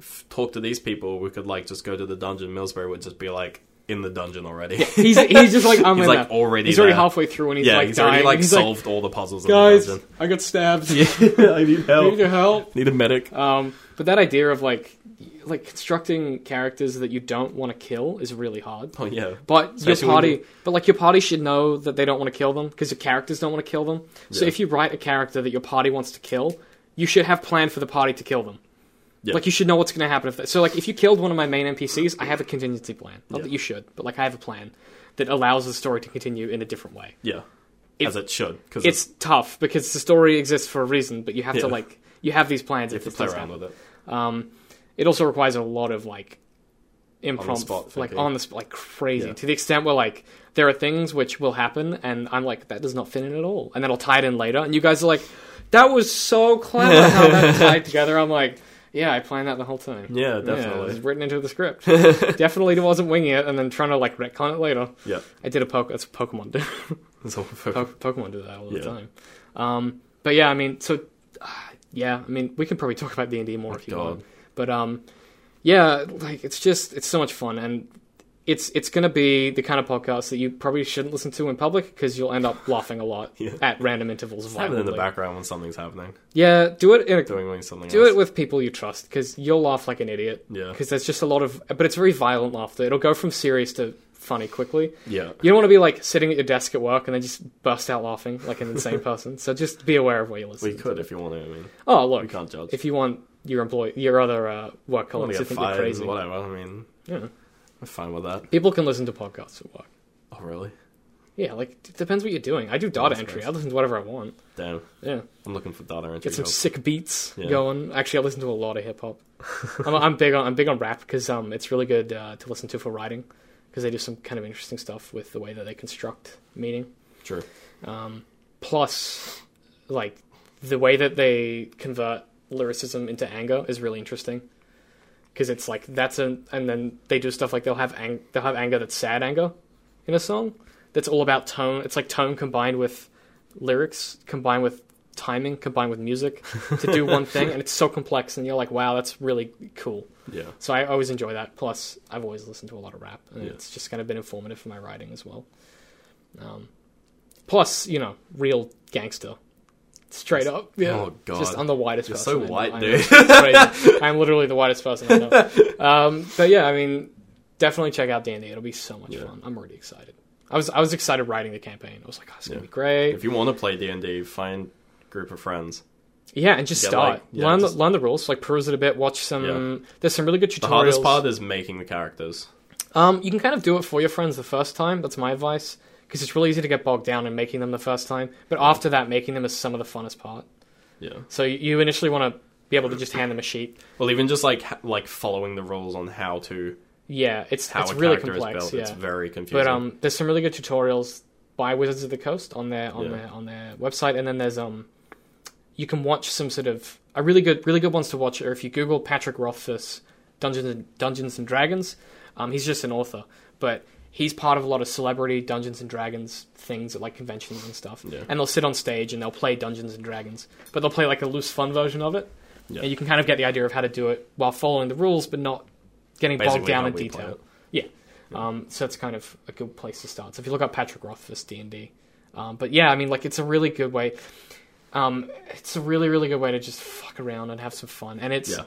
[SPEAKER 3] f- talk to these people. We could like just go to the dungeon. Millsbury would just be like in the dungeon already.
[SPEAKER 1] he's he's just like I'm
[SPEAKER 3] He's,
[SPEAKER 1] in
[SPEAKER 3] like,
[SPEAKER 1] that.
[SPEAKER 3] already
[SPEAKER 1] he's already
[SPEAKER 3] there.
[SPEAKER 1] halfway through and he's
[SPEAKER 3] yeah,
[SPEAKER 1] like
[SPEAKER 3] he's
[SPEAKER 1] dying.
[SPEAKER 3] already like
[SPEAKER 1] he's
[SPEAKER 3] solved all the puzzles.
[SPEAKER 1] guys,
[SPEAKER 3] in the
[SPEAKER 1] I got stabbed.
[SPEAKER 3] dungeon. I need
[SPEAKER 1] I need your help.
[SPEAKER 3] Need a medic.
[SPEAKER 1] Um, but that idea of like like constructing characters that you don't want to kill is really hard.
[SPEAKER 3] Oh yeah.
[SPEAKER 1] But
[SPEAKER 3] Especially
[SPEAKER 1] your
[SPEAKER 3] when
[SPEAKER 1] party, but like your party should know that they don't want to kill them because your characters don't want to kill them. So
[SPEAKER 3] Yeah.
[SPEAKER 1] if you write a character that your party wants to kill, you should have planned for the party to kill them.
[SPEAKER 3] Yeah.
[SPEAKER 1] Like you should know what's going to happen if that. So like if you killed one of my main NPCs, I have a contingency plan. Not that you should, but like I have a plan that allows the story to continue in a different way.
[SPEAKER 3] Yeah.
[SPEAKER 1] It-
[SPEAKER 3] As it should, because
[SPEAKER 1] It's tough because the story exists for a reason, but you have
[SPEAKER 3] Yeah.
[SPEAKER 1] to like you have these plans
[SPEAKER 3] you have
[SPEAKER 1] if this
[SPEAKER 3] to play
[SPEAKER 1] does
[SPEAKER 3] around
[SPEAKER 1] happen.
[SPEAKER 3] with it.
[SPEAKER 1] Um, it also requires a lot of like impromptu,
[SPEAKER 3] spot
[SPEAKER 1] like
[SPEAKER 3] thinking.
[SPEAKER 1] on the spot, like crazy
[SPEAKER 3] Yeah.
[SPEAKER 1] to the extent where like there are things which will happen, and I'm like that does not fit in at all, and then I'll tie it in later, and you guys are like, that was so clever how that tied together. I'm like, yeah, I planned that the whole time. Yeah,
[SPEAKER 3] Yeah,
[SPEAKER 1] it was
[SPEAKER 3] definitely.
[SPEAKER 1] written into the script. definitely wasn't winging it and then trying to like retcon it later.
[SPEAKER 3] Yeah.
[SPEAKER 1] I did a poke. That's what Pokemon do.
[SPEAKER 3] It's all
[SPEAKER 1] Po- Pokemon do that all the
[SPEAKER 3] Yeah.
[SPEAKER 1] time. Um, but yeah, I mean, so uh, yeah, I mean, we can probably talk about D and D more if you
[SPEAKER 3] God.
[SPEAKER 1] want. But um, yeah, like it's just it's so much fun, and it's it's gonna be the kind of podcast that you probably shouldn't listen to in public because you'll end up laughing a lot
[SPEAKER 3] Yeah.
[SPEAKER 1] at random intervals.
[SPEAKER 3] Have it in the
[SPEAKER 1] violently.
[SPEAKER 3] background when something's happening,
[SPEAKER 1] Yeah, do it in a
[SPEAKER 3] doing something.
[SPEAKER 1] do
[SPEAKER 3] else.
[SPEAKER 1] it with people you trust because you'll laugh like an idiot.
[SPEAKER 3] Yeah.
[SPEAKER 1] because there's just a lot of, but it's very violent laughter. It'll go from serious to funny quickly.
[SPEAKER 3] Yeah.
[SPEAKER 1] You don't want to be like sitting at your desk at work and then just burst out laughing like an insane person. So just be aware of what you listen.
[SPEAKER 3] We
[SPEAKER 1] to.
[SPEAKER 3] could if you want to. I mean,
[SPEAKER 1] Oh, look.
[SPEAKER 3] we can't judge.
[SPEAKER 1] If you want your employee, your other uh, work
[SPEAKER 3] want
[SPEAKER 1] colleagues to
[SPEAKER 3] to get
[SPEAKER 1] think you're
[SPEAKER 3] fired,
[SPEAKER 1] crazy.
[SPEAKER 3] whatever. I mean,
[SPEAKER 1] Yeah.
[SPEAKER 3] I'm fine with that.
[SPEAKER 1] People can listen to podcasts at work.
[SPEAKER 3] Oh really?
[SPEAKER 1] Yeah, like it depends what you're doing. I do data
[SPEAKER 3] that's
[SPEAKER 1] entry.
[SPEAKER 3] nice.
[SPEAKER 1] I listen to whatever I want.
[SPEAKER 3] Damn.
[SPEAKER 1] Yeah,
[SPEAKER 3] I'm looking for data entry.
[SPEAKER 1] get some
[SPEAKER 3] help.
[SPEAKER 1] sick beats
[SPEAKER 3] Yeah.
[SPEAKER 1] going. Actually, I listen to a lot of hip hop. I'm, I'm big on I'm big on rap because um it's really good uh, to listen to for writing because they do some kind of interesting stuff with the way that they construct meaning.
[SPEAKER 3] True.
[SPEAKER 1] um, plus like the way that they convert lyricism into anger is really interesting because it's like that's a and then they do stuff like they'll have ang- they'll have anger that's sad anger in a song that's all about tone it's like tone combined with lyrics combined with timing combined with music to do one thing and it's so complex and you're like wow that's really cool
[SPEAKER 3] Yeah.
[SPEAKER 1] so I always enjoy that. Plus, I've always listened to a lot of rap, and
[SPEAKER 3] Yeah.
[SPEAKER 1] it's just kind of been informative for my writing as well. Um, plus, you know, real gangster, straight up. Yeah.
[SPEAKER 3] Oh, God.
[SPEAKER 1] Just I'm the whitest.
[SPEAKER 3] You're
[SPEAKER 1] person
[SPEAKER 3] so
[SPEAKER 1] I know.
[SPEAKER 3] white,
[SPEAKER 1] I'm
[SPEAKER 3] dude.
[SPEAKER 1] crazy. I'm literally the whitest person I know. Um, but yeah, I mean, definitely check out Dandy. It'll be so much
[SPEAKER 3] Yeah.
[SPEAKER 1] fun. I'm already excited. I was I was excited writing the campaign. I was like, oh, it's gonna
[SPEAKER 3] Yeah.
[SPEAKER 1] be great.
[SPEAKER 3] If you want to play D and D, find a group of friends.
[SPEAKER 1] Yeah, and just
[SPEAKER 3] Yeah,
[SPEAKER 1] start
[SPEAKER 3] like- yeah,
[SPEAKER 1] learn
[SPEAKER 3] just-
[SPEAKER 1] the, learn the rules. Like peruse it a bit. Watch some.
[SPEAKER 3] Yeah.
[SPEAKER 1] There's some really good tutorials.
[SPEAKER 3] The hardest part is making the characters.
[SPEAKER 1] Um, you can kind of do it for your friends the first time. That's my advice because it's really easy to get bogged down in making them the first time. But after that, making them is some of the funnest part.
[SPEAKER 3] Yeah.
[SPEAKER 1] So you- you initially want to be able to just hand them a sheet.
[SPEAKER 3] Well, even just like ha- like following the rules on how to
[SPEAKER 1] Yeah, it's
[SPEAKER 3] how
[SPEAKER 1] it's
[SPEAKER 3] a
[SPEAKER 1] really
[SPEAKER 3] character
[SPEAKER 1] complex.
[SPEAKER 3] is built.
[SPEAKER 1] Yeah,
[SPEAKER 3] It's very confusing.
[SPEAKER 1] but um, there's some really good tutorials by Wizards of the Coast on their on
[SPEAKER 3] Yeah.
[SPEAKER 1] their on their website, and then there's um, you can watch some sort of a really good really good ones to watch. Or if you Google Patrick Rothfuss Dungeons and Dungeons and Dragons, um, he's just an author, but he's part of a lot of celebrity Dungeons and Dragons things at like conventions and stuff.
[SPEAKER 3] Yeah.
[SPEAKER 1] And they'll sit on stage and they'll play Dungeons and Dragons, but they'll play like a loose fun version of it.
[SPEAKER 3] Yeah.
[SPEAKER 1] And you can kind of get the idea of how to do it while following the rules, but not getting bogged
[SPEAKER 3] Basically
[SPEAKER 1] down
[SPEAKER 3] how
[SPEAKER 1] in
[SPEAKER 3] we play
[SPEAKER 1] detail. Yeah. Um, so that's kind of a good place to start. So if you look up Patrick Rothfuss D and D, um, but yeah, I mean, like it's a really good way. Um, it's a really, really good way to just fuck around and have some fun, and it's
[SPEAKER 3] yeah.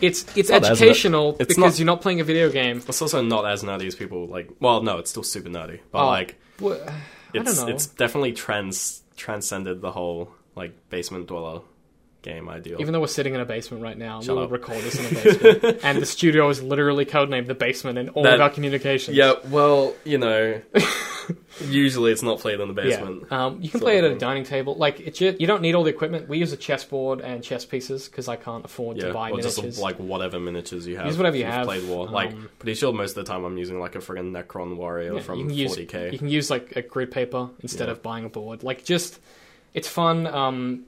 [SPEAKER 1] it's it's
[SPEAKER 3] not as-
[SPEAKER 1] educational
[SPEAKER 3] it's
[SPEAKER 1] because
[SPEAKER 3] not-
[SPEAKER 1] you're not playing a video game.
[SPEAKER 3] It's also not as nerdy as people like. Well, no, it's still super nerdy, but
[SPEAKER 1] Oh,
[SPEAKER 3] like
[SPEAKER 1] wha- I
[SPEAKER 3] it's
[SPEAKER 1] don't know.
[SPEAKER 3] it's definitely trans transcended the whole like basement dweller game ideal.
[SPEAKER 1] Even though we're sitting in a basement right now,
[SPEAKER 3] Oh. Shut
[SPEAKER 1] we
[SPEAKER 3] up.
[SPEAKER 1] would record this in a basement, and the studio is literally codenamed the basement in all
[SPEAKER 3] That-
[SPEAKER 1] of our communications.
[SPEAKER 3] yeah, well, you know, usually it's not played in the basement.
[SPEAKER 1] Yeah. Um, you can
[SPEAKER 3] Sort
[SPEAKER 1] play
[SPEAKER 3] of
[SPEAKER 1] it at a
[SPEAKER 3] thing.
[SPEAKER 1] dining table. Like it, ju- you don't need all the equipment. We use a chessboard and chess pieces because I can't afford
[SPEAKER 3] Yeah,
[SPEAKER 1] to buy
[SPEAKER 3] or
[SPEAKER 1] miniatures.
[SPEAKER 3] just like whatever miniatures you have.
[SPEAKER 1] Use whatever you
[SPEAKER 3] if you've
[SPEAKER 1] have,
[SPEAKER 3] Played war. like
[SPEAKER 1] um,
[SPEAKER 3] pretty sure most of the time I'm using like a friggin' Necron warrior
[SPEAKER 1] Yeah,
[SPEAKER 3] from
[SPEAKER 1] you can use-
[SPEAKER 3] 40k.
[SPEAKER 1] You can use like a grid paper instead
[SPEAKER 3] Yeah.
[SPEAKER 1] of buying a board. Like just, it's fun. Um,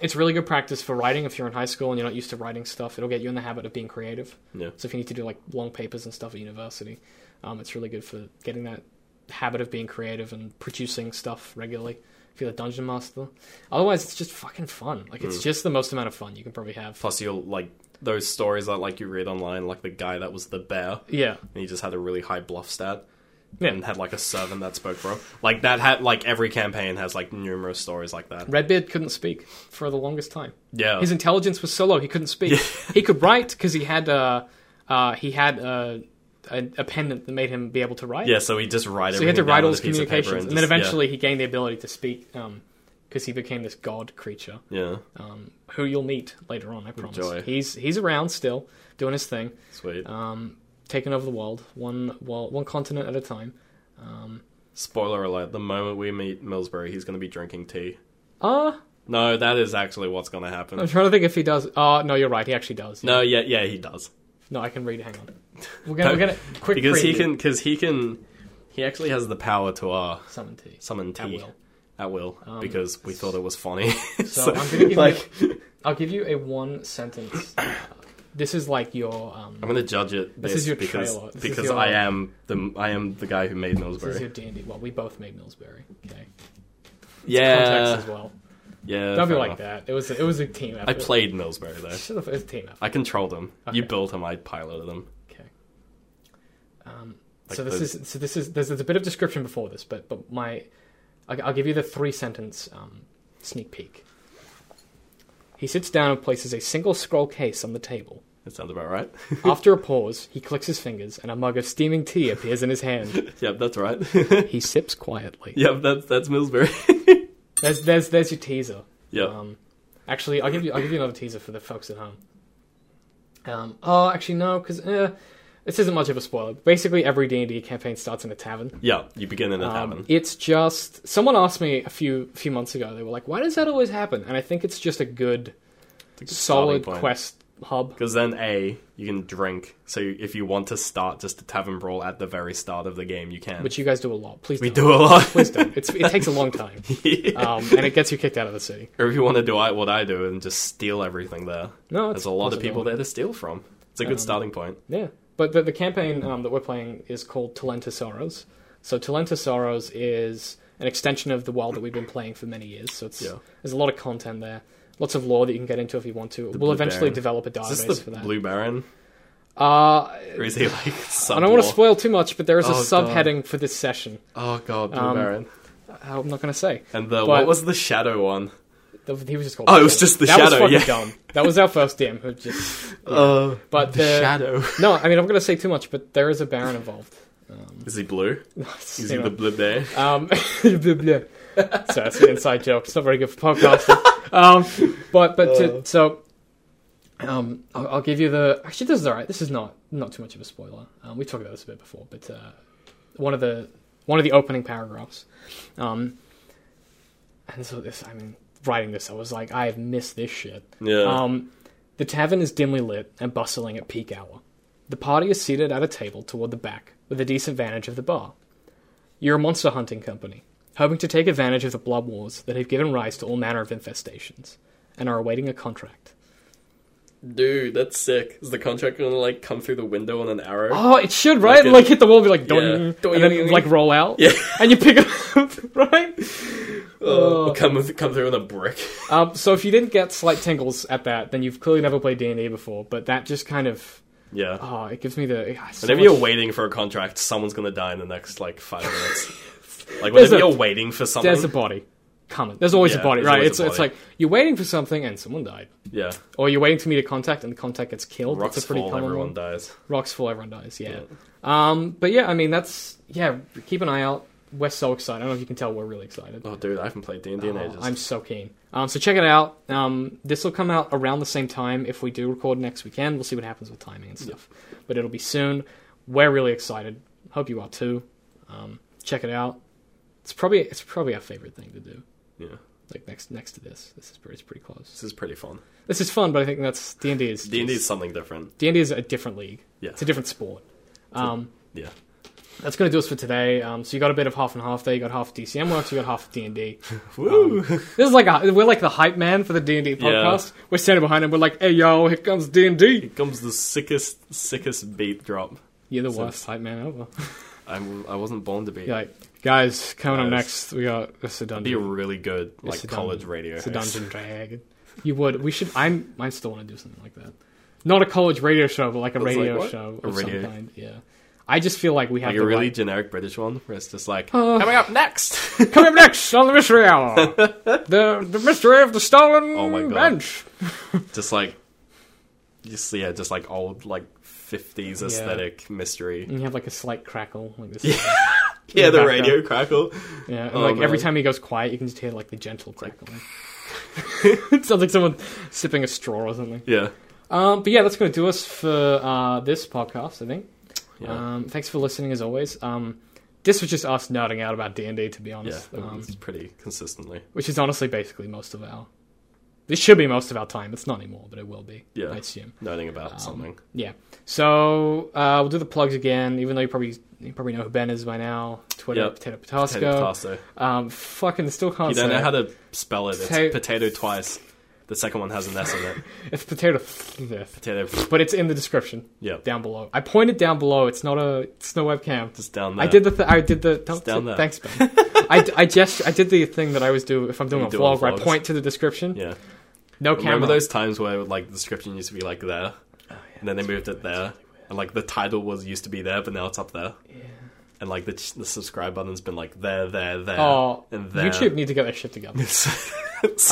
[SPEAKER 1] it's really good practice for writing if you're in high school and you're not used to writing stuff. It'll get you in the habit of being creative.
[SPEAKER 3] Yeah.
[SPEAKER 1] So if you need to do like long papers and stuff at university, um, it's really good for getting that habit of being creative and producing stuff regularly. If you're a dungeon master, otherwise it's just fucking fun. Like
[SPEAKER 3] Hmm.
[SPEAKER 1] it's just the most amount of fun you can probably have.
[SPEAKER 3] Plus, you'll like those stories that like you read online, like the guy that was the bear
[SPEAKER 1] Yeah,
[SPEAKER 3] and he just had a really high bluff stat.
[SPEAKER 1] Yeah.
[SPEAKER 3] and had like a servant that spoke for him. Like that had like every campaign has like numerous stories like that.
[SPEAKER 1] Redbeard couldn't speak for the longest time.
[SPEAKER 3] Yeah,
[SPEAKER 1] His intelligence was so low he couldn't speak. he could write because he had uh, uh, he had uh, a, a pendant that made him be able to write.
[SPEAKER 3] yeah. So he just write.
[SPEAKER 1] so he had to
[SPEAKER 3] everything down
[SPEAKER 1] write all
[SPEAKER 3] on a
[SPEAKER 1] his
[SPEAKER 3] piece of paper
[SPEAKER 1] communications, and, then
[SPEAKER 3] just- yeah,
[SPEAKER 1] eventually he gained the ability to speak because he became this god creature
[SPEAKER 3] yeah,
[SPEAKER 1] um, who you'll meet later on. I promise.
[SPEAKER 3] Enjoy.
[SPEAKER 1] He's he's around still doing his thing,
[SPEAKER 3] sweet.
[SPEAKER 1] um, taking over the world one world, one continent at a time.
[SPEAKER 3] Spoiler alert: the moment we meet Millsbury, he's going to be drinking tea.
[SPEAKER 1] Uh,
[SPEAKER 3] No, that is actually what's going to
[SPEAKER 1] I'm
[SPEAKER 3] happen.
[SPEAKER 1] trying to think if he does. Uh, no, you're right. He actually does.
[SPEAKER 3] No, yeah, yeah, he does
[SPEAKER 1] No, I can read. Hang on. We're gonna, we're gonna quick
[SPEAKER 3] because he
[SPEAKER 1] preview.
[SPEAKER 3] can because he can he actually has the power to uh
[SPEAKER 1] summon tea.
[SPEAKER 3] summon
[SPEAKER 1] At
[SPEAKER 3] tea
[SPEAKER 1] will. Um,
[SPEAKER 3] at will because we thought it was funny.
[SPEAKER 1] So,
[SPEAKER 3] So,
[SPEAKER 1] I'm gonna give
[SPEAKER 3] like
[SPEAKER 1] you. I'll give you a one sentence. This is like your. Um,
[SPEAKER 3] I'm gonna judge it.
[SPEAKER 1] This
[SPEAKER 3] This,
[SPEAKER 1] is your
[SPEAKER 3] because,
[SPEAKER 1] trailer. This is
[SPEAKER 3] because
[SPEAKER 1] your-
[SPEAKER 3] I am the I am the guy who made
[SPEAKER 1] this is your
[SPEAKER 3] Millsbury.
[SPEAKER 1] dandy. Well, we both made Millsbury. Okay. Context
[SPEAKER 3] Yeah,
[SPEAKER 1] as well. Don't
[SPEAKER 3] yeah.
[SPEAKER 1] be
[SPEAKER 3] Uh, fair
[SPEAKER 1] like
[SPEAKER 3] enough.
[SPEAKER 1] that. It was it was a team effort.
[SPEAKER 3] I played Millsbury though.
[SPEAKER 1] Shut the f- It's a team effort.
[SPEAKER 3] I controlled him. You
[SPEAKER 1] Okay.
[SPEAKER 3] built him. I piloted him.
[SPEAKER 1] Okay. Um,
[SPEAKER 3] Like
[SPEAKER 1] so this
[SPEAKER 3] those-
[SPEAKER 1] is so this is there's, there's a bit of description before this, but but my I'll, I'll give you the three sentence um, sneak peek. He sits down and places a single scroll case on the table.
[SPEAKER 3] It sounds about right.
[SPEAKER 1] After a pause, he clicks his fingers and a mug of steaming tea appears in his hand.
[SPEAKER 3] yep, that's right.
[SPEAKER 1] He sips quietly.
[SPEAKER 3] yep, that's that's Millsbury.
[SPEAKER 1] There's there's there's your teaser.
[SPEAKER 3] yep.
[SPEAKER 1] Um, actually, I'll give you I'll give you another teaser for the folks at home. Um, oh, actually no, because eh, this isn't much of a spoiler. Basically, every D and D campaign starts in a tavern.
[SPEAKER 3] yeah, you begin in a
[SPEAKER 1] Um,
[SPEAKER 3] tavern.
[SPEAKER 1] it's just someone asked me a few few months ago. They were like, "Why does that always happen?" And I think it's just a good, solid quest hub.
[SPEAKER 3] Because then A, you can drink. So you- if you want to start just a tavern brawl at the very start of the game, you can.
[SPEAKER 1] Which you guys do a lot. Please
[SPEAKER 3] we
[SPEAKER 1] don't.
[SPEAKER 3] do a lot.
[SPEAKER 1] Please don't. It's, it takes a long time, um, and it gets you kicked out of the city.
[SPEAKER 3] or if you want to do I- what I do and just steal everything there.
[SPEAKER 1] No, it's
[SPEAKER 3] There's a lot of people
[SPEAKER 1] possible. Um,
[SPEAKER 3] there to steal from. It's a good starting point.
[SPEAKER 1] Yeah, but the, the campaign um, that we're playing is called Talenta Sorrows. So Talenta Sorrows is an extension of the world that we've been playing for many years. So it's
[SPEAKER 3] Yeah.
[SPEAKER 1] there's a lot of content there, lots of lore that you can get into if you want to. we'll
[SPEAKER 3] Blue
[SPEAKER 1] eventually
[SPEAKER 3] Baron.
[SPEAKER 1] develop a
[SPEAKER 3] Is
[SPEAKER 1] database
[SPEAKER 3] this
[SPEAKER 1] for
[SPEAKER 3] the
[SPEAKER 1] that.
[SPEAKER 3] Blue Baron?
[SPEAKER 1] uh,
[SPEAKER 3] Or is he like sub
[SPEAKER 1] I don't want to spoil too much, but there is a
[SPEAKER 3] Oh, God.
[SPEAKER 1] subheading for this session.
[SPEAKER 3] Oh god, Blue
[SPEAKER 1] Um,
[SPEAKER 3] Baron.
[SPEAKER 1] I'm not going to say.
[SPEAKER 3] And the
[SPEAKER 1] but-
[SPEAKER 3] what was the shadow one?
[SPEAKER 1] The- He was just called.
[SPEAKER 3] Oh,
[SPEAKER 1] the
[SPEAKER 3] it was
[SPEAKER 1] Shadow.
[SPEAKER 3] just the
[SPEAKER 1] that
[SPEAKER 3] Shadow,
[SPEAKER 1] was fucking
[SPEAKER 3] yeah.
[SPEAKER 1] dumb. That was our first DM who just.
[SPEAKER 3] Uh,
[SPEAKER 1] But the,
[SPEAKER 3] shadow.
[SPEAKER 1] No, I mean I'm going to say too much, but there is a Baron involved. Um,
[SPEAKER 3] Is he blue? Is he
[SPEAKER 1] you know.
[SPEAKER 3] the blue bear?
[SPEAKER 1] Um, blah, blah. so that's an inside joke. It's not very good for podcasting. Um, but but to, so um, I'll, I'll give you the. Actually, this is all right. This is not not too much of a spoiler. Um, we talked about this a bit before, but uh, one of the one of the opening paragraphs. Um, and so this, I mean, writing this, I was like, I have missed this shit.
[SPEAKER 3] Yeah.
[SPEAKER 1] Um, the tavern is dimly lit and bustling at peak hour. The party is seated at a table toward the back, with a decent vantage of the bar. You're a monster hunting company, hoping to take advantage of the blood wars that have given rise to all manner of infestations, and are awaiting a contract.
[SPEAKER 3] Dude, that's sick. Is the contract gonna like come through the window on an arrow?
[SPEAKER 1] Oh, it should, right?
[SPEAKER 3] Like a-
[SPEAKER 1] Like, hit the wall and be like, doing,
[SPEAKER 3] Yeah.
[SPEAKER 1] and then like roll out,
[SPEAKER 3] Yeah.
[SPEAKER 1] and you pick it up, right? Oh.
[SPEAKER 3] Uh, or come come through on a brick.
[SPEAKER 1] Um, so if you didn't get slight tingles at that, then you've clearly never played D and D before. But that just kind of,
[SPEAKER 3] Yeah.
[SPEAKER 1] oh, it gives me the. ah, so
[SPEAKER 3] Whenever
[SPEAKER 1] much-
[SPEAKER 3] you're waiting for a contract, someone's gonna die in the next like five minutes. like
[SPEAKER 1] There's
[SPEAKER 3] whenever
[SPEAKER 1] a-
[SPEAKER 3] you're waiting for something,
[SPEAKER 1] there's a body coming. There's always
[SPEAKER 3] Yeah,
[SPEAKER 1] a body,
[SPEAKER 3] there's
[SPEAKER 1] right?
[SPEAKER 3] always
[SPEAKER 1] It's
[SPEAKER 3] a
[SPEAKER 1] it's
[SPEAKER 3] body.
[SPEAKER 1] like you're waiting for something and someone died,
[SPEAKER 3] yeah,
[SPEAKER 1] or you're waiting for me to contact and the contact gets killed.
[SPEAKER 3] rocks
[SPEAKER 1] that's a pretty
[SPEAKER 3] fall,
[SPEAKER 1] common
[SPEAKER 3] everyone
[SPEAKER 1] one.
[SPEAKER 3] dies.
[SPEAKER 1] Rocks fall, everyone dies. Yeah. Um, but yeah, I mean that's yeah. Keep an eye out. We're so excited. I don't know if you can tell we're really excited.
[SPEAKER 3] Oh, dude, I haven't played D and D in
[SPEAKER 1] Oh,
[SPEAKER 3] ages.
[SPEAKER 1] I'm so keen. Um, so check it out. Um, this will come out around the same time. If we do record next weekend, we'll see what happens with timing and stuff. But it'll be soon. We're really excited. Hope you are too. Um, check it out. It's probably it's probably our favorite thing to do.
[SPEAKER 3] Yeah,
[SPEAKER 1] Like next next to this, this is pretty, it's pretty close.
[SPEAKER 3] this is pretty fun.
[SPEAKER 1] This is fun, but I think that's D and D is
[SPEAKER 3] D and D is something different.
[SPEAKER 1] D and D is a different league.
[SPEAKER 3] Yeah.
[SPEAKER 1] it's a different sport. Um,
[SPEAKER 3] Yeah,
[SPEAKER 1] that's going to do us for today. Um, so you got a bit of half and half there. You got half DCM works. You got half D and D. Um,
[SPEAKER 3] woo.
[SPEAKER 1] This is like a, we're like the hype man for the D and D podcast. We're standing behind him. We're like, "Hey yo, here comes D and D."
[SPEAKER 3] comes the sickest, sickest beat drop.
[SPEAKER 1] You're the worst hype man ever.
[SPEAKER 3] I'm, I wasn't born to be.
[SPEAKER 1] You're like, guys, coming up
[SPEAKER 3] Guys.
[SPEAKER 1] next, we got this is a
[SPEAKER 3] be a
[SPEAKER 1] dungeon.
[SPEAKER 3] really good like
[SPEAKER 1] It's a
[SPEAKER 3] college
[SPEAKER 1] dungeon.
[SPEAKER 3] radio.
[SPEAKER 1] It's a
[SPEAKER 3] host.
[SPEAKER 1] dungeon dragon. You would. We should. I'm. I still want to do something like that. Not a college radio show, but like a
[SPEAKER 3] It's like,
[SPEAKER 1] radio
[SPEAKER 3] what?
[SPEAKER 1] show
[SPEAKER 3] A
[SPEAKER 1] of
[SPEAKER 3] radio-
[SPEAKER 1] some kind. Yeah. I just feel like Oh, we have
[SPEAKER 3] Like
[SPEAKER 1] the
[SPEAKER 3] a really
[SPEAKER 1] right-
[SPEAKER 3] generic British one where it's just like, coming up next!
[SPEAKER 1] Coming up next on the mystery hour, the the mystery of the stolen
[SPEAKER 3] Oh my God.
[SPEAKER 1] bench.
[SPEAKER 3] just like, just, yeah, just like old, like 50s aesthetic mystery.
[SPEAKER 1] And you have like a slight crackle like this.
[SPEAKER 3] Yeah, the
[SPEAKER 1] background.
[SPEAKER 3] radio crackle.
[SPEAKER 1] Yeah, and,
[SPEAKER 3] Oh,
[SPEAKER 1] like every
[SPEAKER 3] man.
[SPEAKER 1] time he goes quiet, you can just hear like the gentle crackling. it sounds like someone sipping a straw or something.
[SPEAKER 3] Yeah.
[SPEAKER 1] Um, but yeah, that's going to do us for uh, this podcast. I think.
[SPEAKER 3] Yeah.
[SPEAKER 1] Um, thanks for listening as always. Um, this was just us nerding out about D and D, to be
[SPEAKER 3] yeah.
[SPEAKER 1] honest. Um,
[SPEAKER 3] It's pretty consistently.
[SPEAKER 1] which is honestly basically most of our. This should be most of our time. It's not anymore, but it will be.
[SPEAKER 3] Yeah.
[SPEAKER 1] I assume.
[SPEAKER 3] Noting about
[SPEAKER 1] um,
[SPEAKER 3] something.
[SPEAKER 1] Yeah. So uh, we'll do the plugs again, even though you probably you probably know who Ben is by now. Twitter,
[SPEAKER 3] Yep.
[SPEAKER 1] Potato
[SPEAKER 3] Potato
[SPEAKER 1] Potasco.
[SPEAKER 3] Tasso.
[SPEAKER 1] Um, fucking still can't
[SPEAKER 3] You
[SPEAKER 1] say
[SPEAKER 3] don't know
[SPEAKER 1] it.
[SPEAKER 3] how to spell it. It's
[SPEAKER 1] Potato-
[SPEAKER 3] potato twice. The second one has an S in it.
[SPEAKER 1] It's potato. Fifth.
[SPEAKER 3] Potato.
[SPEAKER 1] But it's in the description
[SPEAKER 3] Yeah.
[SPEAKER 1] down below. I pointed down below. It's not a. It's no webcam.
[SPEAKER 3] Just down there.
[SPEAKER 1] I did the. Th- I did the. Don't,
[SPEAKER 3] down there.
[SPEAKER 1] Thanks, Ben. I, I just. I did the thing that I always do if I'm doing
[SPEAKER 3] You
[SPEAKER 1] a
[SPEAKER 3] do on
[SPEAKER 1] vlog. Where I
[SPEAKER 3] vlogs.
[SPEAKER 1] point to the description.
[SPEAKER 3] Yeah.
[SPEAKER 1] No
[SPEAKER 3] Remember
[SPEAKER 1] camera. Oh,
[SPEAKER 3] those times where like the description used to be like there, and then they moved it there, and like the title was used to be there, but now it's up there. Yeah. And like the the subscribe button's been like there, there, there,
[SPEAKER 1] Oh,
[SPEAKER 3] and there.
[SPEAKER 1] YouTube need to get their shit together.
[SPEAKER 3] so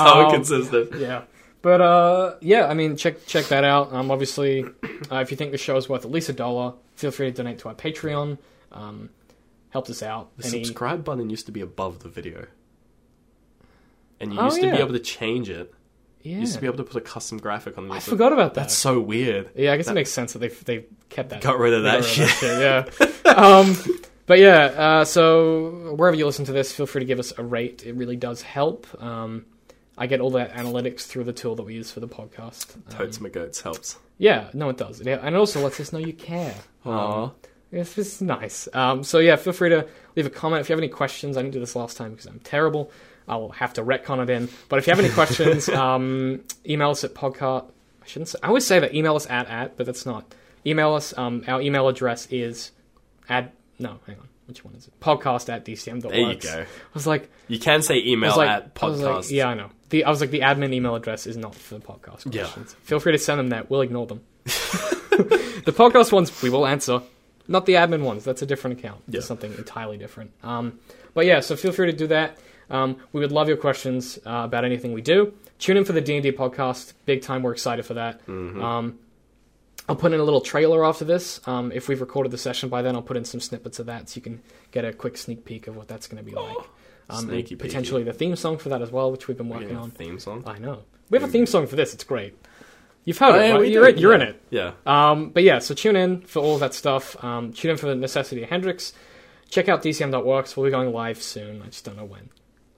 [SPEAKER 1] Oh.
[SPEAKER 3] consistent.
[SPEAKER 1] yeah. But uh, yeah, I mean, check check that out. Um, obviously, uh, if you think the show is worth at least a dollar, feel free to donate to our Patreon. Um, helps us out.
[SPEAKER 3] The
[SPEAKER 1] Any-
[SPEAKER 3] subscribe button used to be above the video, and you
[SPEAKER 1] Oh,
[SPEAKER 3] used to
[SPEAKER 1] yeah.
[SPEAKER 3] be able to change it.
[SPEAKER 1] yeah.
[SPEAKER 3] You used to be able to put a custom graphic on.
[SPEAKER 1] I forgot about that.
[SPEAKER 3] That's so weird.
[SPEAKER 1] Yeah, I guess
[SPEAKER 3] That-
[SPEAKER 1] it makes sense that they they kept that.
[SPEAKER 3] Got rid of that
[SPEAKER 1] They
[SPEAKER 3] shit.
[SPEAKER 1] got rid of that shit, yeah. um, but yeah, uh, so wherever you listen to this, feel free to give us a rate. It really does help. Um, I get all that analytics through the tool that we use for the podcast. Um,
[SPEAKER 3] Totes my goats helps.
[SPEAKER 1] yeah, no, it does. It, and it also lets us know you care.
[SPEAKER 3] Aww.
[SPEAKER 1] It's just nice. Um, so yeah, feel free to leave a comment if you have any questions. I didn't do this last time because I'm terrible. I'll have to retcon it in. But if you have any questions, um, email us at podcast. I shouldn't. Say, I always say that email us at at, but that's not. Email us. Um, our email address is at no. Hang on. Which one is it? Podcast at dcm.
[SPEAKER 3] There you go.
[SPEAKER 1] I was like,
[SPEAKER 3] You can say
[SPEAKER 1] I
[SPEAKER 3] email
[SPEAKER 1] was like,
[SPEAKER 3] at
[SPEAKER 1] I was like-
[SPEAKER 3] podcast.
[SPEAKER 1] yeah, I know. The I was like, the admin email address is not for podcast
[SPEAKER 3] Yeah.
[SPEAKER 1] questions. Feel free to send them that. We'll ignore them. the podcast ones we will answer, not the admin ones. That's a different account. It's
[SPEAKER 3] Yeah.
[SPEAKER 1] something entirely different. Um, but yeah, so feel free to do that. Um, we would love your questions uh, about anything we do. Tune in for the D and D podcast. Big time. We're excited for that.
[SPEAKER 3] Mm-hmm.
[SPEAKER 1] Um, I'll put in a little trailer after this. Um, if we've recorded the session by then, I'll put in some snippets of that so you can get a quick sneak peek of what that's going to be like. Um, and
[SPEAKER 3] Sneaky peeky.
[SPEAKER 1] potentially the theme song for that as well, which we've been working
[SPEAKER 3] Yeah,
[SPEAKER 1] on.
[SPEAKER 3] theme song.
[SPEAKER 1] I know. We have a theme song for this. It's great. You've heard
[SPEAKER 3] Oh,
[SPEAKER 1] it.
[SPEAKER 3] yeah,
[SPEAKER 1] Right?
[SPEAKER 3] we
[SPEAKER 1] You're,
[SPEAKER 3] did.
[SPEAKER 1] in, you're in
[SPEAKER 3] Yeah.
[SPEAKER 1] it.
[SPEAKER 3] Yeah.
[SPEAKER 1] Um, but yeah, so tune in for all that stuff. Um, tune in for the Necessity of Hendrix. Check out DCM.works. We'll be going live soon. I just don't know when.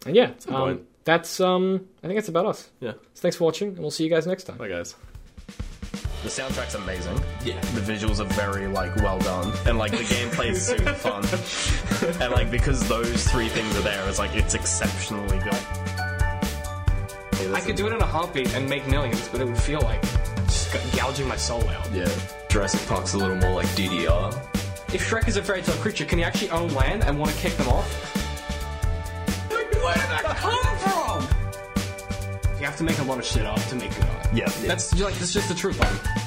[SPEAKER 1] And yeah,
[SPEAKER 3] some
[SPEAKER 1] um,
[SPEAKER 3] point.
[SPEAKER 1] that's um, I think that's about us.
[SPEAKER 3] Yeah.
[SPEAKER 1] So thanks for watching, and we'll see you guys next time.
[SPEAKER 3] Bye, guys. The soundtrack's amazing. Yeah. The visuals are very like well done, and like the gameplay is super fun, and like because those three things are there, it's like it's exceptionally good.
[SPEAKER 2] I could do it in a heartbeat and make millions, but it would feel like just gouging my soul out.
[SPEAKER 8] Yeah. Jurassic Park's a little more like DDR.
[SPEAKER 2] If Shrek is a fairy tale creature, can he actually own land and want to kick them off? Where did that come from? You have to make a lot of shit up to make it up.
[SPEAKER 3] Yeah.
[SPEAKER 2] That's like that's just the truth. Like,